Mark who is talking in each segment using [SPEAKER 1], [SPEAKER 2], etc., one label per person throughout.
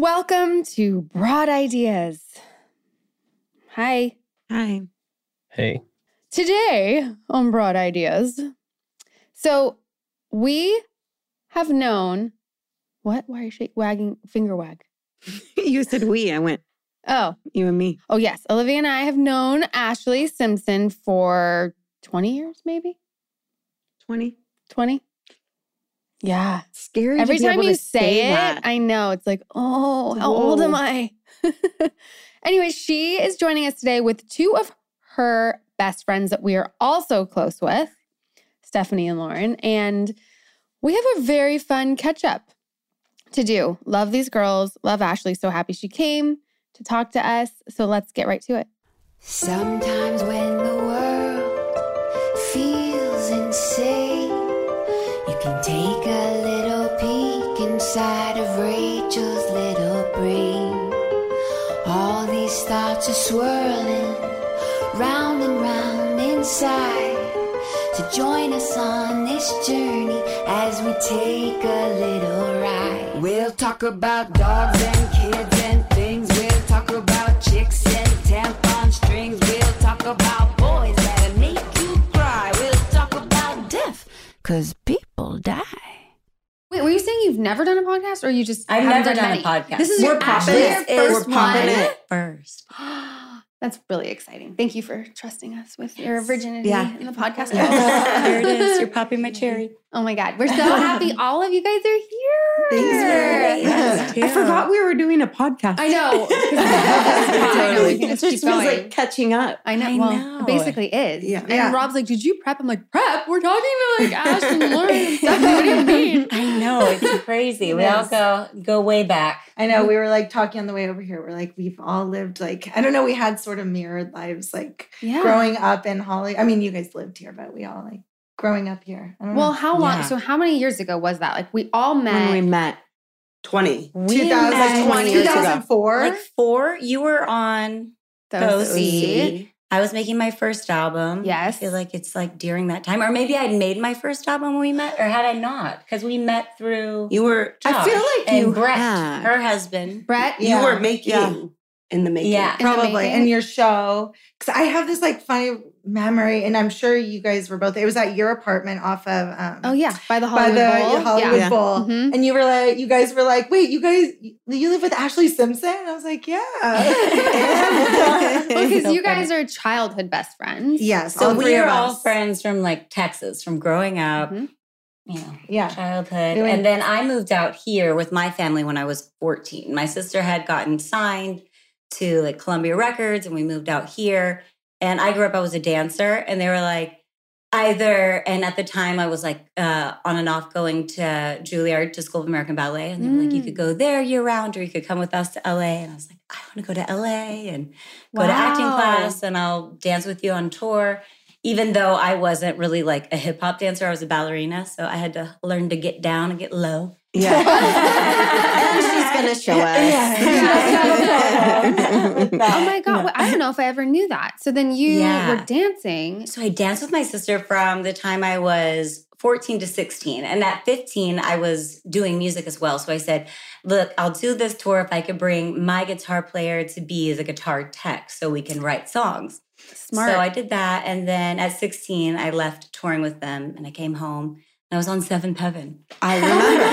[SPEAKER 1] Welcome to Broad Ideas. Hi.
[SPEAKER 2] Hi.
[SPEAKER 3] Hey,
[SPEAKER 1] Today on Broad Ideas. So we have known what? Why are you shaking, wagging finger wag?
[SPEAKER 2] you said we. I went,
[SPEAKER 1] Oh,
[SPEAKER 2] you and me.
[SPEAKER 1] oh yes. Olivia and I have known Ashley Simpson for 20 years, maybe
[SPEAKER 2] 20.
[SPEAKER 1] 20. Yeah.
[SPEAKER 2] Scary. to
[SPEAKER 1] Every
[SPEAKER 2] be
[SPEAKER 1] time
[SPEAKER 2] able
[SPEAKER 1] you
[SPEAKER 2] to
[SPEAKER 1] say it,
[SPEAKER 2] that.
[SPEAKER 1] I know it's like, oh, how old am
[SPEAKER 2] Whoa.
[SPEAKER 1] I? anyway, she is joining us today with two of her best friends that we are also close with, Stephanie and Lauren. And we have a very fun catch up to do. Love these girls. Love Ashley. So happy she came to talk to us. So let's get right to it.
[SPEAKER 4] Sometimes when the world feels insane, you can take a little peek inside of Rachel's little brain. All these thoughts are swirling round and round inside. So join us on this journey as we take a little ride. We'll talk about dogs and kids and things. We'll talk about chicks and tampon strings. We'll talk about boys that'll make you cry. We'll talk about death, cause people die.
[SPEAKER 1] Wait, were you saying you've never done a podcast or you just
[SPEAKER 5] I've
[SPEAKER 1] haven't
[SPEAKER 5] never done
[SPEAKER 1] many?
[SPEAKER 5] a podcast.
[SPEAKER 1] This is
[SPEAKER 5] We're
[SPEAKER 1] your actually
[SPEAKER 5] popping it.
[SPEAKER 1] your
[SPEAKER 5] This is-
[SPEAKER 1] first
[SPEAKER 5] we're popping
[SPEAKER 1] one?
[SPEAKER 5] it first.
[SPEAKER 1] That's really exciting. Thank you for trusting us with your virginity
[SPEAKER 5] Yeah.
[SPEAKER 1] in the podcast. world.
[SPEAKER 5] Here it is. You're popping my cherry.
[SPEAKER 1] oh my God. We're so happy all of you guys are here.
[SPEAKER 5] Thanks, Mary.
[SPEAKER 2] Yes, I forgot we were doing a podcast.
[SPEAKER 1] I know. 'Cause it's a podcast. I know. We can
[SPEAKER 2] it
[SPEAKER 1] just
[SPEAKER 2] just
[SPEAKER 1] keep
[SPEAKER 2] feels
[SPEAKER 1] going.
[SPEAKER 2] like catching up.
[SPEAKER 1] I know.
[SPEAKER 5] I
[SPEAKER 1] well,
[SPEAKER 5] know.
[SPEAKER 1] it basically is.
[SPEAKER 2] Yeah.
[SPEAKER 1] And
[SPEAKER 2] Yeah.
[SPEAKER 1] Rob's like, "Did you prep?" I'm like, "Prep? We're talking to like Ash and Lauren and stuff. What do you mean?"
[SPEAKER 5] I know. It's crazy. We all
[SPEAKER 2] Yes.
[SPEAKER 5] go go way back.
[SPEAKER 2] I know. We were like talking on the way over here. We're like, we've all lived like, I don't know, we had sort of mirrored lives like
[SPEAKER 1] Yeah.
[SPEAKER 2] growing up in Holly. I mean, you guys lived here, but we all like growing up here. I don't
[SPEAKER 1] well,
[SPEAKER 2] know.
[SPEAKER 1] how long?
[SPEAKER 5] Yeah.
[SPEAKER 1] So, how many years ago was that? Like, we all met.
[SPEAKER 5] When we met.
[SPEAKER 6] 20.
[SPEAKER 5] We
[SPEAKER 2] 2000
[SPEAKER 5] met
[SPEAKER 2] 20
[SPEAKER 5] years ago.
[SPEAKER 2] 2004.
[SPEAKER 5] Like four. You were on
[SPEAKER 1] Bosie.
[SPEAKER 5] Bosie. I was making my first album.
[SPEAKER 1] Yes.
[SPEAKER 5] I feel like it's like during that time. Or maybe I'd made my first album when we met, or had I not? Because we met through
[SPEAKER 6] You were
[SPEAKER 5] Josh
[SPEAKER 2] feel like
[SPEAKER 5] and
[SPEAKER 2] you
[SPEAKER 5] Brett,
[SPEAKER 6] had.
[SPEAKER 5] her husband.
[SPEAKER 1] Brett.
[SPEAKER 2] Yeah.
[SPEAKER 6] you were making
[SPEAKER 2] Yeah.
[SPEAKER 6] in the making.
[SPEAKER 5] Yeah.
[SPEAKER 1] in the
[SPEAKER 2] probably
[SPEAKER 1] making?
[SPEAKER 2] in your show because i have this like funny memory and i'm sure you guys were both it was at your apartment off of um
[SPEAKER 1] Oh yeah, by the
[SPEAKER 2] by
[SPEAKER 1] Hollywood
[SPEAKER 2] the
[SPEAKER 1] Bowl.
[SPEAKER 2] hollywood
[SPEAKER 1] yeah.
[SPEAKER 6] Yeah.
[SPEAKER 2] bowl
[SPEAKER 1] Mhm.
[SPEAKER 2] and you were like you guys were like wait you guys you live with ashley simpson and i was like uh, yeah
[SPEAKER 1] Because
[SPEAKER 5] So
[SPEAKER 1] you
[SPEAKER 5] funny.
[SPEAKER 1] guys are childhood best friends.
[SPEAKER 2] yes
[SPEAKER 5] So
[SPEAKER 2] all
[SPEAKER 5] we
[SPEAKER 2] three
[SPEAKER 5] are
[SPEAKER 2] of
[SPEAKER 5] all
[SPEAKER 2] us.
[SPEAKER 5] friends from like Texas, from growing up,
[SPEAKER 1] Mhm.
[SPEAKER 5] you know,
[SPEAKER 2] yeah
[SPEAKER 5] childhood.
[SPEAKER 2] We went-
[SPEAKER 5] And then I moved out here with my family when I was 14. My sister had gotten signed to like Columbia Records and we moved out here. And I grew up, I was a dancer, and they were like, either, and at the time I was like uh, on and off going to Juilliard to School of American Ballet. And they were like, you
[SPEAKER 1] Mm.
[SPEAKER 5] could go there year round or you could come with us to LA. And I was like, I want to go to LA. And go to acting
[SPEAKER 1] Wow.
[SPEAKER 5] class and I'll dance with you on tour. Even though I wasn't really like a hip hop dancer, I was a ballerina, so I had to learn to get down and get low.
[SPEAKER 6] and she's going to show us.
[SPEAKER 1] Oh my god! wait, I don't know if I ever knew that. So then you
[SPEAKER 5] Yeah.
[SPEAKER 1] were dancing.
[SPEAKER 5] So I danced with my sister from the time I was 14 to 16. And at 15, I was doing music as well. So I said, Look, I'll do this tour if I could bring my guitar player to be as a guitar tech so we can write songs.
[SPEAKER 1] Smart.
[SPEAKER 5] So I did that. And then at 16, I left touring with them and I came home and I was on Seventh Heaven.
[SPEAKER 6] I remember.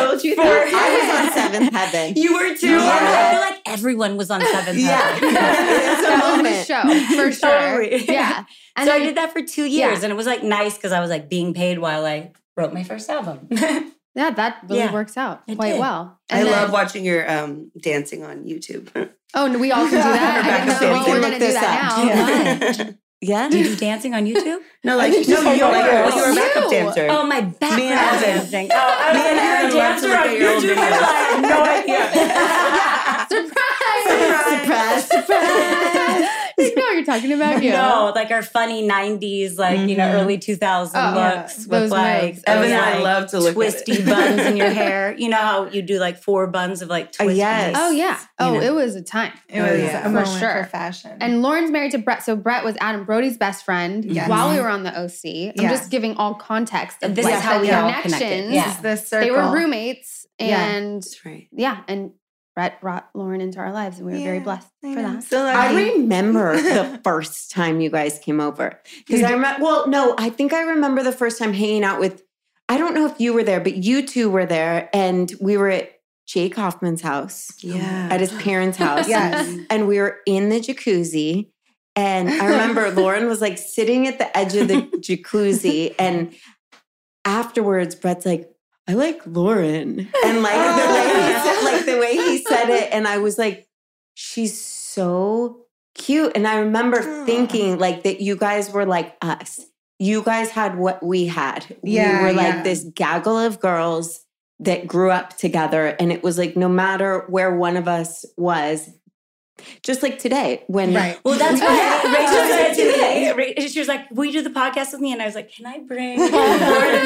[SPEAKER 6] I told you that. I was on Seventh Heaven.
[SPEAKER 5] You were too.
[SPEAKER 6] Yeah.
[SPEAKER 5] I feel like everyone was on Seventh
[SPEAKER 6] Yeah.
[SPEAKER 5] Heaven.
[SPEAKER 6] It's a
[SPEAKER 1] that was the
[SPEAKER 6] moment.
[SPEAKER 1] show for sure.
[SPEAKER 5] Totally.
[SPEAKER 1] Yeah. And
[SPEAKER 5] so I
[SPEAKER 1] then-
[SPEAKER 5] did that for two
[SPEAKER 1] Yeah.
[SPEAKER 5] years and it was like nice because I was like being paid while I wrote my first album.
[SPEAKER 1] Yeah, that really
[SPEAKER 5] Yeah.
[SPEAKER 1] works out
[SPEAKER 5] It
[SPEAKER 1] quite
[SPEAKER 5] did.
[SPEAKER 1] well.
[SPEAKER 6] I
[SPEAKER 1] And then-
[SPEAKER 6] love watching your um, dancing on YouTube.
[SPEAKER 1] Oh, and we all can do that. I
[SPEAKER 6] Rebecca's
[SPEAKER 1] didn't know
[SPEAKER 6] dancing.
[SPEAKER 1] we were
[SPEAKER 6] Look
[SPEAKER 1] going to do that
[SPEAKER 6] this up.
[SPEAKER 1] now.
[SPEAKER 5] Yeah.
[SPEAKER 6] yeah?
[SPEAKER 5] Do you do dancing on YouTube?
[SPEAKER 6] No, like, no,
[SPEAKER 2] think
[SPEAKER 6] you
[SPEAKER 2] you
[SPEAKER 6] were,
[SPEAKER 2] said
[SPEAKER 6] you were
[SPEAKER 2] yours.
[SPEAKER 6] a
[SPEAKER 1] You.
[SPEAKER 6] backup dancer.
[SPEAKER 5] Oh, my background
[SPEAKER 6] Me and Evan.
[SPEAKER 5] dancing. Oh, I was
[SPEAKER 6] Me and Evan
[SPEAKER 5] like, you're a
[SPEAKER 6] love to
[SPEAKER 5] dancer
[SPEAKER 6] look
[SPEAKER 5] on
[SPEAKER 6] at your old
[SPEAKER 5] YouTube.
[SPEAKER 6] videos.
[SPEAKER 5] I had no idea.
[SPEAKER 1] Surprise!
[SPEAKER 6] Surprise.
[SPEAKER 1] Like, no, you're talking about you.
[SPEAKER 5] No, like our funny '90s, like you know,
[SPEAKER 6] Mhm.
[SPEAKER 5] early 2000
[SPEAKER 1] Oh, yeah.
[SPEAKER 5] looks
[SPEAKER 1] Those
[SPEAKER 5] with like
[SPEAKER 1] moves.
[SPEAKER 6] Evan and I
[SPEAKER 5] like,
[SPEAKER 6] love to look at
[SPEAKER 5] twisty
[SPEAKER 6] it.
[SPEAKER 5] buns in your hair. You know how you do like four buns of like
[SPEAKER 6] Oh,
[SPEAKER 5] twisties.
[SPEAKER 6] yes.
[SPEAKER 1] Oh, yeah.
[SPEAKER 5] You
[SPEAKER 1] Oh,
[SPEAKER 5] know.
[SPEAKER 1] it was a time.
[SPEAKER 2] it was
[SPEAKER 6] Oh, yeah.
[SPEAKER 2] a
[SPEAKER 6] For
[SPEAKER 2] moment
[SPEAKER 1] sure.
[SPEAKER 2] for fashion
[SPEAKER 1] And Lauren's married to Brett. So Brett was Adam Brody's best friend
[SPEAKER 2] Yes.
[SPEAKER 1] while we were on the OC. I'm
[SPEAKER 2] Yeah.
[SPEAKER 1] just giving all context of
[SPEAKER 5] And this
[SPEAKER 1] like,
[SPEAKER 5] is how
[SPEAKER 1] the
[SPEAKER 5] we all
[SPEAKER 1] connections.
[SPEAKER 5] connected.
[SPEAKER 2] this
[SPEAKER 5] Yeah.
[SPEAKER 2] is the circle
[SPEAKER 1] They were roommates
[SPEAKER 2] Yeah.
[SPEAKER 1] and
[SPEAKER 6] That's right.
[SPEAKER 1] yeah, and Brett brought Lauren into our lives, and we were very
[SPEAKER 2] Yeah,
[SPEAKER 1] blessed
[SPEAKER 2] I
[SPEAKER 1] for
[SPEAKER 2] know.
[SPEAKER 1] that.
[SPEAKER 2] So lucky.
[SPEAKER 6] I remember the first time you guys came over because I remember. Well, no, I think I remember the first time hanging out with. I don't know if you were there, but you two were there, and we were at Jake Hoffman's house
[SPEAKER 2] Yeah.
[SPEAKER 6] at his parents' house.
[SPEAKER 2] Yes.
[SPEAKER 6] and we were in the jacuzzi. And I remember Lauren was like sitting at the edge of the jacuzzi. And afterwards, Brett's like, I like Lauren. And like, the, way
[SPEAKER 2] Oh.
[SPEAKER 6] he said, like the way he said it. And I was like, she's so cute. And I remember
[SPEAKER 2] Aw.
[SPEAKER 6] thinking like that you guys were like us. You guys had what we had.
[SPEAKER 2] Yeah,
[SPEAKER 6] we were like
[SPEAKER 2] yeah.
[SPEAKER 6] this gaggle of girls that grew up together. And it was like no matter where one of us was, just like today when
[SPEAKER 2] Right.
[SPEAKER 5] Well, that's why
[SPEAKER 6] Yeah.
[SPEAKER 5] Rachel said
[SPEAKER 6] Just like
[SPEAKER 5] today. Ra- She was like, "Will you do the podcast with me?" And I was like, "Can I bring Lauren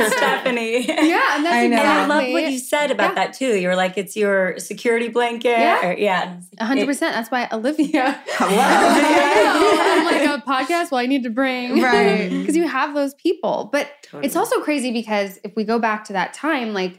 [SPEAKER 5] and Stephanie?"
[SPEAKER 1] Yeah, and that's
[SPEAKER 2] I
[SPEAKER 5] And
[SPEAKER 2] know.
[SPEAKER 5] I
[SPEAKER 1] exactly.
[SPEAKER 5] love what you said about
[SPEAKER 1] Yeah.
[SPEAKER 5] that too. You were like, "It's your security blanket."
[SPEAKER 1] Yeah.
[SPEAKER 5] or- yeah. And I was like,
[SPEAKER 1] 100%.
[SPEAKER 5] it-
[SPEAKER 1] That's why Olivia.
[SPEAKER 6] Hello.
[SPEAKER 1] I know. I'm like a podcast. Well, I need to bring
[SPEAKER 2] Right.
[SPEAKER 1] because you have those people. But it's also crazy because if we go back to that time, like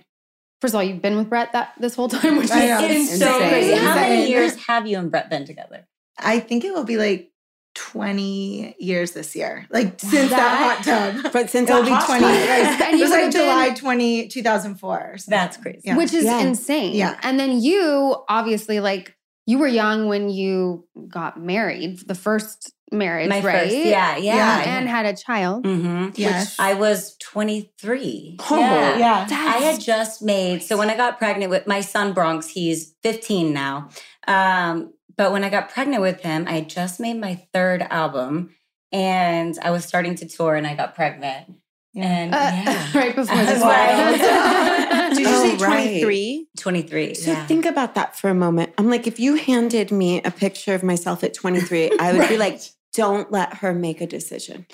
[SPEAKER 1] first of all, you've been with Brett that this whole time, which is
[SPEAKER 2] I know.
[SPEAKER 5] It's
[SPEAKER 1] insane.
[SPEAKER 5] so
[SPEAKER 6] Insane.
[SPEAKER 5] crazy. How many
[SPEAKER 2] Insane.
[SPEAKER 5] years have you and Brett been together?
[SPEAKER 2] I think it will be like 20 years this year, like since that, hot tub.
[SPEAKER 6] but since
[SPEAKER 2] It'll
[SPEAKER 6] I'm
[SPEAKER 2] be
[SPEAKER 6] hot
[SPEAKER 2] 20.
[SPEAKER 6] spot-
[SPEAKER 1] And
[SPEAKER 2] Like, it
[SPEAKER 1] you would
[SPEAKER 2] was like
[SPEAKER 1] have been-
[SPEAKER 2] July 20, 2004. or something.
[SPEAKER 5] That's crazy.
[SPEAKER 2] Yeah.
[SPEAKER 1] which is
[SPEAKER 6] Yeah.
[SPEAKER 1] insane.
[SPEAKER 2] Yeah.
[SPEAKER 1] And then you obviously like you were young when you got married, the first marriage,
[SPEAKER 5] My
[SPEAKER 1] right?
[SPEAKER 5] first. Yeah. Yeah.
[SPEAKER 1] And had a child.
[SPEAKER 5] Mhm.
[SPEAKER 2] Yes.
[SPEAKER 5] I was 23.
[SPEAKER 6] Oh,
[SPEAKER 2] yeah.
[SPEAKER 5] I had just made so when I got pregnant with my son Bronx, he's 15 now. Um, but when I got pregnant with him, I had just made my third album and I was starting to tour and I got pregnant. And
[SPEAKER 1] Uh,
[SPEAKER 5] yeah,
[SPEAKER 1] right before
[SPEAKER 5] That's
[SPEAKER 1] this.
[SPEAKER 5] wild.
[SPEAKER 6] Did you
[SPEAKER 2] Oh,
[SPEAKER 6] say
[SPEAKER 2] right.
[SPEAKER 6] 23?
[SPEAKER 5] 23.
[SPEAKER 6] So
[SPEAKER 5] yeah.
[SPEAKER 6] think about that for a moment. I'm like, if you handed me a picture of myself at 23, I would be like, don't let her make a decision.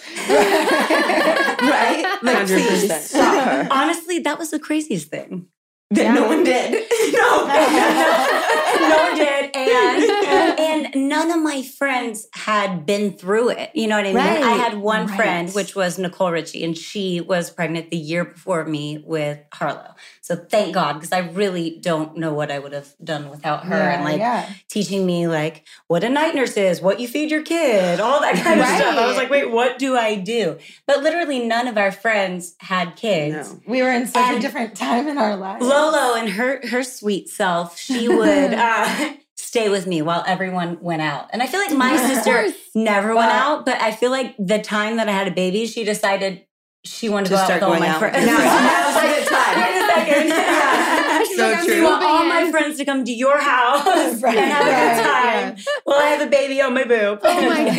[SPEAKER 6] Right? Like, please
[SPEAKER 2] 100%.
[SPEAKER 6] stop her.
[SPEAKER 5] Honestly, that was the craziest thing.
[SPEAKER 6] That no one did. No.
[SPEAKER 5] no one did. And, and none of my friends had been through it. You know what I mean?
[SPEAKER 6] Right.
[SPEAKER 5] I had one
[SPEAKER 1] Right.
[SPEAKER 5] friend, which was Nicole Richie, and she was pregnant the year before me with Harlow. So thank God, because I really don't know what I would have done without her and like
[SPEAKER 2] yeah.
[SPEAKER 5] teaching me like what a night nurse is, what you feed your kid, all that kind of
[SPEAKER 1] Right.
[SPEAKER 5] stuff. I was like, wait, what do I do? But literally none of our friends had kids.
[SPEAKER 6] No.
[SPEAKER 2] We were in such a
[SPEAKER 5] And-
[SPEAKER 2] different time in our lives.
[SPEAKER 5] Lolo and her her sweet self, she would uh, stay with me while everyone went out. And I feel like my
[SPEAKER 2] Of
[SPEAKER 5] sister
[SPEAKER 1] course.
[SPEAKER 5] never went
[SPEAKER 2] Wow.
[SPEAKER 5] out, but I feel like the time that I had a baby, she decided she wanted to,
[SPEAKER 6] To
[SPEAKER 5] go out
[SPEAKER 6] start
[SPEAKER 5] with all
[SPEAKER 6] going
[SPEAKER 5] my
[SPEAKER 6] out. Yeah.
[SPEAKER 5] friends. I was like,
[SPEAKER 6] Now's the time.
[SPEAKER 5] Wait a second. Yeah.
[SPEAKER 1] She's
[SPEAKER 6] So
[SPEAKER 1] like, I'm
[SPEAKER 6] true.
[SPEAKER 5] You want
[SPEAKER 1] moving
[SPEAKER 5] all my
[SPEAKER 1] in.
[SPEAKER 5] friends to come to your house and
[SPEAKER 2] Right,
[SPEAKER 5] have a good
[SPEAKER 2] right,
[SPEAKER 5] time. Well, I have a baby on my boob.
[SPEAKER 1] Oh my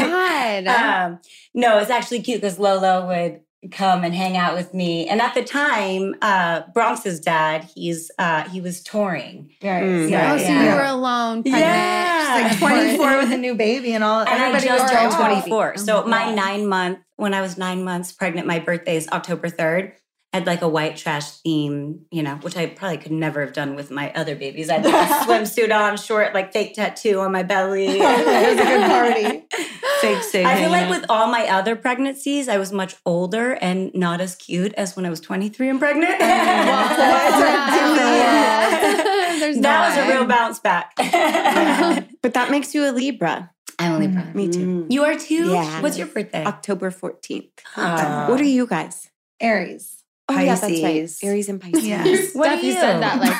[SPEAKER 1] god.
[SPEAKER 5] Um, no, it's actually cute because Lolo would come and hang out with me. And at the time, uh, Bronx's dad, he's uh, he was touring.
[SPEAKER 2] Right.
[SPEAKER 6] Mm.
[SPEAKER 2] Yeah,
[SPEAKER 1] oh, so
[SPEAKER 2] yeah.
[SPEAKER 1] you were alone, pregnant.
[SPEAKER 5] Yeah.
[SPEAKER 2] She's like 24 with a new baby and all.
[SPEAKER 5] And I
[SPEAKER 2] everybody
[SPEAKER 5] just
[SPEAKER 2] already-
[SPEAKER 5] turned
[SPEAKER 2] oh.
[SPEAKER 5] 24. so
[SPEAKER 1] Oh my
[SPEAKER 5] my
[SPEAKER 1] God.
[SPEAKER 5] nine month, when I was nine months pregnant, my birthday is October 3rd. I had like a white trash theme, you know, which I probably could never have done with my other babies. I had like a swimsuit on, short, like fake tattoo on my belly. it
[SPEAKER 2] it was a good party.
[SPEAKER 6] Fake saving.
[SPEAKER 5] I feel like with all my other pregnancies, I was much older and not as cute as when I was 23 and pregnant.
[SPEAKER 2] Oh,
[SPEAKER 1] Yeah. There's no
[SPEAKER 5] that was a
[SPEAKER 1] way.
[SPEAKER 5] real bounce back. I'm
[SPEAKER 6] But that makes you a Libra.
[SPEAKER 1] Hmm.
[SPEAKER 5] only proud.
[SPEAKER 6] Me too.
[SPEAKER 5] You are too?
[SPEAKER 6] Yeah.
[SPEAKER 5] What's your birthday?
[SPEAKER 2] Uh,
[SPEAKER 6] October 14th.
[SPEAKER 5] Aw.
[SPEAKER 6] what are you guys?
[SPEAKER 2] Aries.
[SPEAKER 6] Oh, yeah, that's right.
[SPEAKER 3] Pisces.
[SPEAKER 6] Aries and Pisces.
[SPEAKER 2] Yes.
[SPEAKER 5] What
[SPEAKER 1] Steph,
[SPEAKER 5] are
[SPEAKER 1] you
[SPEAKER 5] you?
[SPEAKER 1] said that like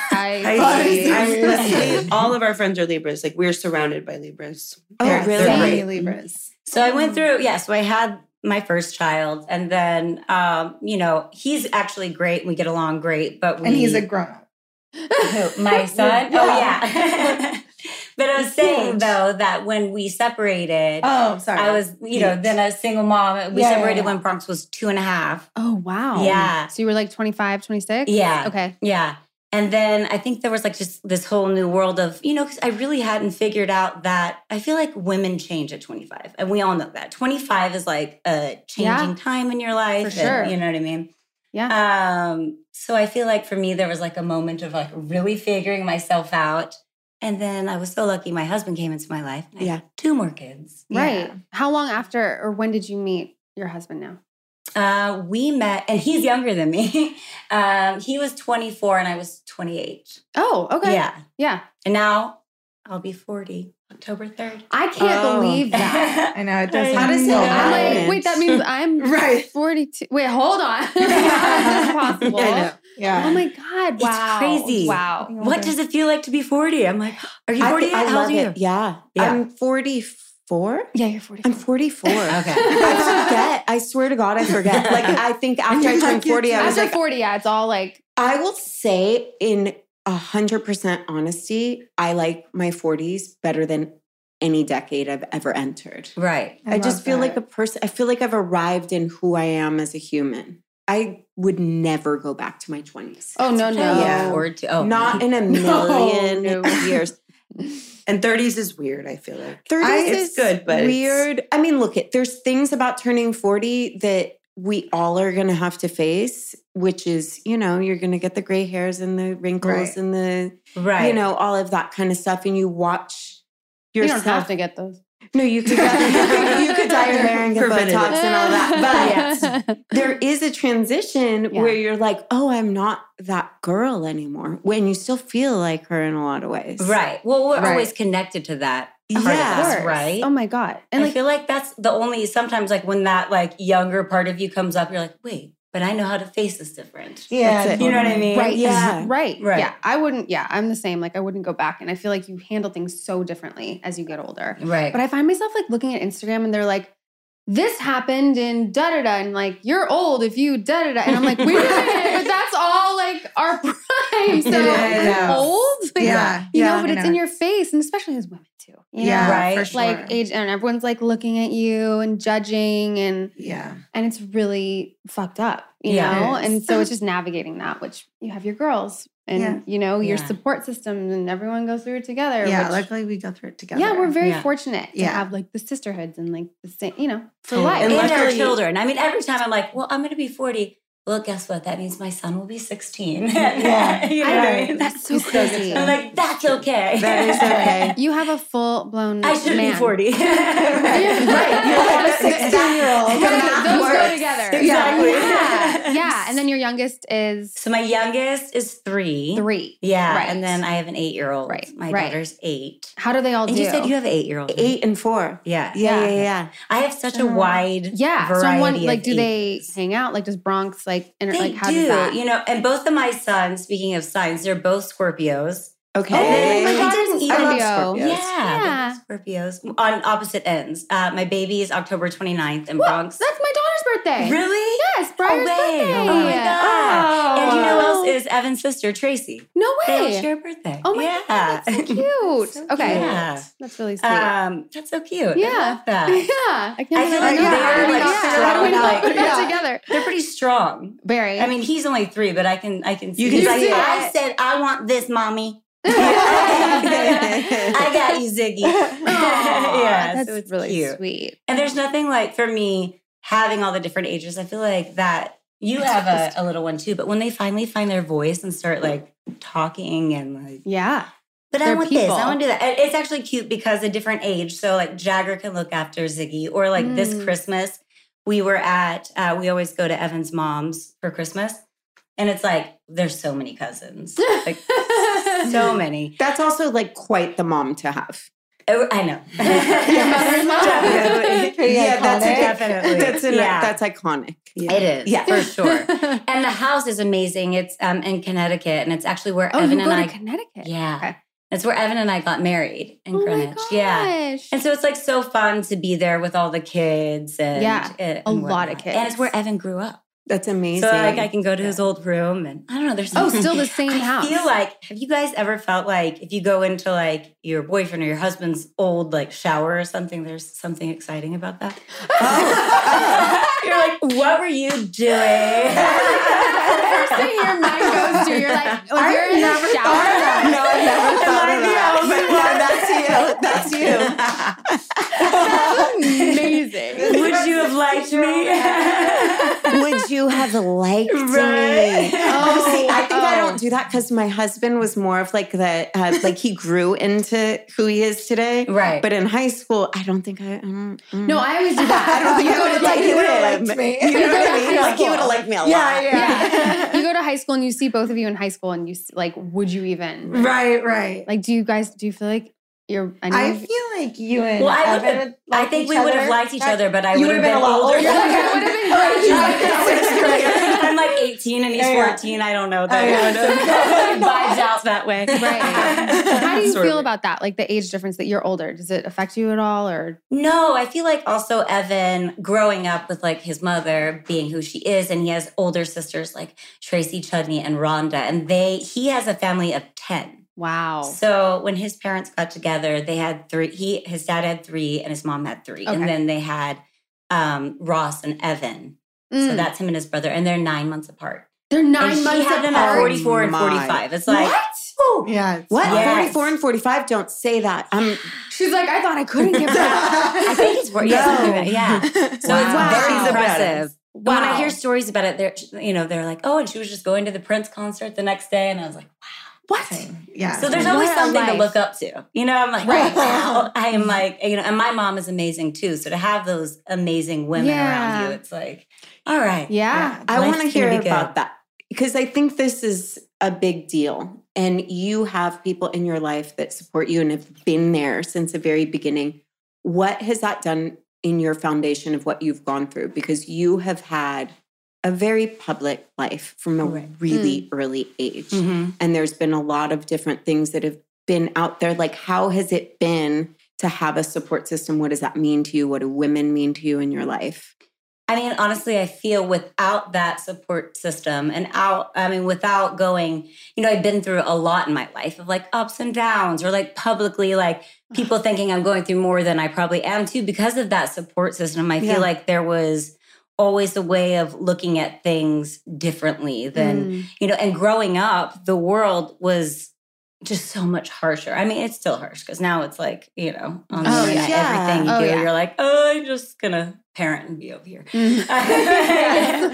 [SPEAKER 3] Pisces.
[SPEAKER 1] I.
[SPEAKER 3] I'm listening. All of our friends are Libras. Like we're surrounded by Libras.
[SPEAKER 6] Oh,
[SPEAKER 2] Yes,
[SPEAKER 6] really?
[SPEAKER 2] so many
[SPEAKER 5] Right.
[SPEAKER 2] Libras.
[SPEAKER 5] So I went through, yeah, so I had my first child and then um, you know, he's actually great. We get along great, but we
[SPEAKER 2] And he's a grown up.
[SPEAKER 5] Who, my son? Oh yeah. but I was saying
[SPEAKER 2] Huge.
[SPEAKER 5] though that when we separated,
[SPEAKER 2] Oh, sorry.
[SPEAKER 5] I was, you know, then a single mom. We
[SPEAKER 2] Yeah, yeah,
[SPEAKER 5] separated
[SPEAKER 2] yeah.
[SPEAKER 5] when Bronx was two and a half.
[SPEAKER 1] Oh wow.
[SPEAKER 5] Yeah.
[SPEAKER 1] So you were like 25, 26?
[SPEAKER 5] Yeah.
[SPEAKER 1] Okay.
[SPEAKER 5] Yeah. And then I think there was like just this whole new world of, you know, because I really hadn't figured out that I feel like women change at 25. And we all know that. 25 is like a changing
[SPEAKER 1] Yeah.
[SPEAKER 5] time in your life.
[SPEAKER 1] For
[SPEAKER 5] and-
[SPEAKER 1] sure.
[SPEAKER 5] you know what I mean?
[SPEAKER 1] Yeah.
[SPEAKER 5] Um, so I feel like for me, there was like a moment of like really figuring myself out. And then I was so lucky my husband came into my life. and I had
[SPEAKER 6] Yeah.
[SPEAKER 5] Two more kids.
[SPEAKER 1] right. How long after or when did you meet your husband now?
[SPEAKER 5] Uh, we met, and he's younger than me. um, he was 24 and I was 28.
[SPEAKER 1] Oh, okay.
[SPEAKER 5] Yeah.
[SPEAKER 1] Yeah.
[SPEAKER 5] And now I'll be 40 October 3rd.
[SPEAKER 1] I can't
[SPEAKER 6] Oh.
[SPEAKER 1] believe that.
[SPEAKER 2] I know it does.
[SPEAKER 6] How
[SPEAKER 2] sound
[SPEAKER 6] does it
[SPEAKER 2] so
[SPEAKER 6] happen?
[SPEAKER 1] I'm
[SPEAKER 2] high.
[SPEAKER 1] like, wait, that means I'm
[SPEAKER 2] Right.
[SPEAKER 1] 42. Wait, hold on. How is this possible?
[SPEAKER 6] I know.
[SPEAKER 2] Yeah.
[SPEAKER 1] Oh my God.
[SPEAKER 5] It's
[SPEAKER 1] Wow.
[SPEAKER 5] crazy.
[SPEAKER 1] Wow.
[SPEAKER 5] What does it feel like to be 40? I'm like, are you
[SPEAKER 6] I,
[SPEAKER 5] 40?
[SPEAKER 6] think- I
[SPEAKER 5] How old
[SPEAKER 6] love
[SPEAKER 5] are you?
[SPEAKER 6] it. Yeah.
[SPEAKER 5] Yeah.
[SPEAKER 6] I'm 44.
[SPEAKER 1] Yeah, you're 40.
[SPEAKER 6] I'm 44.
[SPEAKER 5] Okay.
[SPEAKER 6] I forget. I swear to God, I forget. Like I think after I turned 40, I was
[SPEAKER 1] After
[SPEAKER 6] like,
[SPEAKER 1] 40, yeah, it's all like,
[SPEAKER 6] I will say in a hundred percent honesty, I like my 40s better than any decade I've ever entered.
[SPEAKER 5] Right.
[SPEAKER 6] I, just
[SPEAKER 2] love
[SPEAKER 6] feel like
[SPEAKER 2] that.
[SPEAKER 6] a person I feel like I've arrived in who I am as a human. I would never go back to my 20s.
[SPEAKER 1] oh, no, no.
[SPEAKER 6] Yeah.
[SPEAKER 5] Or to, oh,
[SPEAKER 6] Not in a million years.
[SPEAKER 3] And 30s is weird, I feel like.
[SPEAKER 6] 30s
[SPEAKER 3] I-
[SPEAKER 6] is
[SPEAKER 3] it's good, but it's-
[SPEAKER 6] weird. I mean, look at there's things about turning 40 that we all are gonna have to face, which is, you know, you're gonna get the gray hairs and the wrinkles
[SPEAKER 2] Right.
[SPEAKER 6] and the
[SPEAKER 5] right.
[SPEAKER 6] you know, all of that kind of stuff. And you watch
[SPEAKER 1] You
[SPEAKER 6] yourself.
[SPEAKER 1] don't have to get those.
[SPEAKER 6] No, you could, get, you could dye your hair and get
[SPEAKER 3] Forbidden.
[SPEAKER 6] Botox and all that. But
[SPEAKER 1] yes.
[SPEAKER 6] there is a transition
[SPEAKER 1] Yeah.
[SPEAKER 6] where you're like, oh, I'm not that girl anymore. When you still feel like her in a lot of ways.
[SPEAKER 5] Right. Well, we're
[SPEAKER 1] Right.
[SPEAKER 5] always connected to that.
[SPEAKER 6] Yeah.
[SPEAKER 5] Part of us, right?
[SPEAKER 6] Um,
[SPEAKER 1] Oh my God. And
[SPEAKER 5] And I
[SPEAKER 1] like,
[SPEAKER 5] feel like that's the only sometimes like when that like younger part of you comes up, you're like, wait, but I know how to face this difference.
[SPEAKER 2] Yeah.
[SPEAKER 6] That's it.
[SPEAKER 5] You know what I mean?
[SPEAKER 1] right.
[SPEAKER 6] Yeah.
[SPEAKER 1] Right.
[SPEAKER 5] Right.
[SPEAKER 1] Yeah. I wouldn't, yeah, I'm the same. Like, I wouldn't go back. And I feel like you handle things so differently as you get older.
[SPEAKER 5] Right.
[SPEAKER 1] But I find myself like looking at Instagram and they're like, this happened in da da da, and like you're old if you da da da, and I'm like, wait a minute, but that's all like our prime. So
[SPEAKER 2] Yeah.
[SPEAKER 1] old, Like,
[SPEAKER 2] Yeah.
[SPEAKER 1] you
[SPEAKER 2] Yeah,
[SPEAKER 1] know, but
[SPEAKER 2] I
[SPEAKER 1] it's
[SPEAKER 2] know.
[SPEAKER 1] in your face, and especially as women too. you
[SPEAKER 2] Yeah.
[SPEAKER 1] know?
[SPEAKER 5] Right.
[SPEAKER 2] For sure.
[SPEAKER 1] like age, and everyone's like looking at you and judging, and
[SPEAKER 2] Yeah.
[SPEAKER 1] and it's really fucked up, you
[SPEAKER 5] Yeah.
[SPEAKER 1] know.
[SPEAKER 2] It is.
[SPEAKER 1] And so it's just navigating that, which you have your girls, and
[SPEAKER 2] Yeah.
[SPEAKER 1] you know your
[SPEAKER 5] Yeah.
[SPEAKER 1] support system, and everyone goes through it together.
[SPEAKER 2] Yeah.
[SPEAKER 1] which-
[SPEAKER 2] Luckily, we go through it together.
[SPEAKER 1] yeah, we're very
[SPEAKER 5] Yeah.
[SPEAKER 1] fortunate to
[SPEAKER 2] Yeah.
[SPEAKER 1] have like the sisterhoods and like the same, you know, for
[SPEAKER 5] Totally.
[SPEAKER 1] life.
[SPEAKER 5] And,
[SPEAKER 6] And
[SPEAKER 5] our
[SPEAKER 6] luckily-
[SPEAKER 5] children. I mean, every time I'm like, well, I'm gonna be 40. Well, guess what? That means my son will be 16.
[SPEAKER 2] Yeah.
[SPEAKER 5] you know
[SPEAKER 1] I
[SPEAKER 5] what I
[SPEAKER 1] know.
[SPEAKER 5] mean?
[SPEAKER 1] That's so
[SPEAKER 2] It's so good
[SPEAKER 1] crazy.
[SPEAKER 2] to
[SPEAKER 5] I'm
[SPEAKER 2] know.
[SPEAKER 5] like, that's okay.
[SPEAKER 6] That is okay.
[SPEAKER 1] You have a full blown.
[SPEAKER 5] I should
[SPEAKER 1] man.
[SPEAKER 5] be 40. right.
[SPEAKER 6] You have a
[SPEAKER 1] Right.
[SPEAKER 6] 16 year old.
[SPEAKER 1] Right, Those go together.
[SPEAKER 5] Exactly.
[SPEAKER 1] Yeah. yeah. And then your youngest is
[SPEAKER 5] So my youngest is three.
[SPEAKER 1] three.
[SPEAKER 5] Yeah.
[SPEAKER 1] Right.
[SPEAKER 5] And then I have an eight year old.
[SPEAKER 1] Right,
[SPEAKER 5] My
[SPEAKER 1] right.
[SPEAKER 5] daughter's eight.
[SPEAKER 1] How do they all
[SPEAKER 5] And
[SPEAKER 1] do?
[SPEAKER 5] you said you have an eight year old.
[SPEAKER 6] Eight and four.
[SPEAKER 5] Yeah.
[SPEAKER 6] Yeah, yeah,
[SPEAKER 1] Yeah.
[SPEAKER 6] yeah.
[SPEAKER 5] I have such a
[SPEAKER 2] Uh,
[SPEAKER 5] wide
[SPEAKER 1] yeah.
[SPEAKER 5] variety.
[SPEAKER 1] So I'm wondering,
[SPEAKER 5] of
[SPEAKER 1] like, do they
[SPEAKER 5] ages.
[SPEAKER 1] hang out? Like, does Bronx like inter-
[SPEAKER 5] They
[SPEAKER 1] like how
[SPEAKER 5] do,
[SPEAKER 1] does that?
[SPEAKER 5] you know, and both of my sons, speaking of signs, they're both Scorpios.
[SPEAKER 6] Okay.
[SPEAKER 5] Oh my God.
[SPEAKER 1] daughter's
[SPEAKER 5] didn't even-
[SPEAKER 1] Scorpio.
[SPEAKER 6] I love Scorpios.
[SPEAKER 5] Yeah.
[SPEAKER 6] Yes.
[SPEAKER 1] Yeah.
[SPEAKER 5] they're both Scorpios on opposite ends. Uh, my baby is October 29th in Bronx.
[SPEAKER 1] That's my daughter's birthday.
[SPEAKER 5] Really?
[SPEAKER 1] Yes, Briar's
[SPEAKER 5] way.
[SPEAKER 1] birthday.
[SPEAKER 5] Oh my God. And you know who else is Evan's sister, Tracy.
[SPEAKER 1] No
[SPEAKER 5] They all
[SPEAKER 1] way.
[SPEAKER 5] share a birthday.
[SPEAKER 1] Oh my
[SPEAKER 5] yeah.
[SPEAKER 1] god, that's so cute.
[SPEAKER 5] So
[SPEAKER 1] okay,
[SPEAKER 5] cute. Yeah.
[SPEAKER 1] that's really sweet.
[SPEAKER 5] Um, that's so cute.
[SPEAKER 1] Yeah.
[SPEAKER 5] I love that.
[SPEAKER 1] yeah, I can't
[SPEAKER 5] I
[SPEAKER 1] believe
[SPEAKER 5] feel like
[SPEAKER 1] know.
[SPEAKER 5] they are, like,
[SPEAKER 1] yeah.
[SPEAKER 5] surrounded
[SPEAKER 1] We
[SPEAKER 5] by-
[SPEAKER 1] put that
[SPEAKER 2] Yeah.
[SPEAKER 1] together.
[SPEAKER 5] They're pretty strong.
[SPEAKER 1] Barry,
[SPEAKER 5] I mean, he's only three, but I can I can see.
[SPEAKER 6] You can
[SPEAKER 5] He's like,
[SPEAKER 1] see it.
[SPEAKER 5] I said I want this, mommy.
[SPEAKER 1] Oh. Aw,
[SPEAKER 5] I got you, Ziggy. yeah,
[SPEAKER 1] that's
[SPEAKER 5] so it's
[SPEAKER 1] really
[SPEAKER 5] cute.
[SPEAKER 1] sweet.
[SPEAKER 5] And there's nothing like for me having all the different ages. I feel like that you have a, a little one too, but when they finally find their voice and start like talking and like,
[SPEAKER 1] Yeah,
[SPEAKER 5] but I
[SPEAKER 1] They're
[SPEAKER 5] want this,
[SPEAKER 1] people.
[SPEAKER 5] I want to do that. And It's actually cute because a different age. So like Jagger can look after Ziggy, or like this
[SPEAKER 1] Mm.
[SPEAKER 5] Christmas we were at. Uh, we always go to Evan's mom's for Christmas, and it's like there's so many cousins, like so many.
[SPEAKER 6] That's also like quite the mom to have.
[SPEAKER 5] Oh, I know.
[SPEAKER 1] mother-in-law.
[SPEAKER 5] Definitely.
[SPEAKER 2] Yeah,
[SPEAKER 6] that's
[SPEAKER 2] iconic.
[SPEAKER 5] Definitely.
[SPEAKER 6] That's an,
[SPEAKER 5] Yeah.
[SPEAKER 6] that's iconic. Yeah.
[SPEAKER 5] It is,
[SPEAKER 6] Yeah.
[SPEAKER 5] for sure. And the house is amazing. It's um, in Connecticut, and it's actually where
[SPEAKER 1] oh,
[SPEAKER 5] Evan
[SPEAKER 1] you
[SPEAKER 5] and
[SPEAKER 1] go
[SPEAKER 5] I.
[SPEAKER 1] to Connecticut.
[SPEAKER 5] yeah,
[SPEAKER 1] Okay.
[SPEAKER 5] that's where Evan and I got married in
[SPEAKER 1] oh my
[SPEAKER 5] Greenwich.
[SPEAKER 1] gosh.
[SPEAKER 5] Yeah, and so it's like so fun to be there with all the kids and
[SPEAKER 1] Yeah,
[SPEAKER 5] and
[SPEAKER 1] a lot of
[SPEAKER 5] whatnot. And
[SPEAKER 1] kids.
[SPEAKER 5] it's where Evan grew up,
[SPEAKER 6] That's amazing.
[SPEAKER 5] so like I can go to his old room, and I don't know. There's
[SPEAKER 1] oh,
[SPEAKER 5] something-
[SPEAKER 1] still the same house.
[SPEAKER 5] I feel like, have you guys ever felt like if you go into like your boyfriend or your husband's old like shower or something, there's something exciting about that?
[SPEAKER 1] Oh.
[SPEAKER 5] You're like, what were you doing?
[SPEAKER 1] First thing your mind goes to, you're like, oh,
[SPEAKER 6] I've
[SPEAKER 1] you're in
[SPEAKER 6] never
[SPEAKER 1] the
[SPEAKER 6] thought of that.
[SPEAKER 1] shower.
[SPEAKER 6] No, I've never thought of that. But no, that's you. That's you.
[SPEAKER 1] Amazing.
[SPEAKER 5] Would you have liked me?
[SPEAKER 6] Would you have liked me?
[SPEAKER 5] Right?
[SPEAKER 6] Oh, see, I think I don't do that because my husband was more of like the uh, like he grew into who he is today.
[SPEAKER 5] Right.
[SPEAKER 6] But in high school, I don't think I. Mm, mm.
[SPEAKER 1] No, I always do that.
[SPEAKER 6] I don't think
[SPEAKER 1] you
[SPEAKER 6] I
[SPEAKER 1] go
[SPEAKER 6] would
[SPEAKER 1] to
[SPEAKER 6] have
[SPEAKER 1] like,
[SPEAKER 6] liked
[SPEAKER 2] he
[SPEAKER 6] you.
[SPEAKER 2] would've
[SPEAKER 6] Would have
[SPEAKER 2] liked
[SPEAKER 6] liked
[SPEAKER 2] me.
[SPEAKER 6] me.
[SPEAKER 1] You
[SPEAKER 6] You know what
[SPEAKER 1] go
[SPEAKER 6] I
[SPEAKER 1] to
[SPEAKER 6] mean?
[SPEAKER 1] high
[SPEAKER 6] Like he
[SPEAKER 1] school.
[SPEAKER 6] would have liked me a lot.
[SPEAKER 2] Yeah. Yeah.
[SPEAKER 1] yeah. You go to high school and you see both of you in high school and you s- like, would you even?
[SPEAKER 2] Right. Right.
[SPEAKER 1] Like, do you guys, do you feel like You're, I know.
[SPEAKER 2] I feel like you and
[SPEAKER 5] Well, I would've-
[SPEAKER 2] Evan would
[SPEAKER 5] I
[SPEAKER 2] like
[SPEAKER 5] think
[SPEAKER 2] each
[SPEAKER 5] we would have
[SPEAKER 2] other.
[SPEAKER 5] liked each other, but I
[SPEAKER 2] You
[SPEAKER 5] would have
[SPEAKER 2] would've been a lot older.
[SPEAKER 1] It would have been great.
[SPEAKER 5] I'm like 18 and he's
[SPEAKER 2] Yeah, yeah.
[SPEAKER 5] 14. I don't know.
[SPEAKER 2] Oh, yeah.
[SPEAKER 5] That it would have vibes out that way.
[SPEAKER 1] Right. How do you
[SPEAKER 5] Sort of.
[SPEAKER 1] feel about that? Like the age difference that you're older, does it affect you at all? Or
[SPEAKER 5] No, I feel like also Evan growing up with like his mother being who she is, and he has older sisters like Tracy, Chudney, and Rhonda, and they he has a family of ten.
[SPEAKER 1] wow,
[SPEAKER 2] Oh.
[SPEAKER 5] So when his parents got together, they had three. He his dad had three, and his mom had three,
[SPEAKER 1] Okay.
[SPEAKER 5] and then they had um, Ross and Evan. So
[SPEAKER 1] Mm.
[SPEAKER 5] that's him and his brother, and they're nine months apart.
[SPEAKER 1] they're nine
[SPEAKER 5] and
[SPEAKER 1] months
[SPEAKER 5] Oh, she had
[SPEAKER 1] apart. Oh
[SPEAKER 5] them at forty four and
[SPEAKER 6] My.
[SPEAKER 5] forty five. It's like
[SPEAKER 6] Woo.
[SPEAKER 2] Yeah. it's
[SPEAKER 6] What?
[SPEAKER 2] not-
[SPEAKER 5] Yes.
[SPEAKER 6] 44 and 45 don't say that. Um, I'm
[SPEAKER 1] She's like, I thought I couldn't give that.
[SPEAKER 5] I think it's worth. Yeah, yeah. So
[SPEAKER 6] Wow.
[SPEAKER 5] it's very
[SPEAKER 6] She's a
[SPEAKER 5] impressive. But When
[SPEAKER 1] Wow.
[SPEAKER 5] I hear stories about it, they're you know they're like, oh, and she was just going to the Prince concert the next day, and I was like,
[SPEAKER 2] What? Yeah.
[SPEAKER 5] so there's
[SPEAKER 1] What
[SPEAKER 5] always
[SPEAKER 1] a
[SPEAKER 5] something to
[SPEAKER 1] life.
[SPEAKER 5] look up to, you know. I'm like,
[SPEAKER 2] Right.
[SPEAKER 5] wow, I am like, you know, and my mom is amazing too. So to have those amazing women
[SPEAKER 1] Yeah.
[SPEAKER 5] around you, it's like, all right,
[SPEAKER 1] Yeah.
[SPEAKER 6] I
[SPEAKER 5] Life's
[SPEAKER 6] want to
[SPEAKER 5] gonna
[SPEAKER 6] hear
[SPEAKER 5] be good.
[SPEAKER 6] about that because I think this is a big deal. And you have people in your life that support you and have been there since the very beginning. What has that done in your foundation of what you've gone through? Because you have had a very public life from a
[SPEAKER 5] Right.
[SPEAKER 6] really
[SPEAKER 5] Mm.
[SPEAKER 6] early age.
[SPEAKER 5] Mhm.
[SPEAKER 6] And there's been a lot of different things that have been out there. Like, how has it been to have a support system? What does that mean to you? What do women mean to you in your life?
[SPEAKER 5] I mean, honestly, I feel without that support system and out, I mean, without going, you know, I've been through a lot in my life of like ups and downs or like publicly, like people thinking I'm going through more than I probably am too because of that support system. I feel
[SPEAKER 6] Yeah.
[SPEAKER 5] like there was always a way of looking at things differently than
[SPEAKER 1] Mm.
[SPEAKER 5] you know, and growing up, the world was just so much harsher. I mean, it's still harsh because now it's like, you know, on the
[SPEAKER 1] Oh,
[SPEAKER 5] internet,
[SPEAKER 6] yeah.
[SPEAKER 5] everything you
[SPEAKER 1] Oh,
[SPEAKER 5] do,
[SPEAKER 1] yeah.
[SPEAKER 5] you're like, oh, I'm just gonna parent and be over here.
[SPEAKER 1] Mm.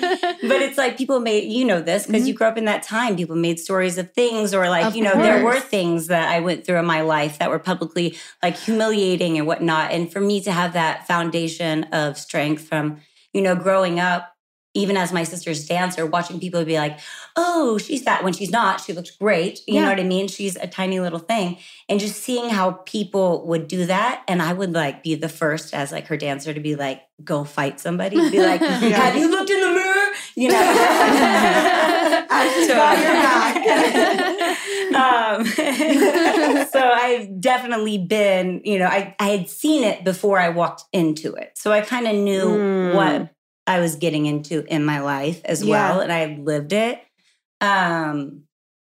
[SPEAKER 5] but it's like people made you know this because you grew up in that time. People made stories of things, or like
[SPEAKER 1] Mm-hmm. Of
[SPEAKER 5] you know, there were
[SPEAKER 1] course.
[SPEAKER 5] things that I went through in my life that were publicly like humiliating and whatnot. And for me to have that foundation of strength from you know growing up. Even as my sister's dancer, watching people be like, oh, she's fat when she's not. She looks great. You
[SPEAKER 1] Yeah.
[SPEAKER 5] know what I mean? She's a tiny little thing. And just seeing how people would do that. And I would like be the first as like her dancer to be like, go fight somebody. Be like, have you looked in the mirror? You know?
[SPEAKER 2] Ashley's got your back.
[SPEAKER 5] um, so I've definitely been, you know, I, I had seen it before I walked into it. So I kind of knew
[SPEAKER 6] Mm.
[SPEAKER 5] what I was getting into in my life as
[SPEAKER 6] Yeah.
[SPEAKER 5] well. And I lived it. Um,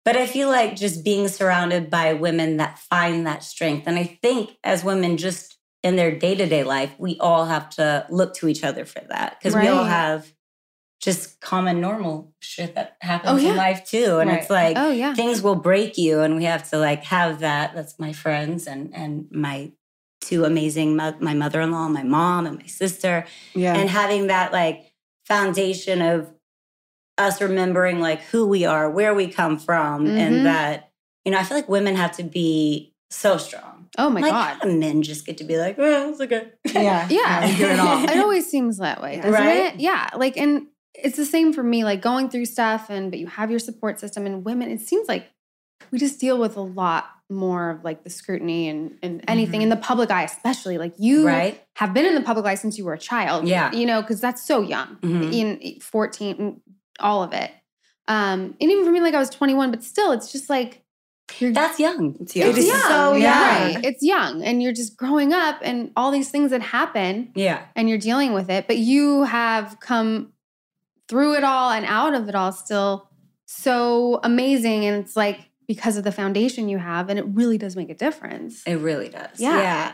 [SPEAKER 5] but I feel like just being surrounded by women that find that strength. And I think as women, just in their day to day life, we all have to look to each other for that because we all
[SPEAKER 1] Right.
[SPEAKER 5] have just common normal shit that happens
[SPEAKER 1] Oh, yeah.
[SPEAKER 5] in life too. And it's like,
[SPEAKER 1] oh yeah.
[SPEAKER 5] things will break you and we have to like have that that's my friends and and my two amazing mo- my mother-in-law my mom and my sister
[SPEAKER 6] Yeah.
[SPEAKER 5] and having that like foundation of us remembering like who we are where we come from
[SPEAKER 1] Mhm.
[SPEAKER 5] and that you know i feel like women have to be so strong
[SPEAKER 1] Oh my
[SPEAKER 5] like
[SPEAKER 1] god.
[SPEAKER 5] how do men just get to be like oh it's okay
[SPEAKER 2] Yeah.
[SPEAKER 1] Yeah.
[SPEAKER 5] do it all.
[SPEAKER 1] It always seems that way,
[SPEAKER 2] Yeah.
[SPEAKER 1] doesn't
[SPEAKER 5] Right?
[SPEAKER 1] it? Yeah. Like, and it's the same for me, like going through stuff, and but you have your support system, and women, it seems like we just deal with a lot more of like the scrutiny and, and anything in the public eye, especially. Like, you
[SPEAKER 5] Mm-hmm. right
[SPEAKER 1] have been in the public eye since you were a child.
[SPEAKER 5] Yeah.
[SPEAKER 1] You know, because that's so young,
[SPEAKER 5] Mhm.
[SPEAKER 1] in 14, all of it. Um, and even for me, like I was 21, but still, it's just like, you're
[SPEAKER 5] that's young it's young
[SPEAKER 2] It is so
[SPEAKER 1] yeah.
[SPEAKER 2] young.
[SPEAKER 1] It's young, and you're just growing up, and all these things that happen
[SPEAKER 5] yeah
[SPEAKER 1] and you're dealing with it, but you have come through it all and out of it all still so amazing. And it's like because of the foundation you have, and it really does make a difference.
[SPEAKER 5] It really does.
[SPEAKER 1] Yeah.
[SPEAKER 5] Yeah.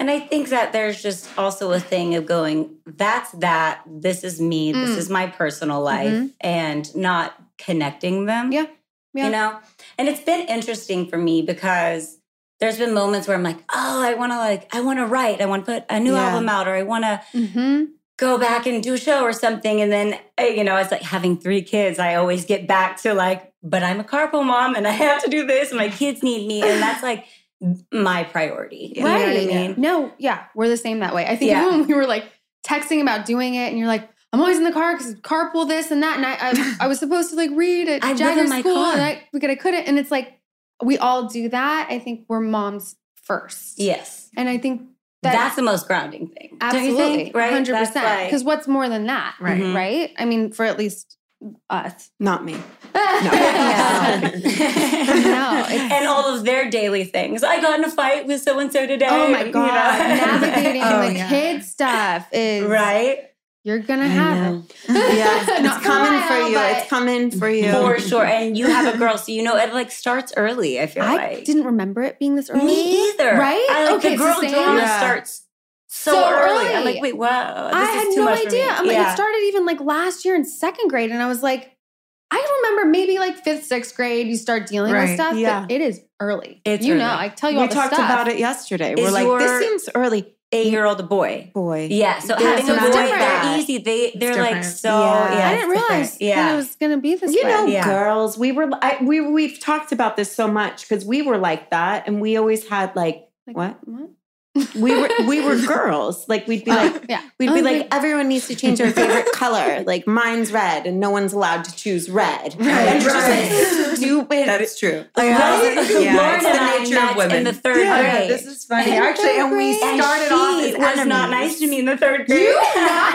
[SPEAKER 5] And I think that there's just also a thing of going, that's that, this is me,
[SPEAKER 1] Mm.
[SPEAKER 5] this is my personal life,
[SPEAKER 1] Mhm.
[SPEAKER 5] and not connecting them.
[SPEAKER 1] Yeah. Yeah.
[SPEAKER 5] You know? And it's been interesting for me because there's been moments where I'm like, oh, I wanna like, I wanna write, I wanna put a new
[SPEAKER 6] Yeah.
[SPEAKER 5] album out, or I wanna
[SPEAKER 1] Mm-hmm.
[SPEAKER 5] go back and do a show or something. And then, eh, you know, it's like having three kids. I always get back to like, but I'm a carpool mom and I have to do this. and My kids need me. And that's like my priority. You know what I mean?
[SPEAKER 1] No, yeah, we're the same that way. I think
[SPEAKER 5] Yeah.
[SPEAKER 1] even when we were like texting about doing it, and you're like, I'm always in the car because carpool this and that, and I, I, I was supposed to like read at
[SPEAKER 5] I live in
[SPEAKER 1] Jagger's
[SPEAKER 5] my
[SPEAKER 1] school,
[SPEAKER 5] car.
[SPEAKER 1] and I, but I couldn't. And it's like we all do that. I think we're moms first.
[SPEAKER 5] Yes.
[SPEAKER 1] And I think
[SPEAKER 5] That's,
[SPEAKER 1] that's
[SPEAKER 5] the most grounding thing.
[SPEAKER 1] absolutely
[SPEAKER 5] Don't you think? Right?
[SPEAKER 1] 100%.
[SPEAKER 5] That's like-
[SPEAKER 1] Because what's more than that?
[SPEAKER 2] Right.
[SPEAKER 5] Mhm.
[SPEAKER 1] Right? I mean, for at least us.
[SPEAKER 6] Not me.
[SPEAKER 5] Yeah.
[SPEAKER 1] No. No, it's-
[SPEAKER 5] and all of their daily things. I got in a fight with so and so today.
[SPEAKER 1] Oh my
[SPEAKER 5] you
[SPEAKER 1] God.
[SPEAKER 5] know?
[SPEAKER 1] Navigating
[SPEAKER 2] Oh,
[SPEAKER 1] the
[SPEAKER 2] yeah.
[SPEAKER 1] kid stuff is
[SPEAKER 5] right?
[SPEAKER 1] You're gonna
[SPEAKER 6] I
[SPEAKER 1] have
[SPEAKER 6] know.
[SPEAKER 1] it.
[SPEAKER 6] Yeah,
[SPEAKER 1] Not
[SPEAKER 6] it's
[SPEAKER 1] for a
[SPEAKER 6] coming for
[SPEAKER 1] while,
[SPEAKER 6] you.
[SPEAKER 1] but
[SPEAKER 6] It's coming for you.
[SPEAKER 5] For sure. And you have a girl, so you know it like starts early, I feel
[SPEAKER 1] I
[SPEAKER 5] like.
[SPEAKER 1] didn't remember it being this early.
[SPEAKER 5] Me either.
[SPEAKER 1] Right?
[SPEAKER 5] I like
[SPEAKER 1] Okay,
[SPEAKER 5] the
[SPEAKER 1] it's
[SPEAKER 5] girl
[SPEAKER 1] the same.
[SPEAKER 5] drama
[SPEAKER 6] Yeah.
[SPEAKER 5] starts so,
[SPEAKER 1] So
[SPEAKER 5] early. I'm
[SPEAKER 1] early.
[SPEAKER 5] like, wait, wow.
[SPEAKER 1] I
[SPEAKER 5] this is
[SPEAKER 1] had
[SPEAKER 5] too
[SPEAKER 1] no
[SPEAKER 5] much for me.
[SPEAKER 1] idea. I'm like,
[SPEAKER 5] Yeah.
[SPEAKER 1] it started even like last year in second grade, and I was like, I remember maybe like fifth, sixth grade, you start dealing with
[SPEAKER 2] Right.
[SPEAKER 1] stuff.
[SPEAKER 6] Yeah.
[SPEAKER 1] but it is early.
[SPEAKER 5] It's
[SPEAKER 1] you
[SPEAKER 5] early.
[SPEAKER 1] know, I tell you
[SPEAKER 6] We
[SPEAKER 1] all the
[SPEAKER 6] talked
[SPEAKER 1] stuff.
[SPEAKER 6] about it yesterday. We're
[SPEAKER 5] Is
[SPEAKER 6] like,
[SPEAKER 5] your-
[SPEAKER 6] this seems early,
[SPEAKER 5] eight year old boy.
[SPEAKER 6] boy.
[SPEAKER 5] Yeah. So
[SPEAKER 1] Yeah,
[SPEAKER 5] having
[SPEAKER 1] so
[SPEAKER 5] a
[SPEAKER 1] it's
[SPEAKER 5] boy,
[SPEAKER 1] different.
[SPEAKER 5] they're easy. They they're like
[SPEAKER 2] different.
[SPEAKER 5] so
[SPEAKER 6] Yeah.
[SPEAKER 5] yeah.
[SPEAKER 1] I didn't
[SPEAKER 5] it's
[SPEAKER 1] realize
[SPEAKER 5] different. Yeah.
[SPEAKER 1] that it was gonna be this
[SPEAKER 6] You
[SPEAKER 1] way.
[SPEAKER 6] know,
[SPEAKER 5] Yeah.
[SPEAKER 6] girls, we were I, we we've talked about this so much because we were like that, and we always had like
[SPEAKER 1] Like,
[SPEAKER 6] what we were we were girls. Like we'd be like
[SPEAKER 1] yeah.
[SPEAKER 6] we'd
[SPEAKER 1] Oh,
[SPEAKER 6] be
[SPEAKER 1] wait.
[SPEAKER 6] like everyone needs to change their favorite color. Like mine's red, and no one's allowed to choose red.
[SPEAKER 2] Right,
[SPEAKER 6] and it's just
[SPEAKER 2] right.
[SPEAKER 6] like stupid.
[SPEAKER 3] That is true.
[SPEAKER 6] Like, I was like,
[SPEAKER 5] Lauren
[SPEAKER 3] Yeah, it's the
[SPEAKER 5] and I
[SPEAKER 3] nature of
[SPEAKER 5] met
[SPEAKER 3] women.
[SPEAKER 5] in the third
[SPEAKER 6] Yeah,
[SPEAKER 5] grade.
[SPEAKER 2] This is funny.
[SPEAKER 5] And
[SPEAKER 2] Actually, and we
[SPEAKER 5] And
[SPEAKER 2] started
[SPEAKER 5] she
[SPEAKER 2] off as
[SPEAKER 5] was not
[SPEAKER 2] enemies.
[SPEAKER 5] nice to me in the third grade.
[SPEAKER 2] not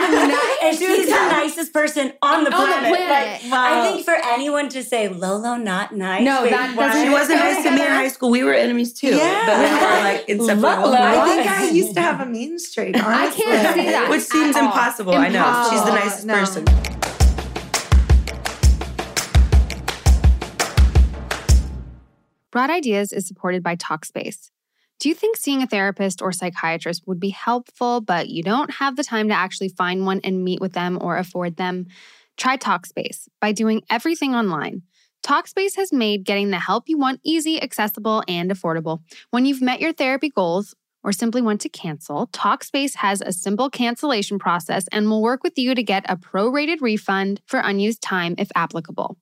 [SPEAKER 2] nice?
[SPEAKER 5] and she's the nicest person on
[SPEAKER 1] On
[SPEAKER 5] Oh, the
[SPEAKER 1] the
[SPEAKER 5] planet.
[SPEAKER 1] planet.
[SPEAKER 5] Like, I think for anyone to say Lolo not nice.
[SPEAKER 1] No,
[SPEAKER 5] wait,
[SPEAKER 1] that
[SPEAKER 5] what?
[SPEAKER 1] doesn't-
[SPEAKER 3] She wasn't nice to me in high school. We were enemies too.
[SPEAKER 6] Yeah.
[SPEAKER 3] But we were like inseparable.
[SPEAKER 5] Love, love.
[SPEAKER 2] I think I used to have a mean streak.
[SPEAKER 1] I
[SPEAKER 2] Honestly.
[SPEAKER 1] can't see that.
[SPEAKER 3] Which seems
[SPEAKER 1] at all.
[SPEAKER 3] impossible. I know. She's the
[SPEAKER 2] Impossible.
[SPEAKER 3] nicest
[SPEAKER 2] No.
[SPEAKER 3] person.
[SPEAKER 1] Broad Ideas is supported by Talkspace. Do you think seeing a therapist or psychiatrist would be helpful, but you don't have the time to actually find one and meet with them or afford them? Try Talkspace by doing everything online. Talkspace has made getting the help you want easy, accessible, and affordable. When you've met your therapy goals or simply want to cancel, Talkspace has a simple cancellation process and will work with you to get a prorated refund for unused time if applicable.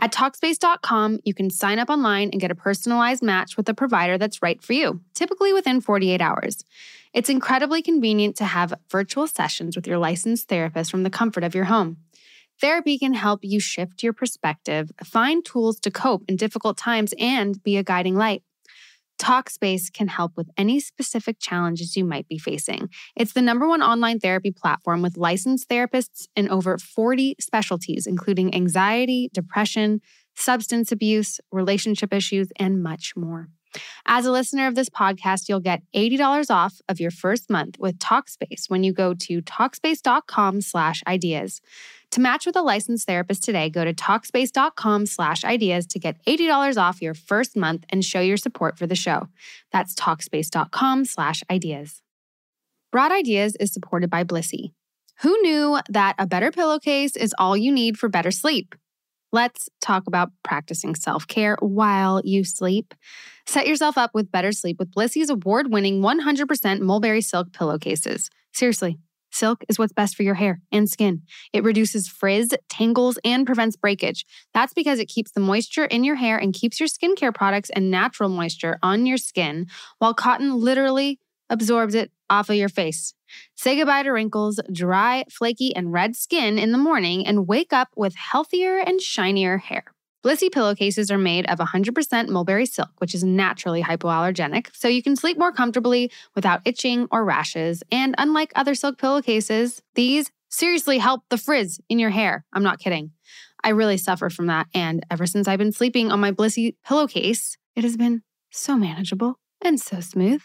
[SPEAKER 1] At Talkspace.com, you can sign up online and get a personalized match with a provider that's right for you, typically within 48 hours. It's incredibly convenient to have virtual sessions with your licensed therapist from the comfort of your home. Therapy can help you shift your perspective, find tools to cope in difficult times, and be a guiding light. Talkspace can help with any specific challenges you might be facing. It's the number one online therapy platform with licensed therapists in over 40 specialties, including anxiety, depression, substance abuse, relationship issues, and much more. As a listener of this podcast, you'll get $80 off of your first month with Talkspace when you go to Talkspace.com slash ideas. To match with a licensed therapist today, go to Talkspace.com slash ideas to get $80 off your first month and show your support for the show. That's Talkspace.com slash ideas. Broad Ideas is supported by Blissy. Who knew that a better pillowcase is all you need for better sleep? Let's talk about practicing self care while you sleep. Set yourself up with better sleep with Blissy's award winning 100% mulberry silk pillowcases. Seriously, silk is what's best for your hair and skin. It reduces frizz, tangles, and prevents breakage. That's because it keeps the moisture in your hair and keeps your skincare products and natural moisture on your skin, while cotton literally absorbs it off of your face. Say goodbye to wrinkles, dry, flaky, and red skin in the morning and wake up with healthier and shinier hair. Blissy pillowcases are made of 100% mulberry silk, which is naturally hypoallergenic, so you can sleep more comfortably without itching or rashes. And unlike other silk pillowcases, these seriously help the frizz in your hair. I'm not kidding. I really suffer from that. And ever since I've been sleeping on my Blissy pillowcase, it has been so manageable and so smooth.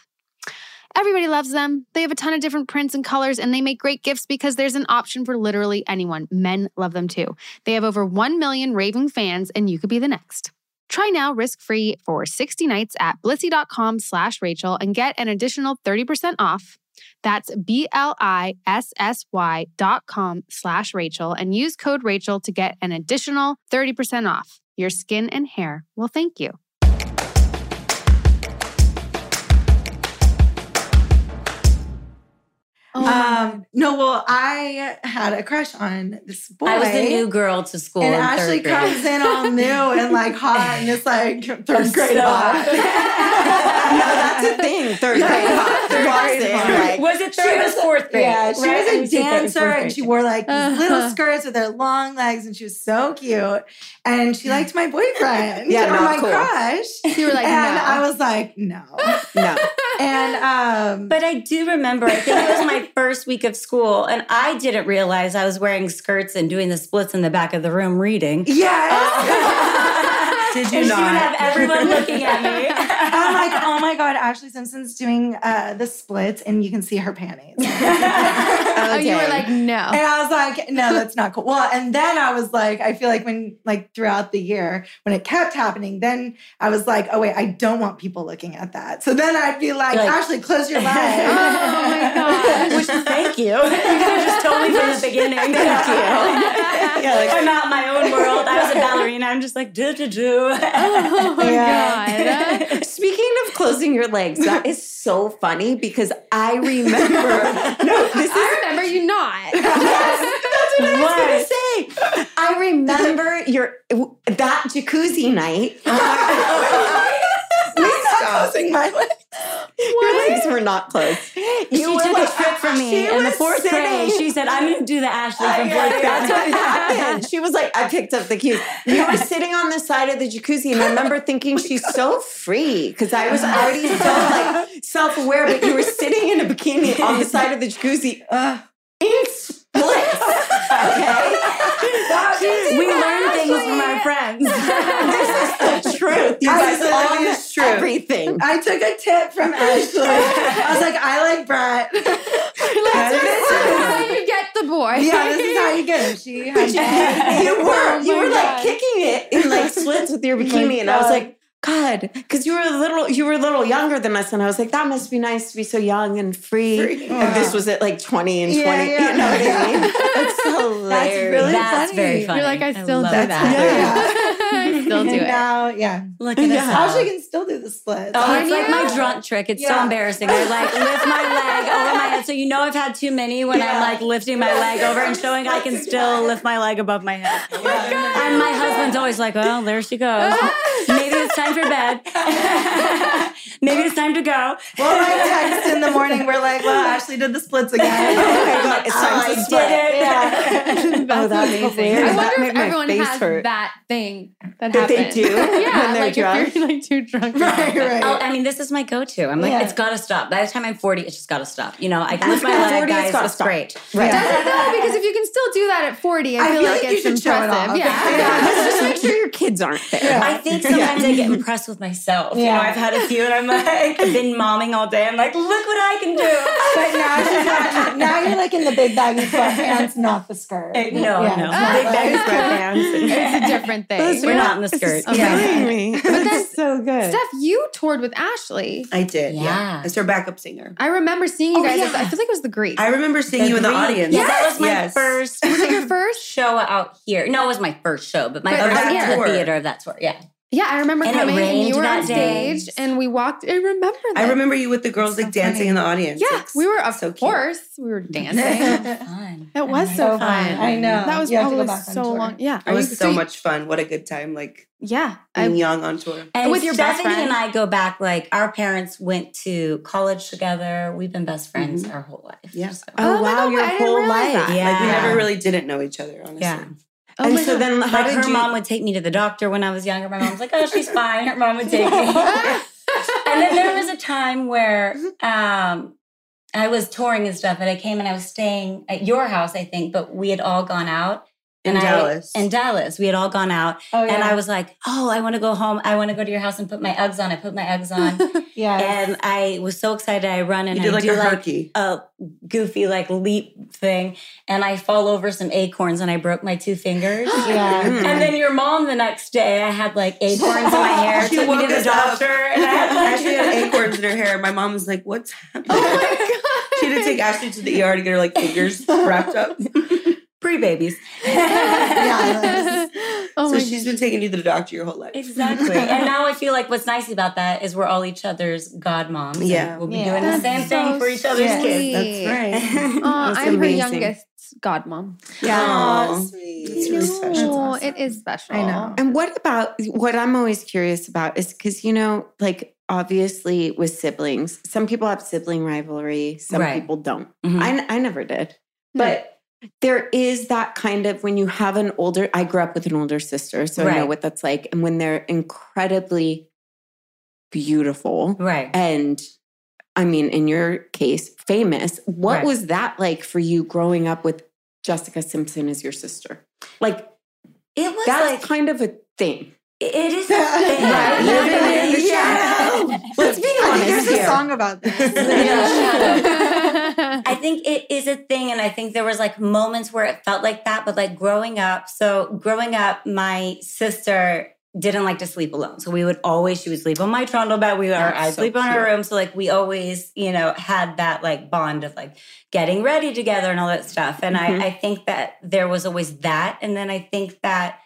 [SPEAKER 1] Everybody loves them. They have a ton of different prints and colors, and they make great gifts because there's an option for literally anyone. Men love them too. They have over 1 million raving fans, and you could be the next. Try now risk-free for 60 nights at blissy.com slash Rachel and get an additional 30% off. That's B-L-I-S-S-Y dot com slash Rachel and use code Rachel to get an additional 30% off. Your skin and hair will thank you. Oh Uh,
[SPEAKER 2] Um, Um, no, well, I had a crush on this boy.
[SPEAKER 5] I was the new girl to school.
[SPEAKER 2] and
[SPEAKER 5] in
[SPEAKER 2] Ashley
[SPEAKER 5] third grade.
[SPEAKER 2] comes in all new and like hot, and it's like third grade
[SPEAKER 5] so hot.
[SPEAKER 2] hot. no,
[SPEAKER 6] that's a thing. Third grade hot.
[SPEAKER 2] Third grade
[SPEAKER 6] Walks in,
[SPEAKER 2] hot.
[SPEAKER 6] like,
[SPEAKER 5] was it third? It was fourth grade.
[SPEAKER 6] Yeah,
[SPEAKER 2] She
[SPEAKER 5] right? It
[SPEAKER 2] was a
[SPEAKER 5] third- fourth
[SPEAKER 2] dancer and
[SPEAKER 5] grade.
[SPEAKER 2] she wore like these little
[SPEAKER 1] Uh-huh.
[SPEAKER 2] skirts with her long legs and she was so cute. And she liked my boyfriend
[SPEAKER 6] Yeah,
[SPEAKER 2] or
[SPEAKER 6] not
[SPEAKER 2] my
[SPEAKER 6] cool.
[SPEAKER 2] crush.
[SPEAKER 1] You were like,
[SPEAKER 2] and
[SPEAKER 1] no.
[SPEAKER 2] I was like, no.
[SPEAKER 6] no.
[SPEAKER 2] and um
[SPEAKER 5] But I do remember, I think it was my first week of school, and I didn't realize I was wearing skirts and doing the splits in the back of the room reading.
[SPEAKER 2] yes.
[SPEAKER 5] Did
[SPEAKER 6] you
[SPEAKER 5] and She
[SPEAKER 6] not?
[SPEAKER 5] would have everyone looking at me.
[SPEAKER 2] I'm like, oh my God, Ashley Simpson's doing uh, the splits and you can see her panties. and
[SPEAKER 1] oh, you were like, no.
[SPEAKER 2] I was like, no, that's not cool. Well, and then I was like, I feel like when, like, throughout the year, when it kept happening, then I was like, oh wait, I don't want people looking at that. So then I'd be like,
[SPEAKER 5] Like-
[SPEAKER 2] Ashley, close your
[SPEAKER 1] Oh my
[SPEAKER 2] leg.
[SPEAKER 1] God.
[SPEAKER 5] Which thank you. You just told me from the beginning. Thank you.
[SPEAKER 6] Yeah, like,
[SPEAKER 5] I'm out in my own world. I was a ballerina. I'm just like do do do.
[SPEAKER 1] Oh my
[SPEAKER 6] Yeah.
[SPEAKER 1] god.
[SPEAKER 6] Speaking of closing your legs, that is so funny because I remember. no, this is
[SPEAKER 1] I remember you not.
[SPEAKER 6] Yes, that's what
[SPEAKER 5] What?
[SPEAKER 6] I was gonna say. I remember your that jacuzzi night.
[SPEAKER 2] Please stop closing my leg.
[SPEAKER 6] Your legs were not closed. You
[SPEAKER 5] she
[SPEAKER 6] were
[SPEAKER 5] took
[SPEAKER 6] like-
[SPEAKER 5] a trip from
[SPEAKER 6] she
[SPEAKER 5] me in the
[SPEAKER 6] was
[SPEAKER 5] fourth grade.
[SPEAKER 6] sitting-
[SPEAKER 5] She said, "I'm going to do the Ashley
[SPEAKER 6] I-
[SPEAKER 5] from fourth grade."
[SPEAKER 6] That's what happened. She was like, I picked up the cues. You were sitting on the side of the jacuzzi, and I remember thinking she's so free because I was already so like self-aware, but you were sitting in a bikini on the side of the jacuzzi in splits. Okay,
[SPEAKER 5] we learn things from our friends.
[SPEAKER 6] this is the truth. You
[SPEAKER 2] I
[SPEAKER 6] guys
[SPEAKER 2] said
[SPEAKER 6] all
[SPEAKER 2] it
[SPEAKER 6] know
[SPEAKER 2] is true.
[SPEAKER 6] everything.
[SPEAKER 2] I took a tip from Ashley. I was like, I like Brett.
[SPEAKER 1] That's how you get the boy.
[SPEAKER 2] yeah, this is how you get him. She had
[SPEAKER 6] you were
[SPEAKER 2] Oh
[SPEAKER 6] you
[SPEAKER 1] my
[SPEAKER 6] were
[SPEAKER 1] God.
[SPEAKER 6] like kicking it in like slits with your bikini, and I was
[SPEAKER 2] God.
[SPEAKER 6] like, God, because you were a little you were a little younger than us, and I was like, that must be nice to be so young and free.
[SPEAKER 2] Free.
[SPEAKER 6] And this was at like twenty and
[SPEAKER 2] Yeah,
[SPEAKER 6] twenty.
[SPEAKER 2] yeah.
[SPEAKER 6] You know what I mean? That's hilarious.
[SPEAKER 2] really
[SPEAKER 5] That's
[SPEAKER 2] funny.
[SPEAKER 5] very funny.
[SPEAKER 1] You're like, I still
[SPEAKER 5] love
[SPEAKER 1] do
[SPEAKER 5] that.
[SPEAKER 6] Yeah.
[SPEAKER 1] I still do
[SPEAKER 2] and
[SPEAKER 1] it.
[SPEAKER 2] now, yeah.
[SPEAKER 5] Look at
[SPEAKER 6] Yeah.
[SPEAKER 5] us. all.
[SPEAKER 2] Ashley can still do the splits.
[SPEAKER 5] Oh,
[SPEAKER 1] Can
[SPEAKER 5] it's like my
[SPEAKER 1] you?
[SPEAKER 5] drunk trick. It's so
[SPEAKER 2] Yeah.
[SPEAKER 5] embarrassing. I like lift my leg over my head. So you know I've had too many when
[SPEAKER 2] Yeah.
[SPEAKER 5] I'm like lifting my leg over and showing I can still lift my leg above my head.
[SPEAKER 1] Oh
[SPEAKER 5] And my husband's always like, oh, there she goes. Maybe it's time for bed. Maybe it's time to go.
[SPEAKER 2] Well, I text in the morning. We're like, well, Ashley did the splits
[SPEAKER 6] Oh
[SPEAKER 2] again.
[SPEAKER 6] my God, it's time
[SPEAKER 5] Oh,
[SPEAKER 6] to
[SPEAKER 5] I
[SPEAKER 6] split.
[SPEAKER 5] did it.
[SPEAKER 6] Oh, that's
[SPEAKER 1] I
[SPEAKER 6] hilarious. That
[SPEAKER 1] wonder
[SPEAKER 6] made
[SPEAKER 1] if
[SPEAKER 6] my
[SPEAKER 1] everyone
[SPEAKER 6] face
[SPEAKER 1] has
[SPEAKER 6] hurt.
[SPEAKER 1] that thing that,
[SPEAKER 6] That they
[SPEAKER 1] happens.
[SPEAKER 6] do
[SPEAKER 1] yeah,
[SPEAKER 6] when they're
[SPEAKER 1] like
[SPEAKER 6] drunk?
[SPEAKER 1] If you're like too drunk.
[SPEAKER 2] right, right.
[SPEAKER 5] Oh, I mean, this is my go-to. I'm like,
[SPEAKER 2] Yeah.
[SPEAKER 5] it's gotta stop. By the time I'm 40, it's just gotta stop. You know, I can lift my
[SPEAKER 6] After
[SPEAKER 5] leg,
[SPEAKER 6] 40, it's
[SPEAKER 5] guys. It's
[SPEAKER 6] gotta
[SPEAKER 5] it's
[SPEAKER 6] stop.
[SPEAKER 5] great.
[SPEAKER 6] Right.
[SPEAKER 2] Yeah.
[SPEAKER 1] Doesn't though, because if you can still do that at 40, I,
[SPEAKER 2] I
[SPEAKER 1] feel
[SPEAKER 2] feel
[SPEAKER 1] like,
[SPEAKER 2] like you
[SPEAKER 1] it's
[SPEAKER 2] should show it
[SPEAKER 1] impressive.
[SPEAKER 2] off.
[SPEAKER 1] Yeah.
[SPEAKER 2] Yeah.
[SPEAKER 6] Just make sure your kids aren't there.
[SPEAKER 5] I think sometimes I get impressed with myself. You
[SPEAKER 2] Yeah.
[SPEAKER 5] know, I've had a few and I'm like, I've been momming all day. I'm like, look what I can do.
[SPEAKER 2] But now, she's not, now you're like in the big baggy sweatpants, not the skirt.
[SPEAKER 5] Eh, no, no.
[SPEAKER 2] not
[SPEAKER 5] Big baggy
[SPEAKER 2] like-
[SPEAKER 1] It's a different thing.
[SPEAKER 6] Those
[SPEAKER 5] We're not in the skirt.
[SPEAKER 6] It's
[SPEAKER 2] Yeah.
[SPEAKER 6] killing me. But that's so good.
[SPEAKER 1] Steph, you toured with Ashley.
[SPEAKER 3] I did. Yeah.
[SPEAKER 5] Yeah.
[SPEAKER 3] As her backup singer.
[SPEAKER 1] I remember seeing you
[SPEAKER 5] Oh,
[SPEAKER 1] guys.
[SPEAKER 5] yeah.
[SPEAKER 1] at the- I feel like it was the Greek.
[SPEAKER 3] I remember seeing you in the
[SPEAKER 5] Agreed.
[SPEAKER 3] audience.
[SPEAKER 5] Yeah, that was my
[SPEAKER 3] Yes.
[SPEAKER 5] first
[SPEAKER 1] was it your first?
[SPEAKER 5] show out here. No, it was my first show, but my
[SPEAKER 1] But
[SPEAKER 5] first
[SPEAKER 1] of
[SPEAKER 5] out
[SPEAKER 1] that
[SPEAKER 5] to the
[SPEAKER 3] tour.
[SPEAKER 5] theater of that tour. Yeah.
[SPEAKER 1] Yeah, I remember
[SPEAKER 5] And it
[SPEAKER 1] coming and
[SPEAKER 5] rained
[SPEAKER 1] you were on
[SPEAKER 5] that day.
[SPEAKER 1] stage and we walked. I remember that.
[SPEAKER 3] I remember you with the girls
[SPEAKER 2] so
[SPEAKER 3] like dancing
[SPEAKER 2] funny.
[SPEAKER 3] in the audience.
[SPEAKER 1] Yeah,
[SPEAKER 3] It's
[SPEAKER 1] we were, of
[SPEAKER 3] so cute.
[SPEAKER 1] course, we were dancing.
[SPEAKER 2] That
[SPEAKER 5] Fun.
[SPEAKER 1] It was
[SPEAKER 5] I'm
[SPEAKER 1] so
[SPEAKER 5] like,
[SPEAKER 1] fun.
[SPEAKER 2] I know.
[SPEAKER 1] that was
[SPEAKER 2] You have to go
[SPEAKER 1] probably
[SPEAKER 2] back on
[SPEAKER 1] so
[SPEAKER 2] tour.
[SPEAKER 1] long. Yeah.
[SPEAKER 3] It
[SPEAKER 1] Are
[SPEAKER 3] was
[SPEAKER 1] you-
[SPEAKER 3] so
[SPEAKER 1] you-
[SPEAKER 3] much fun. What a good time. Like
[SPEAKER 1] Yeah.
[SPEAKER 3] being
[SPEAKER 1] I-
[SPEAKER 6] oh
[SPEAKER 3] young on tour.
[SPEAKER 5] And
[SPEAKER 1] With your best
[SPEAKER 5] Stephanie
[SPEAKER 1] friend.
[SPEAKER 5] and I go back like our parents went to college together. We've been best friends
[SPEAKER 1] Mm-hmm.
[SPEAKER 5] our whole life.
[SPEAKER 3] Yeah.
[SPEAKER 5] So-
[SPEAKER 1] Oh
[SPEAKER 6] oh,
[SPEAKER 1] my
[SPEAKER 6] wow,
[SPEAKER 1] God,
[SPEAKER 6] your
[SPEAKER 1] I didn't
[SPEAKER 6] whole
[SPEAKER 1] realize
[SPEAKER 6] life.
[SPEAKER 1] that.
[SPEAKER 5] yeah.
[SPEAKER 3] Like we never really didn't know each other, honestly.
[SPEAKER 5] Yeah.
[SPEAKER 1] oh
[SPEAKER 6] and
[SPEAKER 1] my
[SPEAKER 6] so
[SPEAKER 1] God.
[SPEAKER 6] then, how
[SPEAKER 5] Like
[SPEAKER 6] did
[SPEAKER 5] her
[SPEAKER 6] you?
[SPEAKER 5] mom would take me to the doctor when I was younger. My mom was like, "Oh, she's fine." Her mom would take me. and then there was a time where um, I was touring and stuff, and I came and I was staying at your house, I think, but we had all gone out
[SPEAKER 3] In
[SPEAKER 5] and I-
[SPEAKER 3] Dallas.
[SPEAKER 5] In Dallas, we had all gone out,
[SPEAKER 2] Oh, yeah.
[SPEAKER 5] and I was like, "Oh, I want to go home. I want to go to your house and put my eggs on." I put my eggs on,
[SPEAKER 2] yeah.
[SPEAKER 5] and I was so excited. I run and
[SPEAKER 3] you did
[SPEAKER 5] I
[SPEAKER 3] like
[SPEAKER 5] do
[SPEAKER 3] a
[SPEAKER 5] like
[SPEAKER 3] herky.
[SPEAKER 5] a goofy like leap thing, and I fall over some acorns, and I broke my two fingers.
[SPEAKER 2] Yeah.
[SPEAKER 5] And then your mom the next day, I had like acorns in my hair.
[SPEAKER 3] She
[SPEAKER 5] took me
[SPEAKER 3] woke
[SPEAKER 5] to the
[SPEAKER 3] us up.
[SPEAKER 5] doctor, and I had
[SPEAKER 3] Ashley had
[SPEAKER 5] like.
[SPEAKER 3] acorns in her hair. My mom was like, What's happening?
[SPEAKER 1] Oh my God.
[SPEAKER 3] E she had to take Ashley to the ER to get her like fingers wrapped up.
[SPEAKER 5] free babies.
[SPEAKER 2] Yeah,
[SPEAKER 1] oh
[SPEAKER 3] so
[SPEAKER 1] my
[SPEAKER 3] she's been taking you to the doctor your whole life.
[SPEAKER 5] Exactly. and now I feel like what's nice about that is we're all each other's godmoms. and
[SPEAKER 3] Yeah.
[SPEAKER 5] We'll be
[SPEAKER 2] Yeah.
[SPEAKER 5] doing the
[SPEAKER 1] That's
[SPEAKER 5] same thing
[SPEAKER 1] so
[SPEAKER 5] for each other's
[SPEAKER 1] sweet.
[SPEAKER 5] kids. Mm-hmm.
[SPEAKER 2] that's right.
[SPEAKER 1] Aw,
[SPEAKER 6] That's
[SPEAKER 1] Uh, I'm
[SPEAKER 6] amazing.
[SPEAKER 1] her youngest godmom.
[SPEAKER 6] Aw.
[SPEAKER 3] Aw, sweet.
[SPEAKER 2] It's
[SPEAKER 1] I
[SPEAKER 2] really
[SPEAKER 1] know,
[SPEAKER 2] special. That's
[SPEAKER 1] It is special.
[SPEAKER 2] I know.
[SPEAKER 6] And what about what I'm always curious about is because, you know, like obviously with siblings, some people have sibling rivalry, some
[SPEAKER 5] Right.
[SPEAKER 6] people don't.
[SPEAKER 3] Mm-hmm.
[SPEAKER 5] Mhm.
[SPEAKER 6] I, I never did.
[SPEAKER 1] No.
[SPEAKER 6] But there is that kind of when you have an older, I grew up with an older sister, so I know
[SPEAKER 5] Right.
[SPEAKER 6] what that's like. And when they're incredibly beautiful
[SPEAKER 5] Right.
[SPEAKER 6] and I mean, in your case, famous, what
[SPEAKER 5] Right.
[SPEAKER 6] was that like for you growing up with Jessica Simpson as your sister? Like,
[SPEAKER 5] It was
[SPEAKER 6] that's
[SPEAKER 5] like
[SPEAKER 6] kind of a thing.
[SPEAKER 5] it is a thing.
[SPEAKER 2] Right.
[SPEAKER 6] Living in the
[SPEAKER 5] Yeah.
[SPEAKER 6] Let's be
[SPEAKER 2] I
[SPEAKER 6] honest
[SPEAKER 2] think there's
[SPEAKER 6] here.
[SPEAKER 2] a song about this.
[SPEAKER 5] I think it is a thing, and I think there was like moments where it felt like that. But like growing up, so growing up, my sister didn't like to sleep alone, so we would always she would sleep on my trundle bed, we or
[SPEAKER 6] That's
[SPEAKER 5] I
[SPEAKER 6] so
[SPEAKER 5] sleep on her
[SPEAKER 6] cute.
[SPEAKER 5] room. So like we always, you know, had that like bond of like getting ready together and all that stuff. And
[SPEAKER 6] Mhm.
[SPEAKER 5] I, I think that there was always that, and then I think that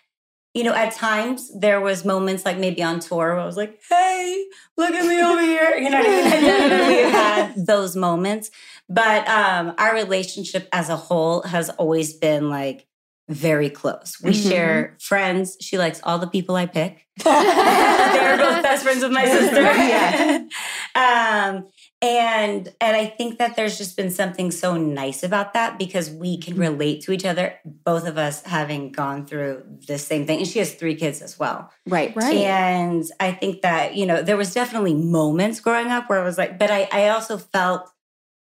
[SPEAKER 5] you know, at times there was moments like maybe on tour where I was like, "Hey, look at me over here," you know. What I mean? Definitely had those moments, but um, our relationship as a whole has always been like very close. We
[SPEAKER 6] Mhm.
[SPEAKER 5] share friends. She likes all the people I pick. They're both best friends with my sister.
[SPEAKER 6] Yeah.
[SPEAKER 5] um, and and I think that there's just been something so nice about that because we
[SPEAKER 1] Mm-hmm.
[SPEAKER 5] can relate to each other, both of us having gone through the same thing. And she has three kids as well.
[SPEAKER 6] Right.
[SPEAKER 1] Right.
[SPEAKER 5] And I think that, you know, there was definitely moments growing up where I was like, but I, I also felt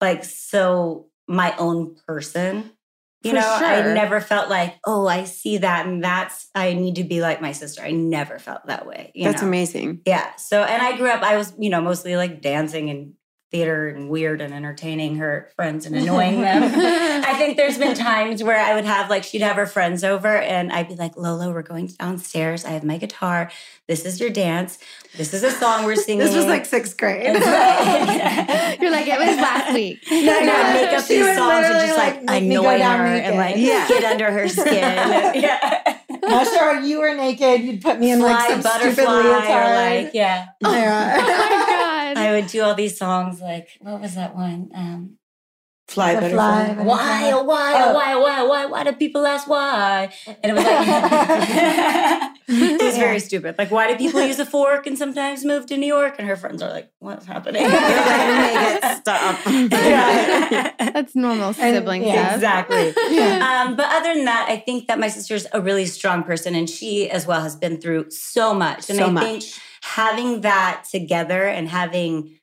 [SPEAKER 5] like so my own person. You
[SPEAKER 1] For
[SPEAKER 5] know,
[SPEAKER 1] sure.
[SPEAKER 5] I never felt like, oh, I see that and that's I need to be like my sister. I never felt that way. You
[SPEAKER 6] That's
[SPEAKER 5] know?
[SPEAKER 6] amazing.
[SPEAKER 5] Yeah. So, and I grew up, I was, you know, mostly like dancing and theater and weird and entertaining her friends and annoying them. I think there's been times where I would have like, she'd have her friends over and I'd be like, Lolo, we're going downstairs. I have my guitar. This is your dance. This is a song we're singing.
[SPEAKER 2] This was like sixth grade.
[SPEAKER 1] You're like, it was last week.
[SPEAKER 5] And I'd make up
[SPEAKER 2] She
[SPEAKER 5] these
[SPEAKER 2] would
[SPEAKER 5] songs and
[SPEAKER 2] literally,
[SPEAKER 5] just like,
[SPEAKER 2] like, make me go
[SPEAKER 5] annoy her
[SPEAKER 2] down naked.
[SPEAKER 5] and like
[SPEAKER 6] Yeah.
[SPEAKER 5] get under her skin. yeah.
[SPEAKER 2] Not sure you were naked. You'd put me in like
[SPEAKER 5] Fly
[SPEAKER 2] some
[SPEAKER 5] butterfly
[SPEAKER 2] stupid
[SPEAKER 5] or
[SPEAKER 2] leotard.
[SPEAKER 5] like, yeah.
[SPEAKER 1] Oh
[SPEAKER 2] yeah.
[SPEAKER 1] my god.
[SPEAKER 5] I would do all these songs like, what was that one? Um,
[SPEAKER 3] Fly
[SPEAKER 2] The
[SPEAKER 3] butterfly.
[SPEAKER 2] fly butterfly.
[SPEAKER 5] why, oh, why, oh,
[SPEAKER 2] Oh.
[SPEAKER 5] why, why, why, why do people ask why? And it was like, it was very stupid. Like, why do people use a fork and sometimes move to New York? And her friends are like, what's happening?
[SPEAKER 6] Like, make it stop.
[SPEAKER 5] Yeah.
[SPEAKER 1] That's normal
[SPEAKER 2] And-
[SPEAKER 1] sibling
[SPEAKER 2] yeah,
[SPEAKER 1] stuff.
[SPEAKER 5] exactly.
[SPEAKER 2] Yeah.
[SPEAKER 5] Um, but other than that, I think that my sister's a really strong person, and she as well has been through so much. And
[SPEAKER 6] So
[SPEAKER 5] I
[SPEAKER 6] much.
[SPEAKER 5] think having that together and having,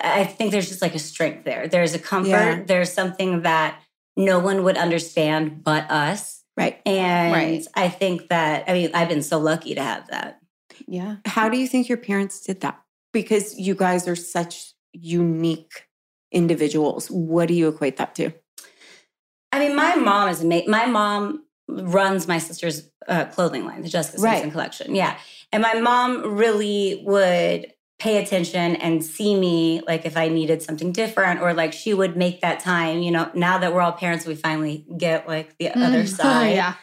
[SPEAKER 5] I think there's just like a strength there. There's a comfort.
[SPEAKER 6] Yeah.
[SPEAKER 5] There's something that no one would understand but us.
[SPEAKER 6] Right.
[SPEAKER 5] And
[SPEAKER 1] Right.
[SPEAKER 5] I think that I mean I've been so lucky to have that.
[SPEAKER 1] Yeah.
[SPEAKER 6] How do you think your parents did that? Because you guys are such unique individuals. What do you equate that to?
[SPEAKER 5] I mean, my mom is amazing. My mom runs my sister's uh, clothing line, the Jessica Simpson
[SPEAKER 6] Right.
[SPEAKER 5] collection. Yeah. And my mom really would pay attention and see me like if I needed something different or like she would make that time, you know, now that we're all parents, we finally get like the other
[SPEAKER 1] Mm.
[SPEAKER 5] side.
[SPEAKER 1] Yeah.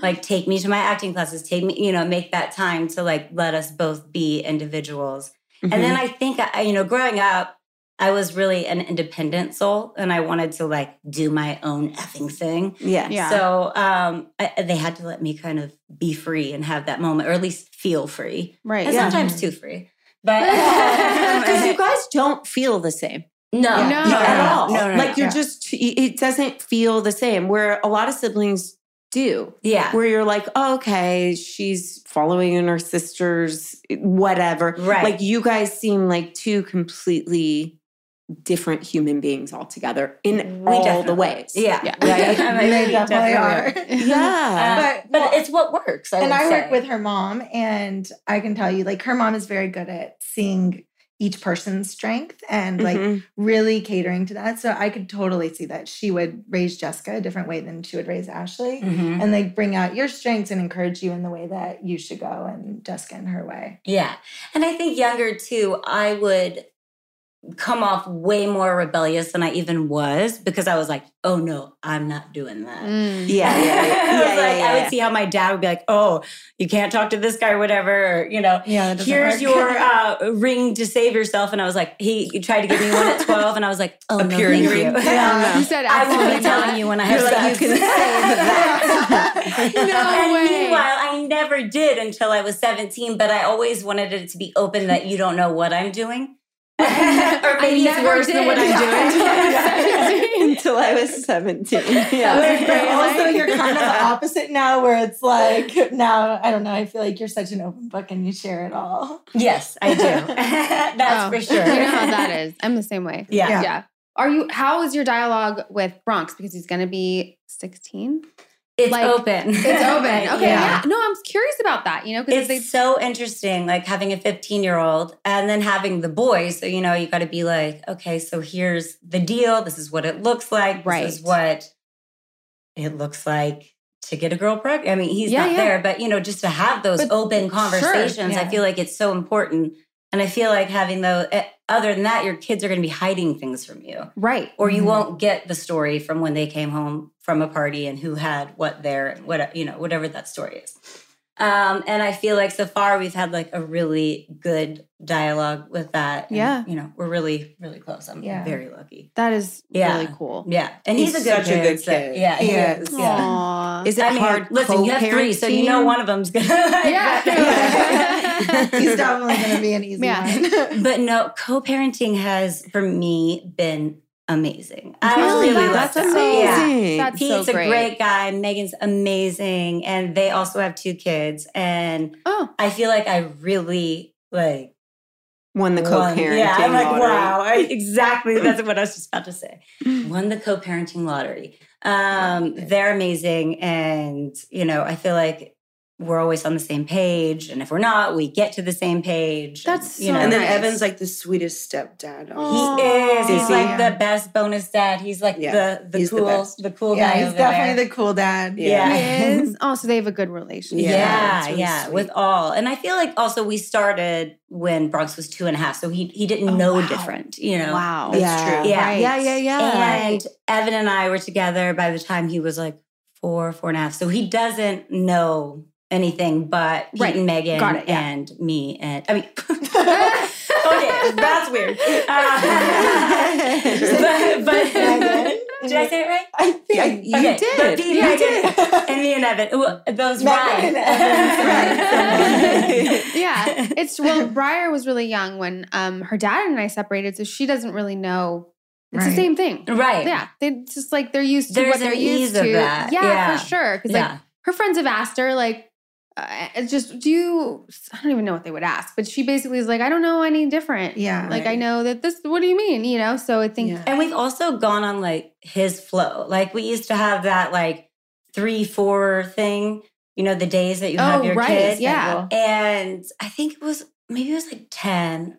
[SPEAKER 5] Like take me to my acting classes, take me, you know, make that time to like let us both be individuals.
[SPEAKER 6] Mm-hmm.
[SPEAKER 5] And
[SPEAKER 1] Mm-hmm.
[SPEAKER 5] then I think, I, you know, growing up, I was really an independent soul and I wanted to like do my own effing thing.
[SPEAKER 6] yeah.
[SPEAKER 1] Yeah.
[SPEAKER 5] So um, I, they had to let me kind of be free and have that moment, or at least feel free.
[SPEAKER 1] Right.
[SPEAKER 5] And
[SPEAKER 1] Yeah.
[SPEAKER 5] sometimes too free. But um,
[SPEAKER 6] Because you guys don't feel the same
[SPEAKER 5] no,
[SPEAKER 1] No.
[SPEAKER 5] no,
[SPEAKER 6] at
[SPEAKER 5] no,
[SPEAKER 6] all.
[SPEAKER 5] No, no, no.
[SPEAKER 6] like you're
[SPEAKER 1] Yeah.
[SPEAKER 6] just, it doesn't feel the same. Where a lot of siblings do,
[SPEAKER 5] yeah,
[SPEAKER 6] where you're like, oh, okay, she's following in her sister's whatever.
[SPEAKER 5] right.
[SPEAKER 6] Like you guys seem like two completely different human beings altogether in
[SPEAKER 5] We
[SPEAKER 6] all the
[SPEAKER 5] definitely-
[SPEAKER 6] ways.
[SPEAKER 5] yeah,
[SPEAKER 1] Yeah.
[SPEAKER 5] Right? I mean,
[SPEAKER 2] They definitely are.
[SPEAKER 6] Yeah.
[SPEAKER 5] Uh,
[SPEAKER 2] But-
[SPEAKER 5] but it's what works. I
[SPEAKER 2] and
[SPEAKER 5] would
[SPEAKER 2] I
[SPEAKER 5] say.
[SPEAKER 2] work with her mom, and I can tell you, like, her mom is very good at seeing each person's strength and like
[SPEAKER 5] Mm-hmm.
[SPEAKER 6] Mhm.
[SPEAKER 2] really catering to that. So I could totally see that she would raise Jessica a different way than she would raise Ashley,
[SPEAKER 5] Mhm.
[SPEAKER 2] and like bring out your strengths and encourage you in the way that you should go, and Jessica in her way.
[SPEAKER 5] Yeah. And I think younger too, I would come off way more rebellious than I even was because I was like, oh no, I'm not doing that.
[SPEAKER 1] Mm.
[SPEAKER 6] Yeah, yeah, yeah.
[SPEAKER 5] I
[SPEAKER 6] Yeah, yeah,
[SPEAKER 5] was like, I
[SPEAKER 6] yeah.
[SPEAKER 5] would see how my dad would be like, "Oh, you can't talk to this guy or whatever." Or, you know,
[SPEAKER 2] Yeah, that doesn't
[SPEAKER 5] here's
[SPEAKER 2] work.
[SPEAKER 5] your uh, ring to save yourself. And I was like, he, he tried to give me one at twelve, and I was like, "Oh
[SPEAKER 3] A
[SPEAKER 5] no,
[SPEAKER 3] purity
[SPEAKER 5] thank
[SPEAKER 3] ring.
[SPEAKER 5] you.
[SPEAKER 2] Yeah.
[SPEAKER 1] You said
[SPEAKER 5] I won't be
[SPEAKER 1] absolutely
[SPEAKER 5] telling
[SPEAKER 1] not.
[SPEAKER 5] you when I have
[SPEAKER 6] You're like,
[SPEAKER 5] sex."
[SPEAKER 6] you can save
[SPEAKER 1] No
[SPEAKER 5] and
[SPEAKER 1] way.
[SPEAKER 5] meanwhile, I never did until I was 17, but I always wanted it to be open that you don't know what I'm doing. or maybe it's
[SPEAKER 1] never
[SPEAKER 5] worse than what I'm
[SPEAKER 1] did.
[SPEAKER 5] doing.
[SPEAKER 6] until I was 17. Yeah.
[SPEAKER 1] That's great,
[SPEAKER 2] But also,
[SPEAKER 1] like-
[SPEAKER 2] you're kind of the opposite now, where it's like now I don't know. I feel like you're such an open book and you share it all.
[SPEAKER 5] Yes, I do. That's
[SPEAKER 1] Oh,
[SPEAKER 5] for sure.
[SPEAKER 1] You know how that is. I'm the same way.
[SPEAKER 5] Yeah.
[SPEAKER 1] Yeah. Are you? How is your dialogue with Bronx? Because he's going to be 16.
[SPEAKER 5] It's
[SPEAKER 1] Like,
[SPEAKER 5] open.
[SPEAKER 1] It's open. Okay. Yeah.
[SPEAKER 2] Yeah.
[SPEAKER 1] No, I'm curious about that. You know, because
[SPEAKER 5] It's
[SPEAKER 1] they.
[SPEAKER 5] so interesting, like having a 15 year old and then having the boys. So, you know, you got to be like, okay, so here's the deal. This is what it looks like. This
[SPEAKER 1] Right.
[SPEAKER 5] is what it looks like to get a girl pregnant. I mean, he's
[SPEAKER 1] Yeah,
[SPEAKER 5] not
[SPEAKER 1] yeah.
[SPEAKER 5] there, but, you know, just to have those
[SPEAKER 1] But-
[SPEAKER 5] open conversations,
[SPEAKER 2] yeah.
[SPEAKER 5] I feel like it's so important. And I feel like having though, other than that, your kids are going to be hiding things from you.
[SPEAKER 1] Right.
[SPEAKER 5] Or you
[SPEAKER 2] Mhm.
[SPEAKER 5] won't get the story from when they came home from a party and who had what there and what you know whatever that story is. Um, and I feel like so far we've had like a really good dialogue with that. And,
[SPEAKER 1] Yeah.
[SPEAKER 5] you know we're really really close. I'm
[SPEAKER 2] Yeah.
[SPEAKER 5] very lucky.
[SPEAKER 1] That is
[SPEAKER 5] Yeah.
[SPEAKER 1] really cool.
[SPEAKER 5] yeah, and he's,
[SPEAKER 3] He's
[SPEAKER 5] a good
[SPEAKER 3] such a good
[SPEAKER 5] parent, so-
[SPEAKER 3] kid.
[SPEAKER 5] yeah, he
[SPEAKER 2] Yeah.
[SPEAKER 5] is. Yeah.
[SPEAKER 1] Aw.
[SPEAKER 6] Is it
[SPEAKER 5] I mean,
[SPEAKER 6] hard?
[SPEAKER 5] listen, you have three, so you know
[SPEAKER 6] co-parenting?
[SPEAKER 5] one of them's gonna. like,
[SPEAKER 1] Yeah.
[SPEAKER 5] that.
[SPEAKER 2] He's definitely going to be an easy
[SPEAKER 1] Yeah.
[SPEAKER 2] one.
[SPEAKER 5] But no, co-parenting has for me been amazing. I
[SPEAKER 1] Really?
[SPEAKER 5] really love
[SPEAKER 6] That's
[SPEAKER 1] that.
[SPEAKER 5] Yeah.
[SPEAKER 6] amazing.
[SPEAKER 1] That's
[SPEAKER 5] Pete's
[SPEAKER 1] so great.
[SPEAKER 5] a great guy. Megan's amazing, and they also have two kids. And
[SPEAKER 1] Oh,
[SPEAKER 5] I feel like I really like
[SPEAKER 6] Won the
[SPEAKER 5] won-
[SPEAKER 6] co-parenting.
[SPEAKER 5] Yeah, I'm like
[SPEAKER 6] lottery.
[SPEAKER 5] wow, I- exactly. That's what I was just about to say.
[SPEAKER 1] Mm.
[SPEAKER 5] Won the co-parenting lottery. Um, they're amazing, and you know, I feel like we're always on the same page. And if we're not, we get to the same page. and,
[SPEAKER 1] That's
[SPEAKER 5] you
[SPEAKER 1] so
[SPEAKER 5] know,
[SPEAKER 3] And then
[SPEAKER 1] Nice.
[SPEAKER 3] Evan's like the sweetest stepdad.
[SPEAKER 5] He
[SPEAKER 1] Aw.
[SPEAKER 3] honestly.
[SPEAKER 5] is.
[SPEAKER 2] Is
[SPEAKER 5] He's
[SPEAKER 2] he?
[SPEAKER 5] like the best bonus dad. He's like
[SPEAKER 3] Yeah,
[SPEAKER 5] the the
[SPEAKER 3] he's the
[SPEAKER 5] cool the,
[SPEAKER 3] best.
[SPEAKER 5] cool guy.
[SPEAKER 2] yeah, he's
[SPEAKER 5] over
[SPEAKER 2] definitely
[SPEAKER 5] there.
[SPEAKER 2] the cool dad.
[SPEAKER 3] Yeah.
[SPEAKER 1] he
[SPEAKER 5] yeah.
[SPEAKER 1] is. Oh, so they have a good relationship.
[SPEAKER 5] Yeah,
[SPEAKER 3] Yeah,
[SPEAKER 5] yeah,
[SPEAKER 3] it's really sweet.
[SPEAKER 5] with all. And I feel like also we started when Bronx was two and a half, so he he didn't
[SPEAKER 2] Oh,
[SPEAKER 5] know
[SPEAKER 2] wow.
[SPEAKER 5] different, you know.
[SPEAKER 1] Wow.
[SPEAKER 3] That's
[SPEAKER 6] yeah.
[SPEAKER 3] true.
[SPEAKER 5] Yeah.
[SPEAKER 1] Right.
[SPEAKER 6] Yeah, yeah, yeah.
[SPEAKER 5] And Evan and I were together by the time he was like four, four and a half. So he doesn't know anything but Pete
[SPEAKER 1] Right.
[SPEAKER 5] and Megan
[SPEAKER 1] Got it, yeah.
[SPEAKER 5] and me and I mean okay, that's weird. Uh, but, but did I say it right?
[SPEAKER 6] I think I- you
[SPEAKER 5] Okay, But
[SPEAKER 6] did.
[SPEAKER 5] Pete,
[SPEAKER 6] You
[SPEAKER 5] Megan, and me and Evan. Well, those
[SPEAKER 2] Megan and
[SPEAKER 5] rhyme.
[SPEAKER 2] Evan.
[SPEAKER 5] Right.
[SPEAKER 1] yeah. It's well, Briar was really young when um her dad and I separated, so she doesn't really know. It's the
[SPEAKER 2] Right.
[SPEAKER 1] same thing.
[SPEAKER 5] Right.
[SPEAKER 1] Yeah. They it's just like they're used to
[SPEAKER 5] There's
[SPEAKER 1] what they're
[SPEAKER 5] an
[SPEAKER 1] used
[SPEAKER 5] ease of
[SPEAKER 1] to.
[SPEAKER 5] that.
[SPEAKER 1] Yeah,
[SPEAKER 5] Yeah.
[SPEAKER 1] for sure. Because like
[SPEAKER 5] Yeah.
[SPEAKER 1] her friends have asked her, like, uh, it's just do you? I don't even know what they would ask, but she basically is like, I don't know any different.
[SPEAKER 2] Yeah.
[SPEAKER 1] Like I
[SPEAKER 3] Right.
[SPEAKER 1] know that this. What do you mean? You know. So I think.
[SPEAKER 2] Yeah.
[SPEAKER 5] And we've also gone on like his flow. Like we used to have that like three, four thing, you know, the days that you
[SPEAKER 1] Oh
[SPEAKER 5] have your
[SPEAKER 1] right.
[SPEAKER 5] kids.
[SPEAKER 1] yeah.
[SPEAKER 5] And I think it was maybe it was like 10.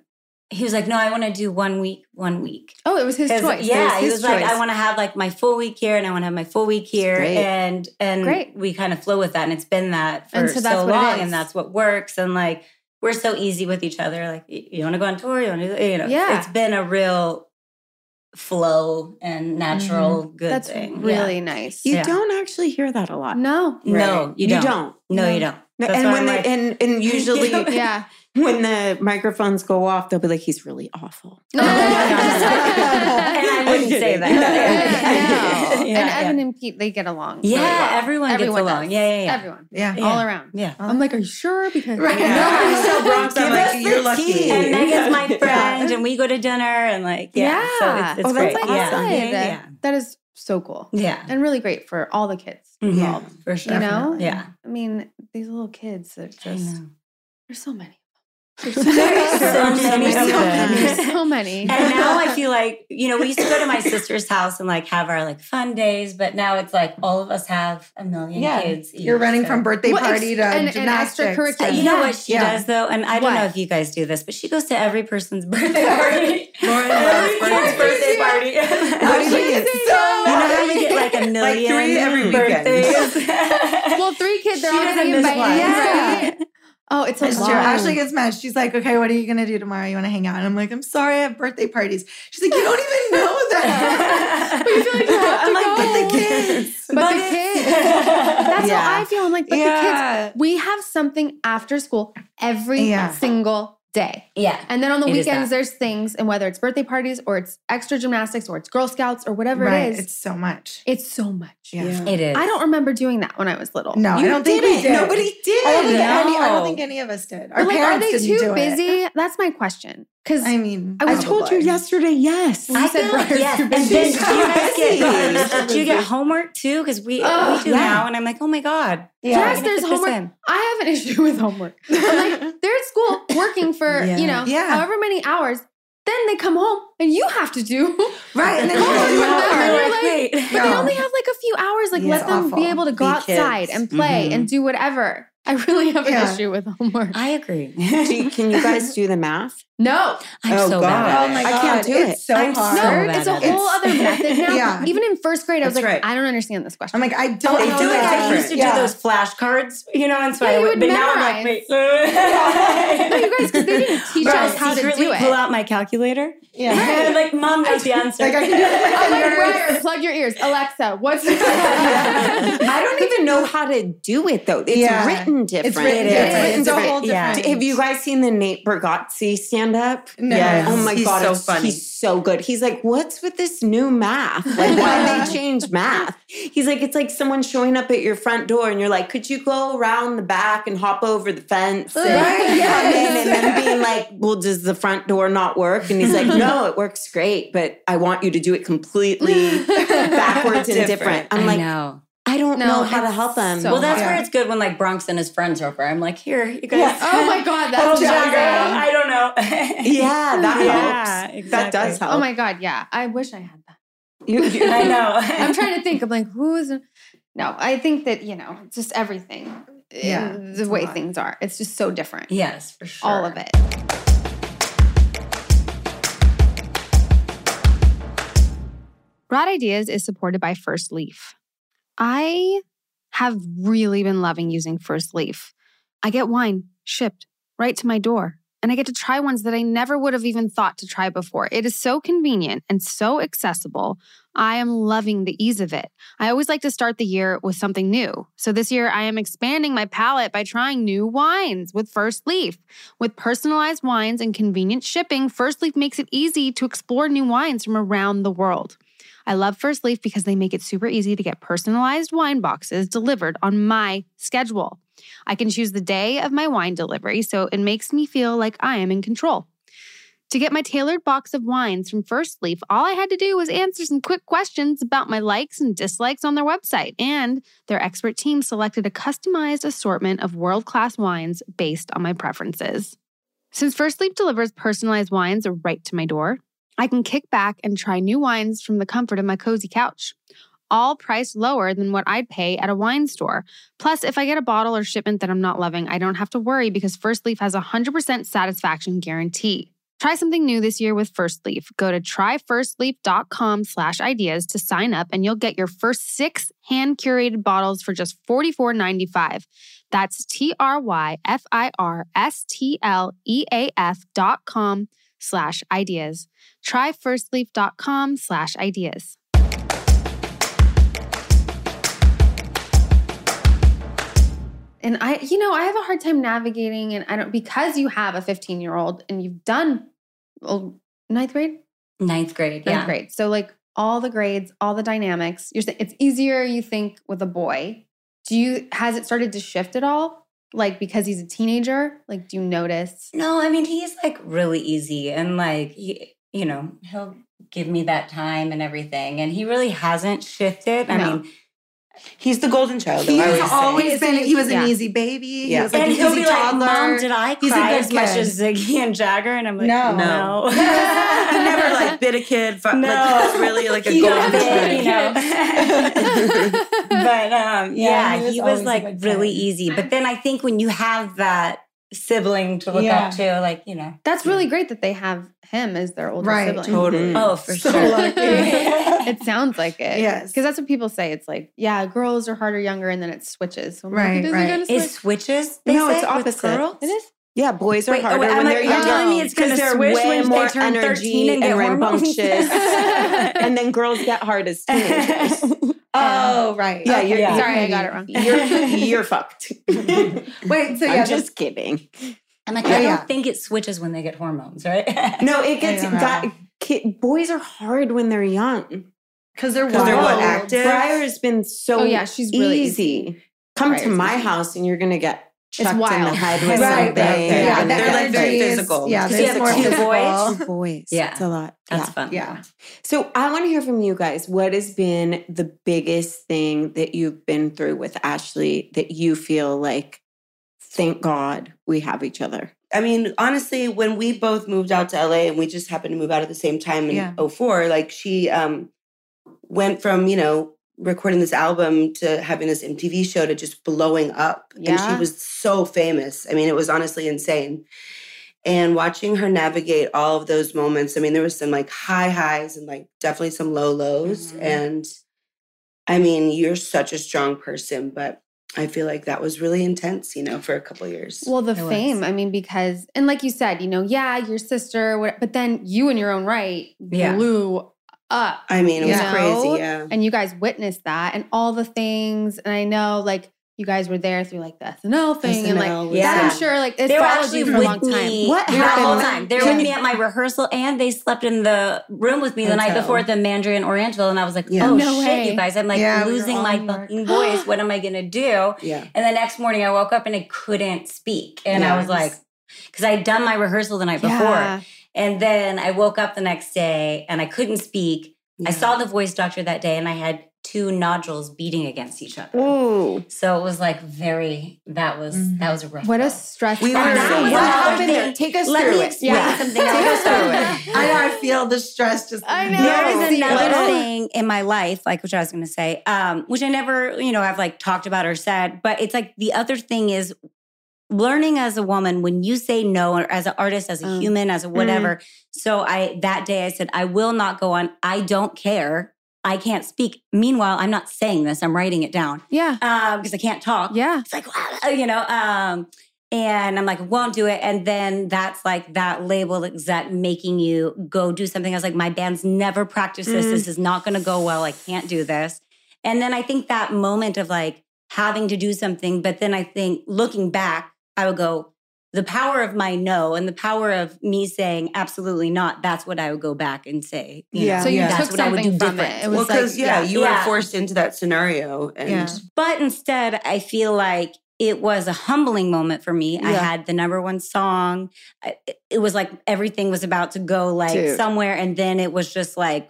[SPEAKER 5] He was like, no, I want to do one week, one week.
[SPEAKER 1] Oh, it was his
[SPEAKER 5] 'Cause,
[SPEAKER 1] choice. It
[SPEAKER 5] Yeah, he
[SPEAKER 1] his
[SPEAKER 5] was like,
[SPEAKER 1] choice.
[SPEAKER 5] I want to have like my full week here and I want to have my full week here.
[SPEAKER 6] great.
[SPEAKER 5] And and
[SPEAKER 1] Great.
[SPEAKER 5] we kind of flow with that. And it's been that for
[SPEAKER 1] And so
[SPEAKER 5] so,
[SPEAKER 1] that's what it
[SPEAKER 5] long.
[SPEAKER 1] is.
[SPEAKER 5] And that's what works. And like we're so easy with each other. Like y- you want to go on tour, you want to you know,
[SPEAKER 1] Yeah.
[SPEAKER 5] it's been a real flow and natural good
[SPEAKER 1] Mm-hmm. That's
[SPEAKER 5] thing. Yeah.
[SPEAKER 1] really nice.
[SPEAKER 6] You
[SPEAKER 5] Yeah.
[SPEAKER 6] don't actually hear that a lot.
[SPEAKER 1] No.
[SPEAKER 5] No, you,
[SPEAKER 6] You
[SPEAKER 5] don't.
[SPEAKER 6] don't.
[SPEAKER 5] No, you don't.
[SPEAKER 6] No,
[SPEAKER 5] That's
[SPEAKER 6] and
[SPEAKER 5] why
[SPEAKER 6] when
[SPEAKER 5] I'm
[SPEAKER 6] they,
[SPEAKER 5] like-
[SPEAKER 6] and and usually
[SPEAKER 1] Yeah.
[SPEAKER 6] when the microphones go off, they'll be like, "He's really awful."
[SPEAKER 1] No.
[SPEAKER 5] and I wouldn't say that.
[SPEAKER 1] Yeah,
[SPEAKER 5] Yeah,
[SPEAKER 1] no.
[SPEAKER 5] yeah.
[SPEAKER 1] and Evan and Pete, they get along. really
[SPEAKER 5] Yeah,
[SPEAKER 1] well.
[SPEAKER 5] everyone gets along.
[SPEAKER 1] does.
[SPEAKER 5] Yeah, yeah, yeah.
[SPEAKER 1] Everyone.
[SPEAKER 2] Yeah.
[SPEAKER 5] Yeah.
[SPEAKER 1] All around.
[SPEAKER 5] Yeah.
[SPEAKER 1] I'm like, are you sure? Because
[SPEAKER 2] Right.
[SPEAKER 1] No.
[SPEAKER 3] I'm so Bronx. I'm
[SPEAKER 6] Give us
[SPEAKER 3] like,
[SPEAKER 6] the
[SPEAKER 3] you're lucky.
[SPEAKER 6] key.
[SPEAKER 5] and Megan's my
[SPEAKER 6] Yeah.
[SPEAKER 5] friend, and we go to dinner, and like, yeah, so
[SPEAKER 1] Yeah.
[SPEAKER 5] it's, it's
[SPEAKER 6] Oh,
[SPEAKER 5] great.
[SPEAKER 6] that's
[SPEAKER 1] my
[SPEAKER 5] yeah.
[SPEAKER 1] God.
[SPEAKER 5] yeah,
[SPEAKER 1] That is so cool
[SPEAKER 5] yeah,
[SPEAKER 1] and really great for all the kids
[SPEAKER 5] Mhm.
[SPEAKER 1] involved.
[SPEAKER 5] for sure.
[SPEAKER 1] You know?
[SPEAKER 2] Definitely.
[SPEAKER 5] Yeah,
[SPEAKER 1] I mean, these little kids that just there's so many.
[SPEAKER 5] There's so many
[SPEAKER 1] There's
[SPEAKER 5] of
[SPEAKER 1] so many.
[SPEAKER 5] them.
[SPEAKER 1] There's so many.
[SPEAKER 5] And now I feel like you know we used to go to my sister's house and like have our like fun days, but now it's like all of us have a million
[SPEAKER 2] Yeah.
[SPEAKER 5] kids. Each,
[SPEAKER 2] You're running
[SPEAKER 5] so-
[SPEAKER 2] from birthday
[SPEAKER 1] Well, ex-
[SPEAKER 2] party to
[SPEAKER 1] and- and
[SPEAKER 2] gymnastics.
[SPEAKER 1] extracurricular.
[SPEAKER 5] Uh, You know what she
[SPEAKER 2] Yeah.
[SPEAKER 5] does though, and I don't
[SPEAKER 1] What?
[SPEAKER 5] know if you guys do this, but she goes to every person's birthday party.
[SPEAKER 3] Lauren
[SPEAKER 5] every
[SPEAKER 3] loves
[SPEAKER 5] kid's birthday party.
[SPEAKER 2] How do you
[SPEAKER 5] you
[SPEAKER 2] get so
[SPEAKER 5] know how you get like a
[SPEAKER 3] Like
[SPEAKER 5] million
[SPEAKER 3] three every weekend.
[SPEAKER 5] birthdays?
[SPEAKER 1] well, three kids, they're
[SPEAKER 5] She
[SPEAKER 1] all gonna be
[SPEAKER 5] doesn't miss
[SPEAKER 1] invited.
[SPEAKER 5] one.
[SPEAKER 1] right? Oh, it's a
[SPEAKER 2] It's
[SPEAKER 1] lot.
[SPEAKER 2] true. Ashley gets mad. She's like, okay, what are you going to do tomorrow? You want to hang out? And I'm like, I'm sorry, I have birthday parties. She's like, you don't even know that.
[SPEAKER 1] But you feel like you have to
[SPEAKER 6] I'm like,
[SPEAKER 1] go.
[SPEAKER 2] but the kids.
[SPEAKER 1] But, the kids. That's
[SPEAKER 6] Yeah.
[SPEAKER 1] how I feel. I'm like, but the
[SPEAKER 2] Yeah.
[SPEAKER 1] kids. We have something after school every
[SPEAKER 2] Yeah.
[SPEAKER 1] single day.
[SPEAKER 5] Yeah.
[SPEAKER 1] And then on the
[SPEAKER 5] It is
[SPEAKER 1] weekends,
[SPEAKER 5] that.
[SPEAKER 1] there's things, and whether it's birthday parties or it's extra gymnastics or it's Girl Scouts or whatever
[SPEAKER 2] right.
[SPEAKER 1] it is,
[SPEAKER 2] It's so much.
[SPEAKER 1] it's so much.
[SPEAKER 2] Yeah.
[SPEAKER 5] It is.
[SPEAKER 1] I don't remember doing that when I was little.
[SPEAKER 2] No, I
[SPEAKER 6] You
[SPEAKER 2] don't think we
[SPEAKER 6] didn't.
[SPEAKER 2] did.
[SPEAKER 6] Nobody did.
[SPEAKER 2] I don't, think
[SPEAKER 5] No.
[SPEAKER 2] any, I don't think any of us did. Our
[SPEAKER 1] But like, are
[SPEAKER 2] parents
[SPEAKER 1] they
[SPEAKER 2] didn't
[SPEAKER 1] too
[SPEAKER 2] do it.
[SPEAKER 1] busy? That's my question. Because
[SPEAKER 2] I mean,
[SPEAKER 1] I
[SPEAKER 6] I told you
[SPEAKER 2] probably.
[SPEAKER 6] yesterday, yes.
[SPEAKER 1] I- You said
[SPEAKER 5] feel-
[SPEAKER 1] Briar's
[SPEAKER 5] yes.
[SPEAKER 1] too
[SPEAKER 5] And then
[SPEAKER 1] busy.
[SPEAKER 5] do you
[SPEAKER 1] She's
[SPEAKER 5] guys
[SPEAKER 6] too
[SPEAKER 5] get,
[SPEAKER 2] busy.
[SPEAKER 5] do you get homework too? Because we,
[SPEAKER 1] Oh,
[SPEAKER 5] we do
[SPEAKER 6] yeah.
[SPEAKER 5] now, and I'm like, oh my god.
[SPEAKER 1] Yes,
[SPEAKER 5] I gotta
[SPEAKER 1] there's
[SPEAKER 5] fit this
[SPEAKER 1] homework.
[SPEAKER 5] in.
[SPEAKER 1] I have an issue with homework. I'm like, they're at school working for,
[SPEAKER 6] Yeah.
[SPEAKER 1] you know,
[SPEAKER 2] Yeah.
[SPEAKER 1] however many hours. Then they come home and you have to do.
[SPEAKER 2] Right. And then you
[SPEAKER 1] Oh,
[SPEAKER 2] don't
[SPEAKER 1] I
[SPEAKER 2] remember.
[SPEAKER 1] remember.
[SPEAKER 5] You're like,
[SPEAKER 1] like-
[SPEAKER 5] wait.
[SPEAKER 1] But they
[SPEAKER 2] No.
[SPEAKER 1] only have like a few hours. Like,
[SPEAKER 2] Yeah.
[SPEAKER 1] let them
[SPEAKER 2] Awful.
[SPEAKER 1] be able to go
[SPEAKER 3] Be kids.
[SPEAKER 1] outside and play
[SPEAKER 5] Mhm.
[SPEAKER 1] and do whatever. I really have an
[SPEAKER 2] Yeah.
[SPEAKER 1] issue with homework.
[SPEAKER 5] I agree.
[SPEAKER 6] Do you- Can you guys do the math?
[SPEAKER 1] no,
[SPEAKER 5] I'm
[SPEAKER 6] Oh,
[SPEAKER 5] so
[SPEAKER 6] God.
[SPEAKER 5] bad. at
[SPEAKER 2] Oh
[SPEAKER 5] it.
[SPEAKER 2] my
[SPEAKER 6] I
[SPEAKER 2] god,
[SPEAKER 6] can't do
[SPEAKER 2] it's
[SPEAKER 6] it.
[SPEAKER 2] so
[SPEAKER 5] I'm
[SPEAKER 2] hard.
[SPEAKER 1] no,
[SPEAKER 5] so bad
[SPEAKER 1] it's a
[SPEAKER 5] at it.
[SPEAKER 1] whole
[SPEAKER 2] It's-
[SPEAKER 1] other method now.
[SPEAKER 2] Yeah.
[SPEAKER 1] Even in first grade, I was
[SPEAKER 3] That's
[SPEAKER 1] like,
[SPEAKER 3] right.
[SPEAKER 1] I don't understand this question.
[SPEAKER 2] I'm like, I don't.
[SPEAKER 5] They
[SPEAKER 2] know
[SPEAKER 5] do it.
[SPEAKER 2] that.
[SPEAKER 5] I used to do
[SPEAKER 2] Yeah.
[SPEAKER 5] those flashcards, you know, and so
[SPEAKER 1] Yeah,
[SPEAKER 5] I
[SPEAKER 1] you
[SPEAKER 5] would,
[SPEAKER 1] would
[SPEAKER 5] but now I'm like,
[SPEAKER 1] memorize.
[SPEAKER 5] wait.
[SPEAKER 1] no, you guys, because they didn't teach
[SPEAKER 5] But I
[SPEAKER 1] us how to
[SPEAKER 5] secretly
[SPEAKER 1] do it.
[SPEAKER 5] pull out my calculator.
[SPEAKER 2] Yeah.
[SPEAKER 5] And I'm like, mom knows the answer.
[SPEAKER 2] Like I can do it with my
[SPEAKER 1] I'm like,
[SPEAKER 2] fingers.
[SPEAKER 1] Briar, plug your ears. Alexa, what's
[SPEAKER 6] I don't even know how to do it though. It's
[SPEAKER 2] Yeah.
[SPEAKER 6] written different.
[SPEAKER 2] It's
[SPEAKER 5] It
[SPEAKER 2] written.
[SPEAKER 5] is.
[SPEAKER 2] different.
[SPEAKER 5] It's
[SPEAKER 2] It's a whole
[SPEAKER 5] different. Yeah.
[SPEAKER 2] different.
[SPEAKER 6] Have you guys seen the Nate Bargatze stand up?
[SPEAKER 2] No.
[SPEAKER 3] Yes.
[SPEAKER 6] Oh my
[SPEAKER 3] He's
[SPEAKER 6] god,
[SPEAKER 3] so
[SPEAKER 6] it's-
[SPEAKER 3] funny.
[SPEAKER 6] he's so good. He's like, what's with this new math? Like, why did they change math? He's like, it's like someone showing up at your front door, and you're like, could you go around the back and hop over the fence and
[SPEAKER 2] Right?
[SPEAKER 6] come in? And
[SPEAKER 2] Yes.
[SPEAKER 6] then being like, well, does the front door not work? And he's like, no, it works great, but I want you to do it completely backwards and
[SPEAKER 3] Different.
[SPEAKER 6] different. I'm
[SPEAKER 5] I
[SPEAKER 6] like,
[SPEAKER 5] know.
[SPEAKER 6] I don't
[SPEAKER 1] No,
[SPEAKER 6] know how to
[SPEAKER 1] that's
[SPEAKER 6] help him.
[SPEAKER 1] so
[SPEAKER 5] well, that's
[SPEAKER 2] Yeah.
[SPEAKER 5] where it's good when like Bronx and his friends are over. I'm like, here, you guys.
[SPEAKER 6] Yeah.
[SPEAKER 1] Oh my god, that's
[SPEAKER 5] Help me out, girl.
[SPEAKER 1] amazing.
[SPEAKER 5] I don't know.
[SPEAKER 6] yeah, that helps.
[SPEAKER 5] Yeah,
[SPEAKER 6] That
[SPEAKER 5] exactly.
[SPEAKER 6] does help.
[SPEAKER 1] Oh my god, yeah. I wish I had that.
[SPEAKER 6] You- you-
[SPEAKER 5] I know.
[SPEAKER 1] I'm trying to think. I'm like, who is? No, I think that you know, just everything.
[SPEAKER 2] Yeah,
[SPEAKER 1] uh,
[SPEAKER 2] it's
[SPEAKER 1] the
[SPEAKER 2] a
[SPEAKER 1] way
[SPEAKER 2] lot.
[SPEAKER 1] things are, it's just so different.
[SPEAKER 5] Yes, for sure.
[SPEAKER 1] All of it. Broad Ideas is supported by First Leaf. I have really been loving using First Leaf. I get wine shipped right to my door, and I get to try ones that I never would have even thought to try before. It is so convenient and so accessible. I am loving the ease of it. I always like to start the year with something new. So this year, I am expanding my palette by trying new wines with First Leaf. With personalized wines and convenient shipping, First Leaf makes it easy to explore new wines from around the world. I love First Leaf because they make it super easy to get personalized wine boxes delivered on my schedule. I can choose the day of my wine delivery, so it makes me feel like I am in control. To get my tailored box of wines from First Leaf, all I had to do was answer some quick questions about my likes and dislikes on their website, and their expert team selected a customized assortment of world class wines based on my preferences. Since First Leaf delivers personalized wines right to my door, I can kick back and try new wines from the comfort of my cozy couch, all priced lower than what I'd pay at a wine store. Plus, if I get a bottle or shipment that I'm not loving, I don't have to worry because First Leaf has a 100% satisfaction guarantee. Try something new this year with First Leaf. Go to tryfirstleaf.com slash ideas to sign up and you'll get your first six hand-curated bottles for just $44.95. That's T-R-Y-F-I-R-S-T-L-E-A-F E dot com slash ideas. Try firstleaf.com slash ideas. And I, you know, I have a hard time navigating, and I don't because you have a 15 year old and you've done well, ninth grade,
[SPEAKER 5] Ninth grade.
[SPEAKER 1] ninth
[SPEAKER 5] Yeah.
[SPEAKER 1] grade. So like all the grades, all the dynamics. You're saying it's easier, you think, with a boy. Do you has it started to shift at all? Like because he's a teenager, like do you notice?
[SPEAKER 5] No, I mean he's like really easy and like he, you know, he'll give me that time and everything. And he really hasn't shifted. I
[SPEAKER 1] No.
[SPEAKER 5] mean,
[SPEAKER 3] He's the golden child. though, I
[SPEAKER 2] He's
[SPEAKER 3] would say.
[SPEAKER 2] always been. He was an
[SPEAKER 1] Yeah.
[SPEAKER 2] easy baby. He
[SPEAKER 3] Yeah.
[SPEAKER 2] was like
[SPEAKER 5] and
[SPEAKER 2] an
[SPEAKER 5] he'll
[SPEAKER 2] easy
[SPEAKER 5] be
[SPEAKER 2] toddler.
[SPEAKER 5] like, "Mom, did I
[SPEAKER 2] He's a
[SPEAKER 5] cry
[SPEAKER 2] good
[SPEAKER 5] as much
[SPEAKER 2] kid.
[SPEAKER 5] as Ziggy and Jagger?" And I'm like,
[SPEAKER 2] No.
[SPEAKER 5] "No,
[SPEAKER 3] No. he never like bit a kid. Fu-
[SPEAKER 5] No.
[SPEAKER 3] Like he was really like a
[SPEAKER 5] He
[SPEAKER 3] golden
[SPEAKER 5] got
[SPEAKER 3] child.
[SPEAKER 5] big, you know. but um,
[SPEAKER 2] Yeah,
[SPEAKER 5] yeah,
[SPEAKER 2] he
[SPEAKER 5] he
[SPEAKER 2] was
[SPEAKER 5] was,
[SPEAKER 2] always a
[SPEAKER 5] like
[SPEAKER 2] good kid.
[SPEAKER 5] really easy. But then I think when you have that sibling to look up to, like you know,
[SPEAKER 1] That's really great that they have him as their older
[SPEAKER 2] Right,
[SPEAKER 1] sibling.
[SPEAKER 3] Totally.
[SPEAKER 5] Mm-hmm. oh for
[SPEAKER 2] so
[SPEAKER 5] sure,
[SPEAKER 2] lucky.
[SPEAKER 1] It sounds like it.
[SPEAKER 2] Yes.
[SPEAKER 1] Because that's what people say. It's like, yeah, girls are harder younger, and then it switches. So I'm like,
[SPEAKER 2] Right,
[SPEAKER 1] it doesn't
[SPEAKER 2] right.
[SPEAKER 1] go to
[SPEAKER 5] It
[SPEAKER 1] switch.
[SPEAKER 5] switches. They
[SPEAKER 6] No,
[SPEAKER 5] say,
[SPEAKER 6] it's
[SPEAKER 5] with
[SPEAKER 6] opposite.
[SPEAKER 5] Girls?
[SPEAKER 1] It is.
[SPEAKER 6] Yeah, boys are
[SPEAKER 5] Wait, oh,
[SPEAKER 6] harder
[SPEAKER 5] I'm
[SPEAKER 6] when
[SPEAKER 5] like,
[SPEAKER 6] they're
[SPEAKER 5] you're
[SPEAKER 6] young.
[SPEAKER 5] telling me it's gonna
[SPEAKER 6] Because they're
[SPEAKER 5] switch
[SPEAKER 6] way
[SPEAKER 5] when
[SPEAKER 6] more
[SPEAKER 5] they turn 13
[SPEAKER 6] energy
[SPEAKER 5] and get hormones.
[SPEAKER 6] rambunctious. and then girls get hard as teenagers.
[SPEAKER 2] Oh, right.
[SPEAKER 6] Yeah,
[SPEAKER 2] Okay.
[SPEAKER 6] you're,
[SPEAKER 5] Yeah.
[SPEAKER 1] Sorry, I got it wrong.
[SPEAKER 6] You're, you're fucked.
[SPEAKER 2] Wait, so yeah,
[SPEAKER 6] I'm
[SPEAKER 2] the-
[SPEAKER 6] just kidding.
[SPEAKER 5] I'm like,
[SPEAKER 2] Oh,
[SPEAKER 5] I
[SPEAKER 2] yeah.
[SPEAKER 5] don't think it switches when they get hormones, right?
[SPEAKER 6] No, it gets
[SPEAKER 2] don't know.
[SPEAKER 6] got, ki boys are hard when they're young.
[SPEAKER 2] Because they're
[SPEAKER 6] Because
[SPEAKER 2] wild.
[SPEAKER 6] they're what,
[SPEAKER 3] active?
[SPEAKER 6] Briar's been so
[SPEAKER 1] Oh yeah, she's really easy.
[SPEAKER 6] easy. Come to
[SPEAKER 1] Briar's
[SPEAKER 6] my
[SPEAKER 1] easy.
[SPEAKER 6] house and you're gonna get chucked in the
[SPEAKER 1] wild.
[SPEAKER 6] head with
[SPEAKER 2] Right,
[SPEAKER 6] something.
[SPEAKER 2] right, yeah,
[SPEAKER 6] And
[SPEAKER 2] that
[SPEAKER 3] they're like very
[SPEAKER 2] energy is-
[SPEAKER 3] physical.
[SPEAKER 2] Yeah,
[SPEAKER 5] Because you
[SPEAKER 2] there's
[SPEAKER 5] have
[SPEAKER 2] more
[SPEAKER 5] two
[SPEAKER 2] physical.
[SPEAKER 5] boys.
[SPEAKER 6] Two boys.
[SPEAKER 5] Yeah.
[SPEAKER 6] It's a lot.
[SPEAKER 5] That's
[SPEAKER 6] yeah.
[SPEAKER 5] fun.
[SPEAKER 2] Yeah.
[SPEAKER 6] So I want to hear from you guys. What has been the biggest thing that you've been through with Ashley that you feel like, thank God we have each other?
[SPEAKER 3] I mean, honestly, when we both moved out to LA and we just happened to move out at the same time in
[SPEAKER 2] Yeah.
[SPEAKER 3] '04, 04, like she um, went from, you know, recording this album to having this MTV show to just blowing up. And
[SPEAKER 1] Yeah.
[SPEAKER 3] she was so famous. I mean, it was honestly insane. And watching her navigate all of those moments, I mean, there was some like high highs and like definitely some low lows.
[SPEAKER 5] Mhm.
[SPEAKER 3] And I mean, you're such a strong person, but I feel like that was really intense, you know, for a couple years.
[SPEAKER 1] Well, the
[SPEAKER 5] It was.
[SPEAKER 1] fame. I mean, because and like you said, you know, yeah, your sister, what- but then you in your own right
[SPEAKER 5] Yeah.
[SPEAKER 1] blew up.
[SPEAKER 3] I mean, it
[SPEAKER 1] You
[SPEAKER 3] was
[SPEAKER 1] know?
[SPEAKER 3] crazy. Yeah.
[SPEAKER 1] and you guys witnessed that and all the things. And I know, like, you guys were there through like the SNL thing, and like
[SPEAKER 3] SNL was
[SPEAKER 1] that.
[SPEAKER 5] Yeah.
[SPEAKER 1] I'm sure, like, it
[SPEAKER 5] They were
[SPEAKER 1] followed you
[SPEAKER 5] actually
[SPEAKER 1] for a
[SPEAKER 5] with
[SPEAKER 1] long
[SPEAKER 5] me.
[SPEAKER 1] time.
[SPEAKER 6] What
[SPEAKER 5] the whole
[SPEAKER 6] happened?
[SPEAKER 5] time. They were
[SPEAKER 6] Can-
[SPEAKER 5] with me at my rehearsal and they slept in the room with me the night
[SPEAKER 3] Hotel.
[SPEAKER 5] before at the Mandarin Oriental. And I was like,
[SPEAKER 3] Yeah.
[SPEAKER 5] oh
[SPEAKER 1] No
[SPEAKER 5] shit,
[SPEAKER 1] way.
[SPEAKER 5] you guys. I'm like
[SPEAKER 2] Yeah, we were
[SPEAKER 5] losing
[SPEAKER 2] all
[SPEAKER 5] my
[SPEAKER 2] in work.
[SPEAKER 5] fucking voice. What am I going to do?
[SPEAKER 3] Yeah.
[SPEAKER 5] And the next morning I woke up and I couldn't speak. And I was
[SPEAKER 3] Yes.
[SPEAKER 5] like, because I'd done my rehearsal the night before.
[SPEAKER 1] Yeah.
[SPEAKER 5] And then I woke up the next day and I couldn't speak. I saw the voice doctor that day and I had two nodules beating against each other.
[SPEAKER 6] Ooh.
[SPEAKER 5] So it was like very that was
[SPEAKER 2] Mhm.
[SPEAKER 5] that was Mm-hmm. a rough
[SPEAKER 1] What a
[SPEAKER 5] go.
[SPEAKER 1] stress.
[SPEAKER 3] We were-
[SPEAKER 1] ball.
[SPEAKER 5] That
[SPEAKER 6] So
[SPEAKER 5] was
[SPEAKER 6] what
[SPEAKER 5] another
[SPEAKER 6] happened there?
[SPEAKER 5] thing.
[SPEAKER 6] Take us
[SPEAKER 5] Let
[SPEAKER 6] through
[SPEAKER 5] me
[SPEAKER 6] it.
[SPEAKER 5] explain
[SPEAKER 1] Yeah.
[SPEAKER 5] something
[SPEAKER 1] Take
[SPEAKER 5] else.
[SPEAKER 1] us through
[SPEAKER 2] I know. I feel the stress just.
[SPEAKER 1] I know.
[SPEAKER 5] There
[SPEAKER 1] I
[SPEAKER 5] is
[SPEAKER 1] see
[SPEAKER 5] another
[SPEAKER 1] it.
[SPEAKER 5] thing in my life, like which I was going to say, um, which I never, you know, I've like talked about or said, but it's like the other thing is learning as a woman when you say no, or as an artist, as a
[SPEAKER 1] Mm.
[SPEAKER 5] human, as a whatever. So I that day I said, I will not go on. I don't care. I can't speak. Meanwhile, I'm not saying this. I'm writing it down
[SPEAKER 1] Yeah.
[SPEAKER 5] because I can't talk.
[SPEAKER 1] Yeah.
[SPEAKER 5] It's like, "Ah," you know, um, and I'm like, won't do it. And then that's like that label exec making you go do something. I was like, my band's never practiced this.
[SPEAKER 6] Mm.
[SPEAKER 5] This is not going to go well. I can't do this. And then I think that moment of like having to do something, but then I think looking back, I would go, the power of my no and the power of me saying absolutely not, that's what I would go back and say. you
[SPEAKER 6] Yeah.
[SPEAKER 5] know,
[SPEAKER 1] So you
[SPEAKER 5] that's
[SPEAKER 1] took
[SPEAKER 5] what I would do
[SPEAKER 1] something from
[SPEAKER 5] different.
[SPEAKER 1] it. It was
[SPEAKER 3] Well,
[SPEAKER 1] like,
[SPEAKER 3] because yeah, you
[SPEAKER 5] yeah.
[SPEAKER 3] were forced into that scenario, and
[SPEAKER 2] Yeah.
[SPEAKER 5] But instead, I feel like it was a humbling moment for me. I
[SPEAKER 6] Yeah.
[SPEAKER 5] had the number one song. I- It was like everything was about to go like
[SPEAKER 6] Dude.
[SPEAKER 5] somewhere. And then it was just like,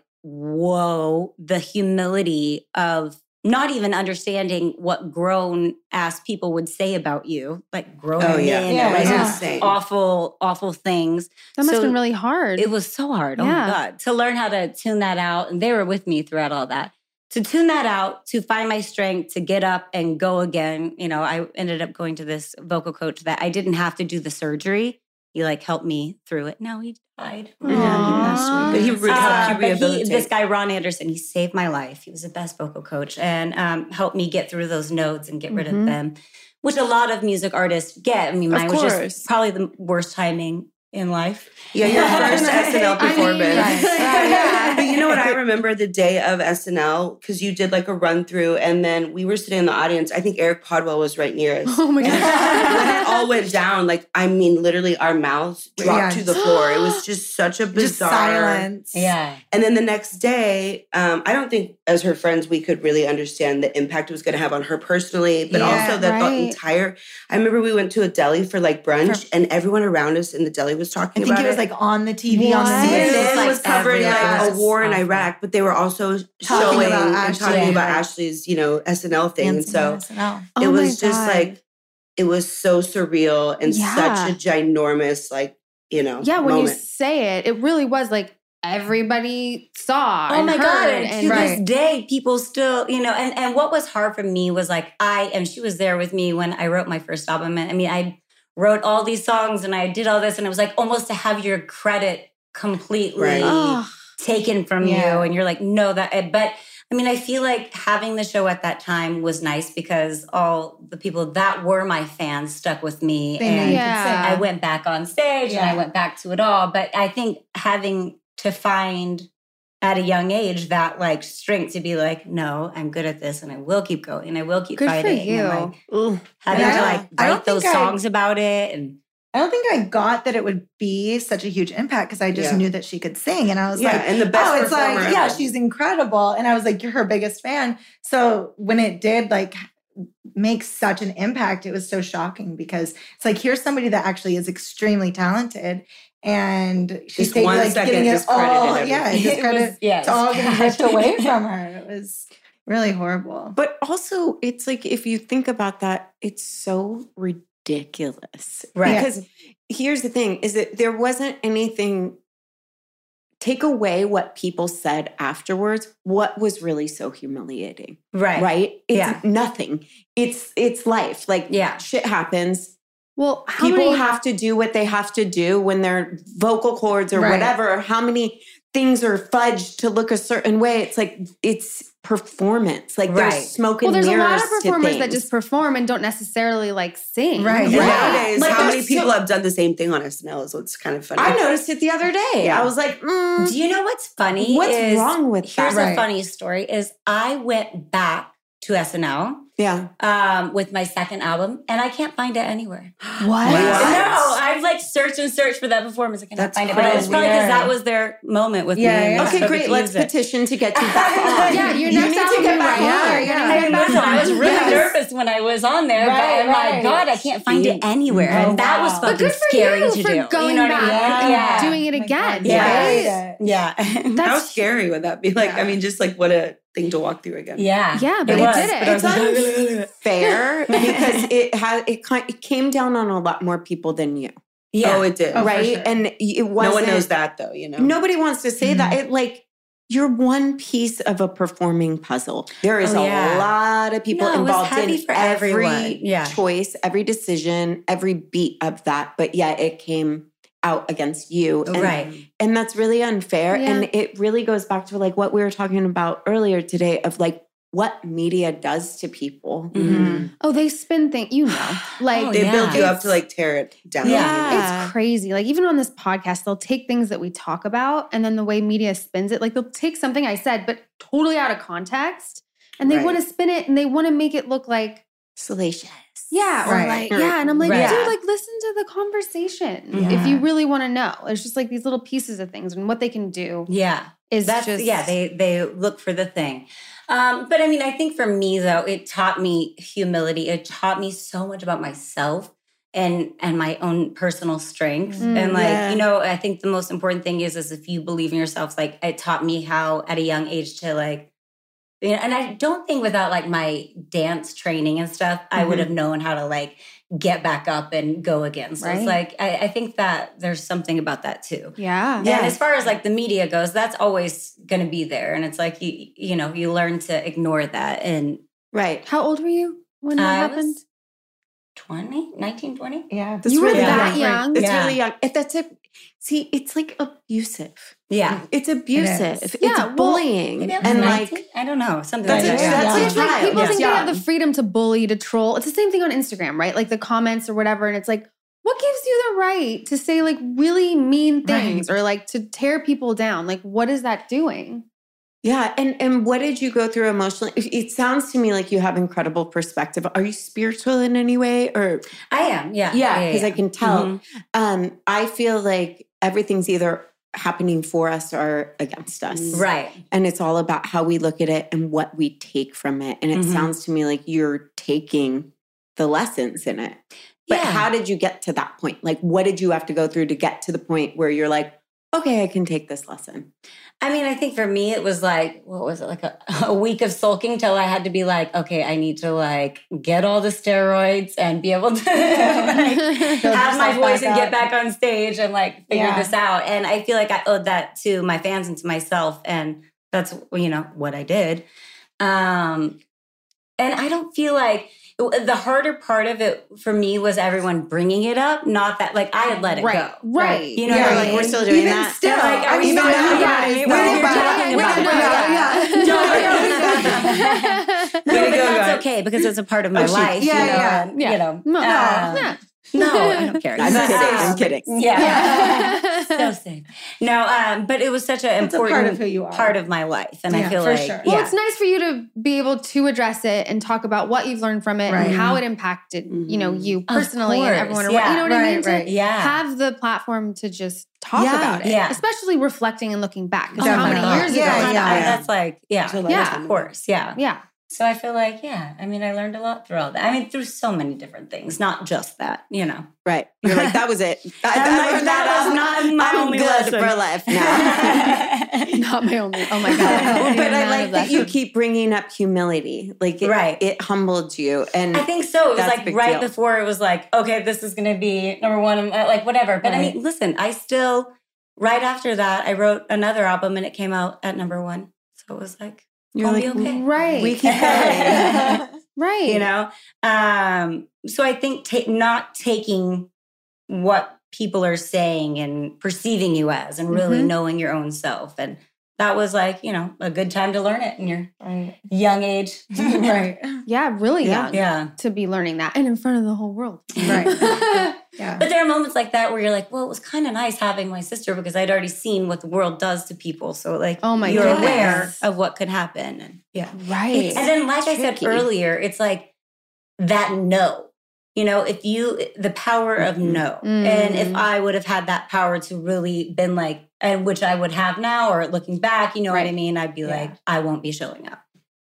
[SPEAKER 5] whoa, the humility of not even understanding what grown ass people would say about you, like grown
[SPEAKER 3] oh yeah,
[SPEAKER 5] men,
[SPEAKER 2] Yeah,
[SPEAKER 5] or, like,
[SPEAKER 2] yeah.
[SPEAKER 3] insane.
[SPEAKER 5] awful, awful things.
[SPEAKER 1] that must have
[SPEAKER 5] so
[SPEAKER 1] been really hard.
[SPEAKER 5] It was so hard. Oh
[SPEAKER 1] Yeah.
[SPEAKER 5] my God. To learn how to tune that out. And they were with me throughout all that. To tune that out, to find my strength, to get up and go again. You know, I ended up going to this vocal coach that I didn't have to do the surgery. He like helped me through it. Now he died.
[SPEAKER 1] Yeah, he passed away.
[SPEAKER 3] But he re- helped
[SPEAKER 5] Uh,
[SPEAKER 3] you
[SPEAKER 5] but he,
[SPEAKER 3] rehabilitate.
[SPEAKER 5] this guy Ron Anderson, he saved my life. He was the best vocal coach and um, helped me get through those nodes and get rid
[SPEAKER 1] Mhm.
[SPEAKER 5] of them, which a lot of music artists get. I mean,
[SPEAKER 6] Of
[SPEAKER 5] mine was
[SPEAKER 6] course.
[SPEAKER 5] just probably the worst timing in life.
[SPEAKER 3] yeah, your first SNL
[SPEAKER 1] I mean,
[SPEAKER 3] performance.
[SPEAKER 1] right, right, yeah.
[SPEAKER 3] but you know what? I remember the day of SNL because you did like a run through, and then we were sitting in the audience. I think Eric Podwell was right near us.
[SPEAKER 1] oh my
[SPEAKER 3] And when
[SPEAKER 1] god.
[SPEAKER 3] it all went down, like I mean, literally, our mouths dropped
[SPEAKER 2] Yeah.
[SPEAKER 3] to the floor. It was just such a
[SPEAKER 2] Just
[SPEAKER 3] bizarre
[SPEAKER 2] silence.
[SPEAKER 5] Yeah.
[SPEAKER 3] And then the next day, um, I don't think as her friends we could really understand the impact it was going to have on her personally, but
[SPEAKER 2] Yeah,
[SPEAKER 3] also that
[SPEAKER 1] right.
[SPEAKER 3] the entire. I remember we went to a deli for like brunch, and everyone around us in the deli was
[SPEAKER 2] I
[SPEAKER 3] talking
[SPEAKER 2] think
[SPEAKER 3] about
[SPEAKER 2] it was like on the TV on
[SPEAKER 1] What?
[SPEAKER 2] the
[SPEAKER 3] CNN
[SPEAKER 2] news.
[SPEAKER 5] It
[SPEAKER 3] was,
[SPEAKER 5] was, like,
[SPEAKER 3] covering like a
[SPEAKER 5] everywhere.
[SPEAKER 3] war in
[SPEAKER 5] Awful.
[SPEAKER 3] Iraq, but they were also
[SPEAKER 2] Talking
[SPEAKER 3] showing
[SPEAKER 2] about
[SPEAKER 3] and
[SPEAKER 2] Ashley.
[SPEAKER 3] talking about
[SPEAKER 5] Yeah.
[SPEAKER 3] Ashley's, you know, SNL thing, and so
[SPEAKER 2] SNL.
[SPEAKER 1] Oh
[SPEAKER 3] it
[SPEAKER 1] my
[SPEAKER 3] was just
[SPEAKER 1] God.
[SPEAKER 3] like it was so surreal and
[SPEAKER 1] Yeah.
[SPEAKER 3] such a ginormous like you know
[SPEAKER 1] yeah, when you
[SPEAKER 3] moment.
[SPEAKER 1] say it, it really was like everybody saw.
[SPEAKER 5] Oh
[SPEAKER 1] and
[SPEAKER 5] my god!
[SPEAKER 1] heard
[SPEAKER 5] And to
[SPEAKER 1] and
[SPEAKER 5] this day, people still, you know, and and what was hard for me was like I and she was there with me when I wrote my first album. And I mean, I wrote all these songs and I did all this, and it was like almost to have your credit completely
[SPEAKER 3] Right.
[SPEAKER 1] Ugh.
[SPEAKER 5] taken from
[SPEAKER 2] Yeah.
[SPEAKER 5] you and you're like no that but i mean i feel like having the show at that time was nice because all the people that were my fans stuck with me
[SPEAKER 2] They know
[SPEAKER 5] and
[SPEAKER 2] you
[SPEAKER 1] Yeah.
[SPEAKER 2] can
[SPEAKER 5] i went back on stage and i
[SPEAKER 2] Yeah.
[SPEAKER 5] went back to it all but i think having to find at a young age that like strength to be like no i'm good at this and i will keep going and i will keep
[SPEAKER 1] Good for
[SPEAKER 5] fighting and
[SPEAKER 1] you.
[SPEAKER 5] like
[SPEAKER 6] Ugh.
[SPEAKER 5] having
[SPEAKER 2] Yeah.
[SPEAKER 5] to like
[SPEAKER 2] I don't
[SPEAKER 5] write those
[SPEAKER 2] think I-
[SPEAKER 5] songs about it and
[SPEAKER 2] I don't think I got that it would be such a huge impact because I just
[SPEAKER 3] Yeah.
[SPEAKER 2] knew that she could sing. And I was
[SPEAKER 3] yeah,
[SPEAKER 2] like,
[SPEAKER 3] and the best
[SPEAKER 2] oh, it's
[SPEAKER 3] performer.
[SPEAKER 2] like, yeah,
[SPEAKER 3] ever.
[SPEAKER 2] she's incredible. And I was like, you're her biggest fan. So when it did like make such an impact, it was so shocking because it's like, here's somebody that actually is extremely talented. And she's
[SPEAKER 3] Just one
[SPEAKER 2] like
[SPEAKER 3] second
[SPEAKER 2] getting it
[SPEAKER 3] discredited
[SPEAKER 2] all.
[SPEAKER 3] everything.
[SPEAKER 2] Yeah,
[SPEAKER 3] It
[SPEAKER 5] It
[SPEAKER 2] discredit.
[SPEAKER 5] was- yeah,
[SPEAKER 2] it's all getting ripped
[SPEAKER 5] trash.
[SPEAKER 2] away from her. It was really horrible.
[SPEAKER 6] But also, it's like if you think about that, it's so ridiculous.
[SPEAKER 5] Right.
[SPEAKER 6] Because here's the thing is that there wasn't anything take away what people said afterwards what was really so humiliating
[SPEAKER 5] right
[SPEAKER 6] right, it's
[SPEAKER 5] Yeah.
[SPEAKER 6] nothing it's it's life like
[SPEAKER 5] yeah
[SPEAKER 6] shit happens
[SPEAKER 1] Well, how
[SPEAKER 6] people
[SPEAKER 1] many
[SPEAKER 6] have to do what they have to do when their vocal cords or
[SPEAKER 2] Right.
[SPEAKER 6] whatever or how many things are fudged to look a certain way it's like it's performance like
[SPEAKER 5] Right.
[SPEAKER 6] there's smoke and
[SPEAKER 1] well, there's a lot of
[SPEAKER 6] mirrors to
[SPEAKER 1] performers that
[SPEAKER 6] things.
[SPEAKER 1] just perform and don't necessarily like sing.
[SPEAKER 2] Right.
[SPEAKER 3] And
[SPEAKER 6] Yeah.
[SPEAKER 3] Nowadays,
[SPEAKER 6] Like,
[SPEAKER 3] how
[SPEAKER 6] there's
[SPEAKER 3] many
[SPEAKER 6] so-
[SPEAKER 3] people have done the same thing on SNL is what's kind of funny.
[SPEAKER 6] I noticed it the other day.
[SPEAKER 3] Yeah.
[SPEAKER 6] I was like, mm,
[SPEAKER 5] do you know what's funny
[SPEAKER 6] what's
[SPEAKER 5] is-
[SPEAKER 6] wrong with that?
[SPEAKER 5] here's
[SPEAKER 2] Right.
[SPEAKER 5] a funny story is i went back to snl
[SPEAKER 6] Yeah.
[SPEAKER 5] um, with my second album and i can't find it anywhere
[SPEAKER 1] What?
[SPEAKER 3] Wow.
[SPEAKER 5] no i've like searched and searched for that performance i can't
[SPEAKER 3] That's
[SPEAKER 5] find it but it's
[SPEAKER 2] so
[SPEAKER 5] probably because
[SPEAKER 2] weird.
[SPEAKER 5] that was their moment with
[SPEAKER 2] Yeah,
[SPEAKER 5] me
[SPEAKER 2] yeah.
[SPEAKER 5] and
[SPEAKER 6] Okay,
[SPEAKER 5] so
[SPEAKER 6] great.
[SPEAKER 5] they
[SPEAKER 6] Let's
[SPEAKER 5] used it.
[SPEAKER 6] petition to get you back on.
[SPEAKER 1] Yeah, your
[SPEAKER 6] You
[SPEAKER 1] next
[SPEAKER 6] need to
[SPEAKER 1] album
[SPEAKER 6] get
[SPEAKER 1] right
[SPEAKER 6] back
[SPEAKER 1] now.
[SPEAKER 6] on.
[SPEAKER 1] You're
[SPEAKER 2] Yeah.
[SPEAKER 1] gonna
[SPEAKER 5] I
[SPEAKER 1] get
[SPEAKER 5] know.
[SPEAKER 1] back on.
[SPEAKER 5] I was really
[SPEAKER 1] Yes.
[SPEAKER 5] nervous when I was on there,
[SPEAKER 2] Right,
[SPEAKER 5] but my
[SPEAKER 2] right.
[SPEAKER 5] God, I can't find it anywhere.
[SPEAKER 2] Oh,
[SPEAKER 5] and that was
[SPEAKER 2] wow.
[SPEAKER 5] fucking
[SPEAKER 1] But good for
[SPEAKER 5] scary
[SPEAKER 1] you
[SPEAKER 5] to
[SPEAKER 1] for
[SPEAKER 5] do.
[SPEAKER 1] going
[SPEAKER 5] you know what
[SPEAKER 1] back
[SPEAKER 5] I mean?
[SPEAKER 1] and
[SPEAKER 5] Yeah.
[SPEAKER 1] doing it
[SPEAKER 2] Oh my
[SPEAKER 1] again.
[SPEAKER 2] God,
[SPEAKER 5] right?
[SPEAKER 2] yeah.
[SPEAKER 5] yeah.
[SPEAKER 3] How
[SPEAKER 1] That's
[SPEAKER 3] scary would that be? Like,
[SPEAKER 2] Yeah.
[SPEAKER 3] I mean, just like what a thing to walk through again. Oh,
[SPEAKER 5] yeah.
[SPEAKER 1] yeah, but
[SPEAKER 5] It
[SPEAKER 1] you
[SPEAKER 5] was,
[SPEAKER 1] did
[SPEAKER 5] but
[SPEAKER 1] it.
[SPEAKER 5] I was
[SPEAKER 6] It's
[SPEAKER 5] like,
[SPEAKER 6] unfair because it had it, ki- it came down on a lot more people than you,
[SPEAKER 5] Yeah.
[SPEAKER 3] Oh, it did.
[SPEAKER 2] Oh, for
[SPEAKER 6] right?
[SPEAKER 2] sure.
[SPEAKER 6] And it wasn't.
[SPEAKER 3] no one knows that though, you know.
[SPEAKER 6] Nobody wants to say that. It like you're one piece of a performing puzzle. There is
[SPEAKER 5] Oh,
[SPEAKER 6] a
[SPEAKER 5] yeah.
[SPEAKER 6] lot of people
[SPEAKER 5] No, it was
[SPEAKER 6] involved
[SPEAKER 5] heavy
[SPEAKER 6] in
[SPEAKER 5] for
[SPEAKER 6] every
[SPEAKER 5] everyone. Yeah.
[SPEAKER 6] choice, every decision, every beat of that. But yet it came out against
[SPEAKER 1] Oh,
[SPEAKER 6] you,
[SPEAKER 5] Oh,
[SPEAKER 6] and
[SPEAKER 5] right.
[SPEAKER 6] And that's really unfair.
[SPEAKER 1] Yeah.
[SPEAKER 6] And it really goes back to like what we were talking about earlier today of like what media does to people.
[SPEAKER 2] Mm-hmm.
[SPEAKER 5] Mhm.
[SPEAKER 1] Oh, they spin things. You know, like
[SPEAKER 5] Oh,
[SPEAKER 3] They
[SPEAKER 5] yeah.
[SPEAKER 3] build you up to like tear it down.
[SPEAKER 5] Yeah.
[SPEAKER 1] It's crazy. Like even on this podcast, they'll take things that we talk about and then the way media spins it, like they'll take something I said but totally out of context and they
[SPEAKER 3] Right.
[SPEAKER 1] want to spin it and they want to make it look like
[SPEAKER 6] Salacious.
[SPEAKER 1] yeah or like
[SPEAKER 2] Right.
[SPEAKER 1] yeah and I'm like
[SPEAKER 5] Right.
[SPEAKER 1] dude, like listen to the conversation if
[SPEAKER 5] Yeah.
[SPEAKER 1] you really want to know. It's just like these little pieces of things and what they can do
[SPEAKER 5] Yeah.
[SPEAKER 1] is
[SPEAKER 5] That's
[SPEAKER 1] just
[SPEAKER 5] yeah, they they look for the thing. Um, but I mean, I think for me though, it taught me humility. It taught me so much about myself and and my own personal strength.
[SPEAKER 1] Mm,
[SPEAKER 5] and like,
[SPEAKER 6] yeah.
[SPEAKER 5] you know, I think the most important thing is is if you believe in yourself, like it taught me how at a young age to like you know, and I don't think without like my dance training and stuff, I would
[SPEAKER 1] Mm-hmm.
[SPEAKER 3] Mhm.
[SPEAKER 5] have known how to like get back up and go again. So
[SPEAKER 1] Right.
[SPEAKER 5] it's like I, I think that there's something about that too.
[SPEAKER 1] yeah.
[SPEAKER 5] Yeah. And
[SPEAKER 6] Yeah.
[SPEAKER 5] as far as like the media goes, that's always going to be there. And it's like, you, you know, you learn to ignore that. And
[SPEAKER 6] Right. Uh,
[SPEAKER 1] How old were you when that
[SPEAKER 5] I
[SPEAKER 1] happened?
[SPEAKER 5] was 20, 19, 20?
[SPEAKER 2] Yeah.
[SPEAKER 1] You were
[SPEAKER 5] that
[SPEAKER 1] young?
[SPEAKER 6] It's
[SPEAKER 5] Yeah.
[SPEAKER 6] really young. If that's a see, it's like abusive.
[SPEAKER 5] Yeah.
[SPEAKER 6] It's abusive.
[SPEAKER 2] is.
[SPEAKER 6] It's
[SPEAKER 1] Yeah, well,
[SPEAKER 6] bullying.
[SPEAKER 5] Maybe I was
[SPEAKER 6] and
[SPEAKER 5] 19?
[SPEAKER 6] like
[SPEAKER 5] I don't know. Something
[SPEAKER 6] that's
[SPEAKER 5] like
[SPEAKER 6] a,
[SPEAKER 2] Yeah.
[SPEAKER 5] that.
[SPEAKER 6] that's
[SPEAKER 2] Yeah.
[SPEAKER 6] a
[SPEAKER 1] It's like
[SPEAKER 6] child.
[SPEAKER 1] people
[SPEAKER 5] Yeah.
[SPEAKER 1] think they have the
[SPEAKER 6] Young.
[SPEAKER 1] freedom to bully, to troll. It's the same thing on Instagram, right? Like the comments or whatever. And it's like, what gives you the right to say like really mean
[SPEAKER 2] Right.
[SPEAKER 1] things or like to tear people down? Like, what is that doing?
[SPEAKER 6] Yeah, and and what did you go through emotionally? It- It sounds to me like you have incredible perspective. Are you spiritual in any way, or
[SPEAKER 5] I am. Yeah.
[SPEAKER 6] yeah? Because I
[SPEAKER 5] yeah.
[SPEAKER 6] can tell.
[SPEAKER 5] Mhm.
[SPEAKER 6] Um, I feel like everything's either happening for us or against us,
[SPEAKER 5] Right.
[SPEAKER 6] and it's all about how we look at it and what we take from it. And it
[SPEAKER 5] Mhm.
[SPEAKER 6] sounds to me like you're taking the lessons in it. But
[SPEAKER 5] yeah.
[SPEAKER 6] how did you get to that point? Like, what did you have to go through to get to the point where you're like, okay, I can take this lesson?
[SPEAKER 5] I mean, I think for me, it was like, what was it, like a, a week of sulking till I had to be like, okay, I need to like get all the steroids and be able to like,
[SPEAKER 2] Build
[SPEAKER 5] have my
[SPEAKER 2] yourself
[SPEAKER 5] voice
[SPEAKER 2] back
[SPEAKER 5] and get
[SPEAKER 2] up.
[SPEAKER 5] back on stage and like figure
[SPEAKER 2] Yeah.
[SPEAKER 5] this out. And I feel like I owed that to my fans and to myself. And that's, you know, what I did. Um, And I don't feel like the harder part of it for me was everyone bringing it up, not that like I had let it
[SPEAKER 1] right,
[SPEAKER 5] go.
[SPEAKER 1] right.
[SPEAKER 5] You know,
[SPEAKER 2] Yeah,
[SPEAKER 5] they're like
[SPEAKER 2] yeah.
[SPEAKER 5] we're
[SPEAKER 6] still doing
[SPEAKER 2] Even
[SPEAKER 6] that.
[SPEAKER 2] still,
[SPEAKER 5] Like, are
[SPEAKER 2] I
[SPEAKER 5] we
[SPEAKER 2] mean,
[SPEAKER 5] still
[SPEAKER 2] even now,
[SPEAKER 5] doing that?
[SPEAKER 2] yeah,
[SPEAKER 5] We're
[SPEAKER 2] we're
[SPEAKER 5] talking
[SPEAKER 2] back.
[SPEAKER 5] about
[SPEAKER 2] We're
[SPEAKER 5] it.
[SPEAKER 2] back. Yeah,
[SPEAKER 5] Yeah. No,
[SPEAKER 3] Yeah,
[SPEAKER 5] but
[SPEAKER 3] go,
[SPEAKER 5] that's
[SPEAKER 3] go.
[SPEAKER 5] okay because it's a part of my
[SPEAKER 2] Oh, she-
[SPEAKER 5] life.
[SPEAKER 2] yeah,
[SPEAKER 5] you know,
[SPEAKER 2] yeah,
[SPEAKER 5] and,
[SPEAKER 1] yeah.
[SPEAKER 5] You know,
[SPEAKER 1] No,
[SPEAKER 5] uh,
[SPEAKER 1] yeah.
[SPEAKER 5] no, I don't care.
[SPEAKER 6] I'm
[SPEAKER 5] This is-
[SPEAKER 6] kidding. I'm kidding.
[SPEAKER 5] Yeah. so
[SPEAKER 1] well,
[SPEAKER 5] safe. No, um, but it was such an
[SPEAKER 2] It's a part of
[SPEAKER 5] important
[SPEAKER 2] who you are.
[SPEAKER 5] part of my life, and
[SPEAKER 2] Yeah,
[SPEAKER 5] I feel
[SPEAKER 2] for
[SPEAKER 5] like
[SPEAKER 2] sure.
[SPEAKER 5] yeah,
[SPEAKER 1] it's nice for you to be able to address it and talk about what you've learned from it
[SPEAKER 2] Right.
[SPEAKER 1] and how it impacted, you know,
[SPEAKER 6] Mhm.
[SPEAKER 1] you personally and
[SPEAKER 5] course,
[SPEAKER 1] everyone around.
[SPEAKER 5] yeah,
[SPEAKER 1] You know what I mean?
[SPEAKER 2] right,
[SPEAKER 1] To
[SPEAKER 2] right.
[SPEAKER 5] yeah.
[SPEAKER 1] Have the platform to just talk
[SPEAKER 6] Yeah,
[SPEAKER 1] about it,
[SPEAKER 5] yeah.
[SPEAKER 1] especially reflecting and looking back. 'Cause
[SPEAKER 5] Oh my
[SPEAKER 1] how many
[SPEAKER 5] God.
[SPEAKER 1] years
[SPEAKER 2] Yeah,
[SPEAKER 1] ago?
[SPEAKER 2] yeah,
[SPEAKER 5] I-
[SPEAKER 2] yeah.
[SPEAKER 5] That's like yeah,
[SPEAKER 3] There's a lot
[SPEAKER 1] Yeah,
[SPEAKER 3] time.
[SPEAKER 5] of course, yeah.
[SPEAKER 1] yeah.
[SPEAKER 5] So I feel like yeah. I mean, I learned a lot through all that. I mean, through so many different things, not just that. You know.
[SPEAKER 6] Right. You're like, that was it. I,
[SPEAKER 5] I'm
[SPEAKER 6] I
[SPEAKER 5] like,
[SPEAKER 6] learned
[SPEAKER 5] that
[SPEAKER 6] that
[SPEAKER 5] was not my
[SPEAKER 6] I'm
[SPEAKER 5] only
[SPEAKER 6] good
[SPEAKER 5] lesson.
[SPEAKER 6] for life now.
[SPEAKER 1] Not my only. Oh my god!
[SPEAKER 6] but
[SPEAKER 1] The
[SPEAKER 6] I
[SPEAKER 1] amount
[SPEAKER 6] like
[SPEAKER 1] of
[SPEAKER 6] that you
[SPEAKER 1] lessons.
[SPEAKER 6] keep bringing up humility. Like, it,
[SPEAKER 5] Right.
[SPEAKER 6] it humbled you. And
[SPEAKER 5] I think so. It was
[SPEAKER 6] That's a
[SPEAKER 5] like
[SPEAKER 6] big
[SPEAKER 5] right
[SPEAKER 6] deal.
[SPEAKER 5] before it was like, okay, this is going to be number one, um, uh, like whatever. But I mean, listen, I still, right after that, I wrote another album and it came out at number one. So it was like,
[SPEAKER 6] you're
[SPEAKER 5] I'll
[SPEAKER 6] like,
[SPEAKER 5] be okay.
[SPEAKER 1] right,
[SPEAKER 6] we keep going.
[SPEAKER 1] right.
[SPEAKER 5] you know? Um, so I think ta- not taking what people are saying and perceiving you as and really
[SPEAKER 1] Mhm.
[SPEAKER 5] knowing your own self. And that was like, you know, a good time to learn it in your young age.
[SPEAKER 2] right,
[SPEAKER 1] yeah, really
[SPEAKER 6] Yeah.
[SPEAKER 1] young
[SPEAKER 5] yeah.
[SPEAKER 1] to be learning that and in front of the whole world.
[SPEAKER 2] right, yeah.
[SPEAKER 5] But there are moments like that where you're like, well, it was kind of nice having my sister because I'd already seen what the world does to people. So like,
[SPEAKER 1] Oh my
[SPEAKER 5] you're
[SPEAKER 1] goodness.
[SPEAKER 5] aware of what could happen. And yeah.
[SPEAKER 1] right.
[SPEAKER 5] and then, like I said
[SPEAKER 6] tricky.
[SPEAKER 5] earlier, it's like that no. You know, if you the power of no,
[SPEAKER 1] Mhm.
[SPEAKER 5] and if I would have had that power to really been like, and which I would have now, or looking back, you know what I
[SPEAKER 1] Right.
[SPEAKER 5] mean, I'd be
[SPEAKER 2] Yeah.
[SPEAKER 5] like, I won't be showing up.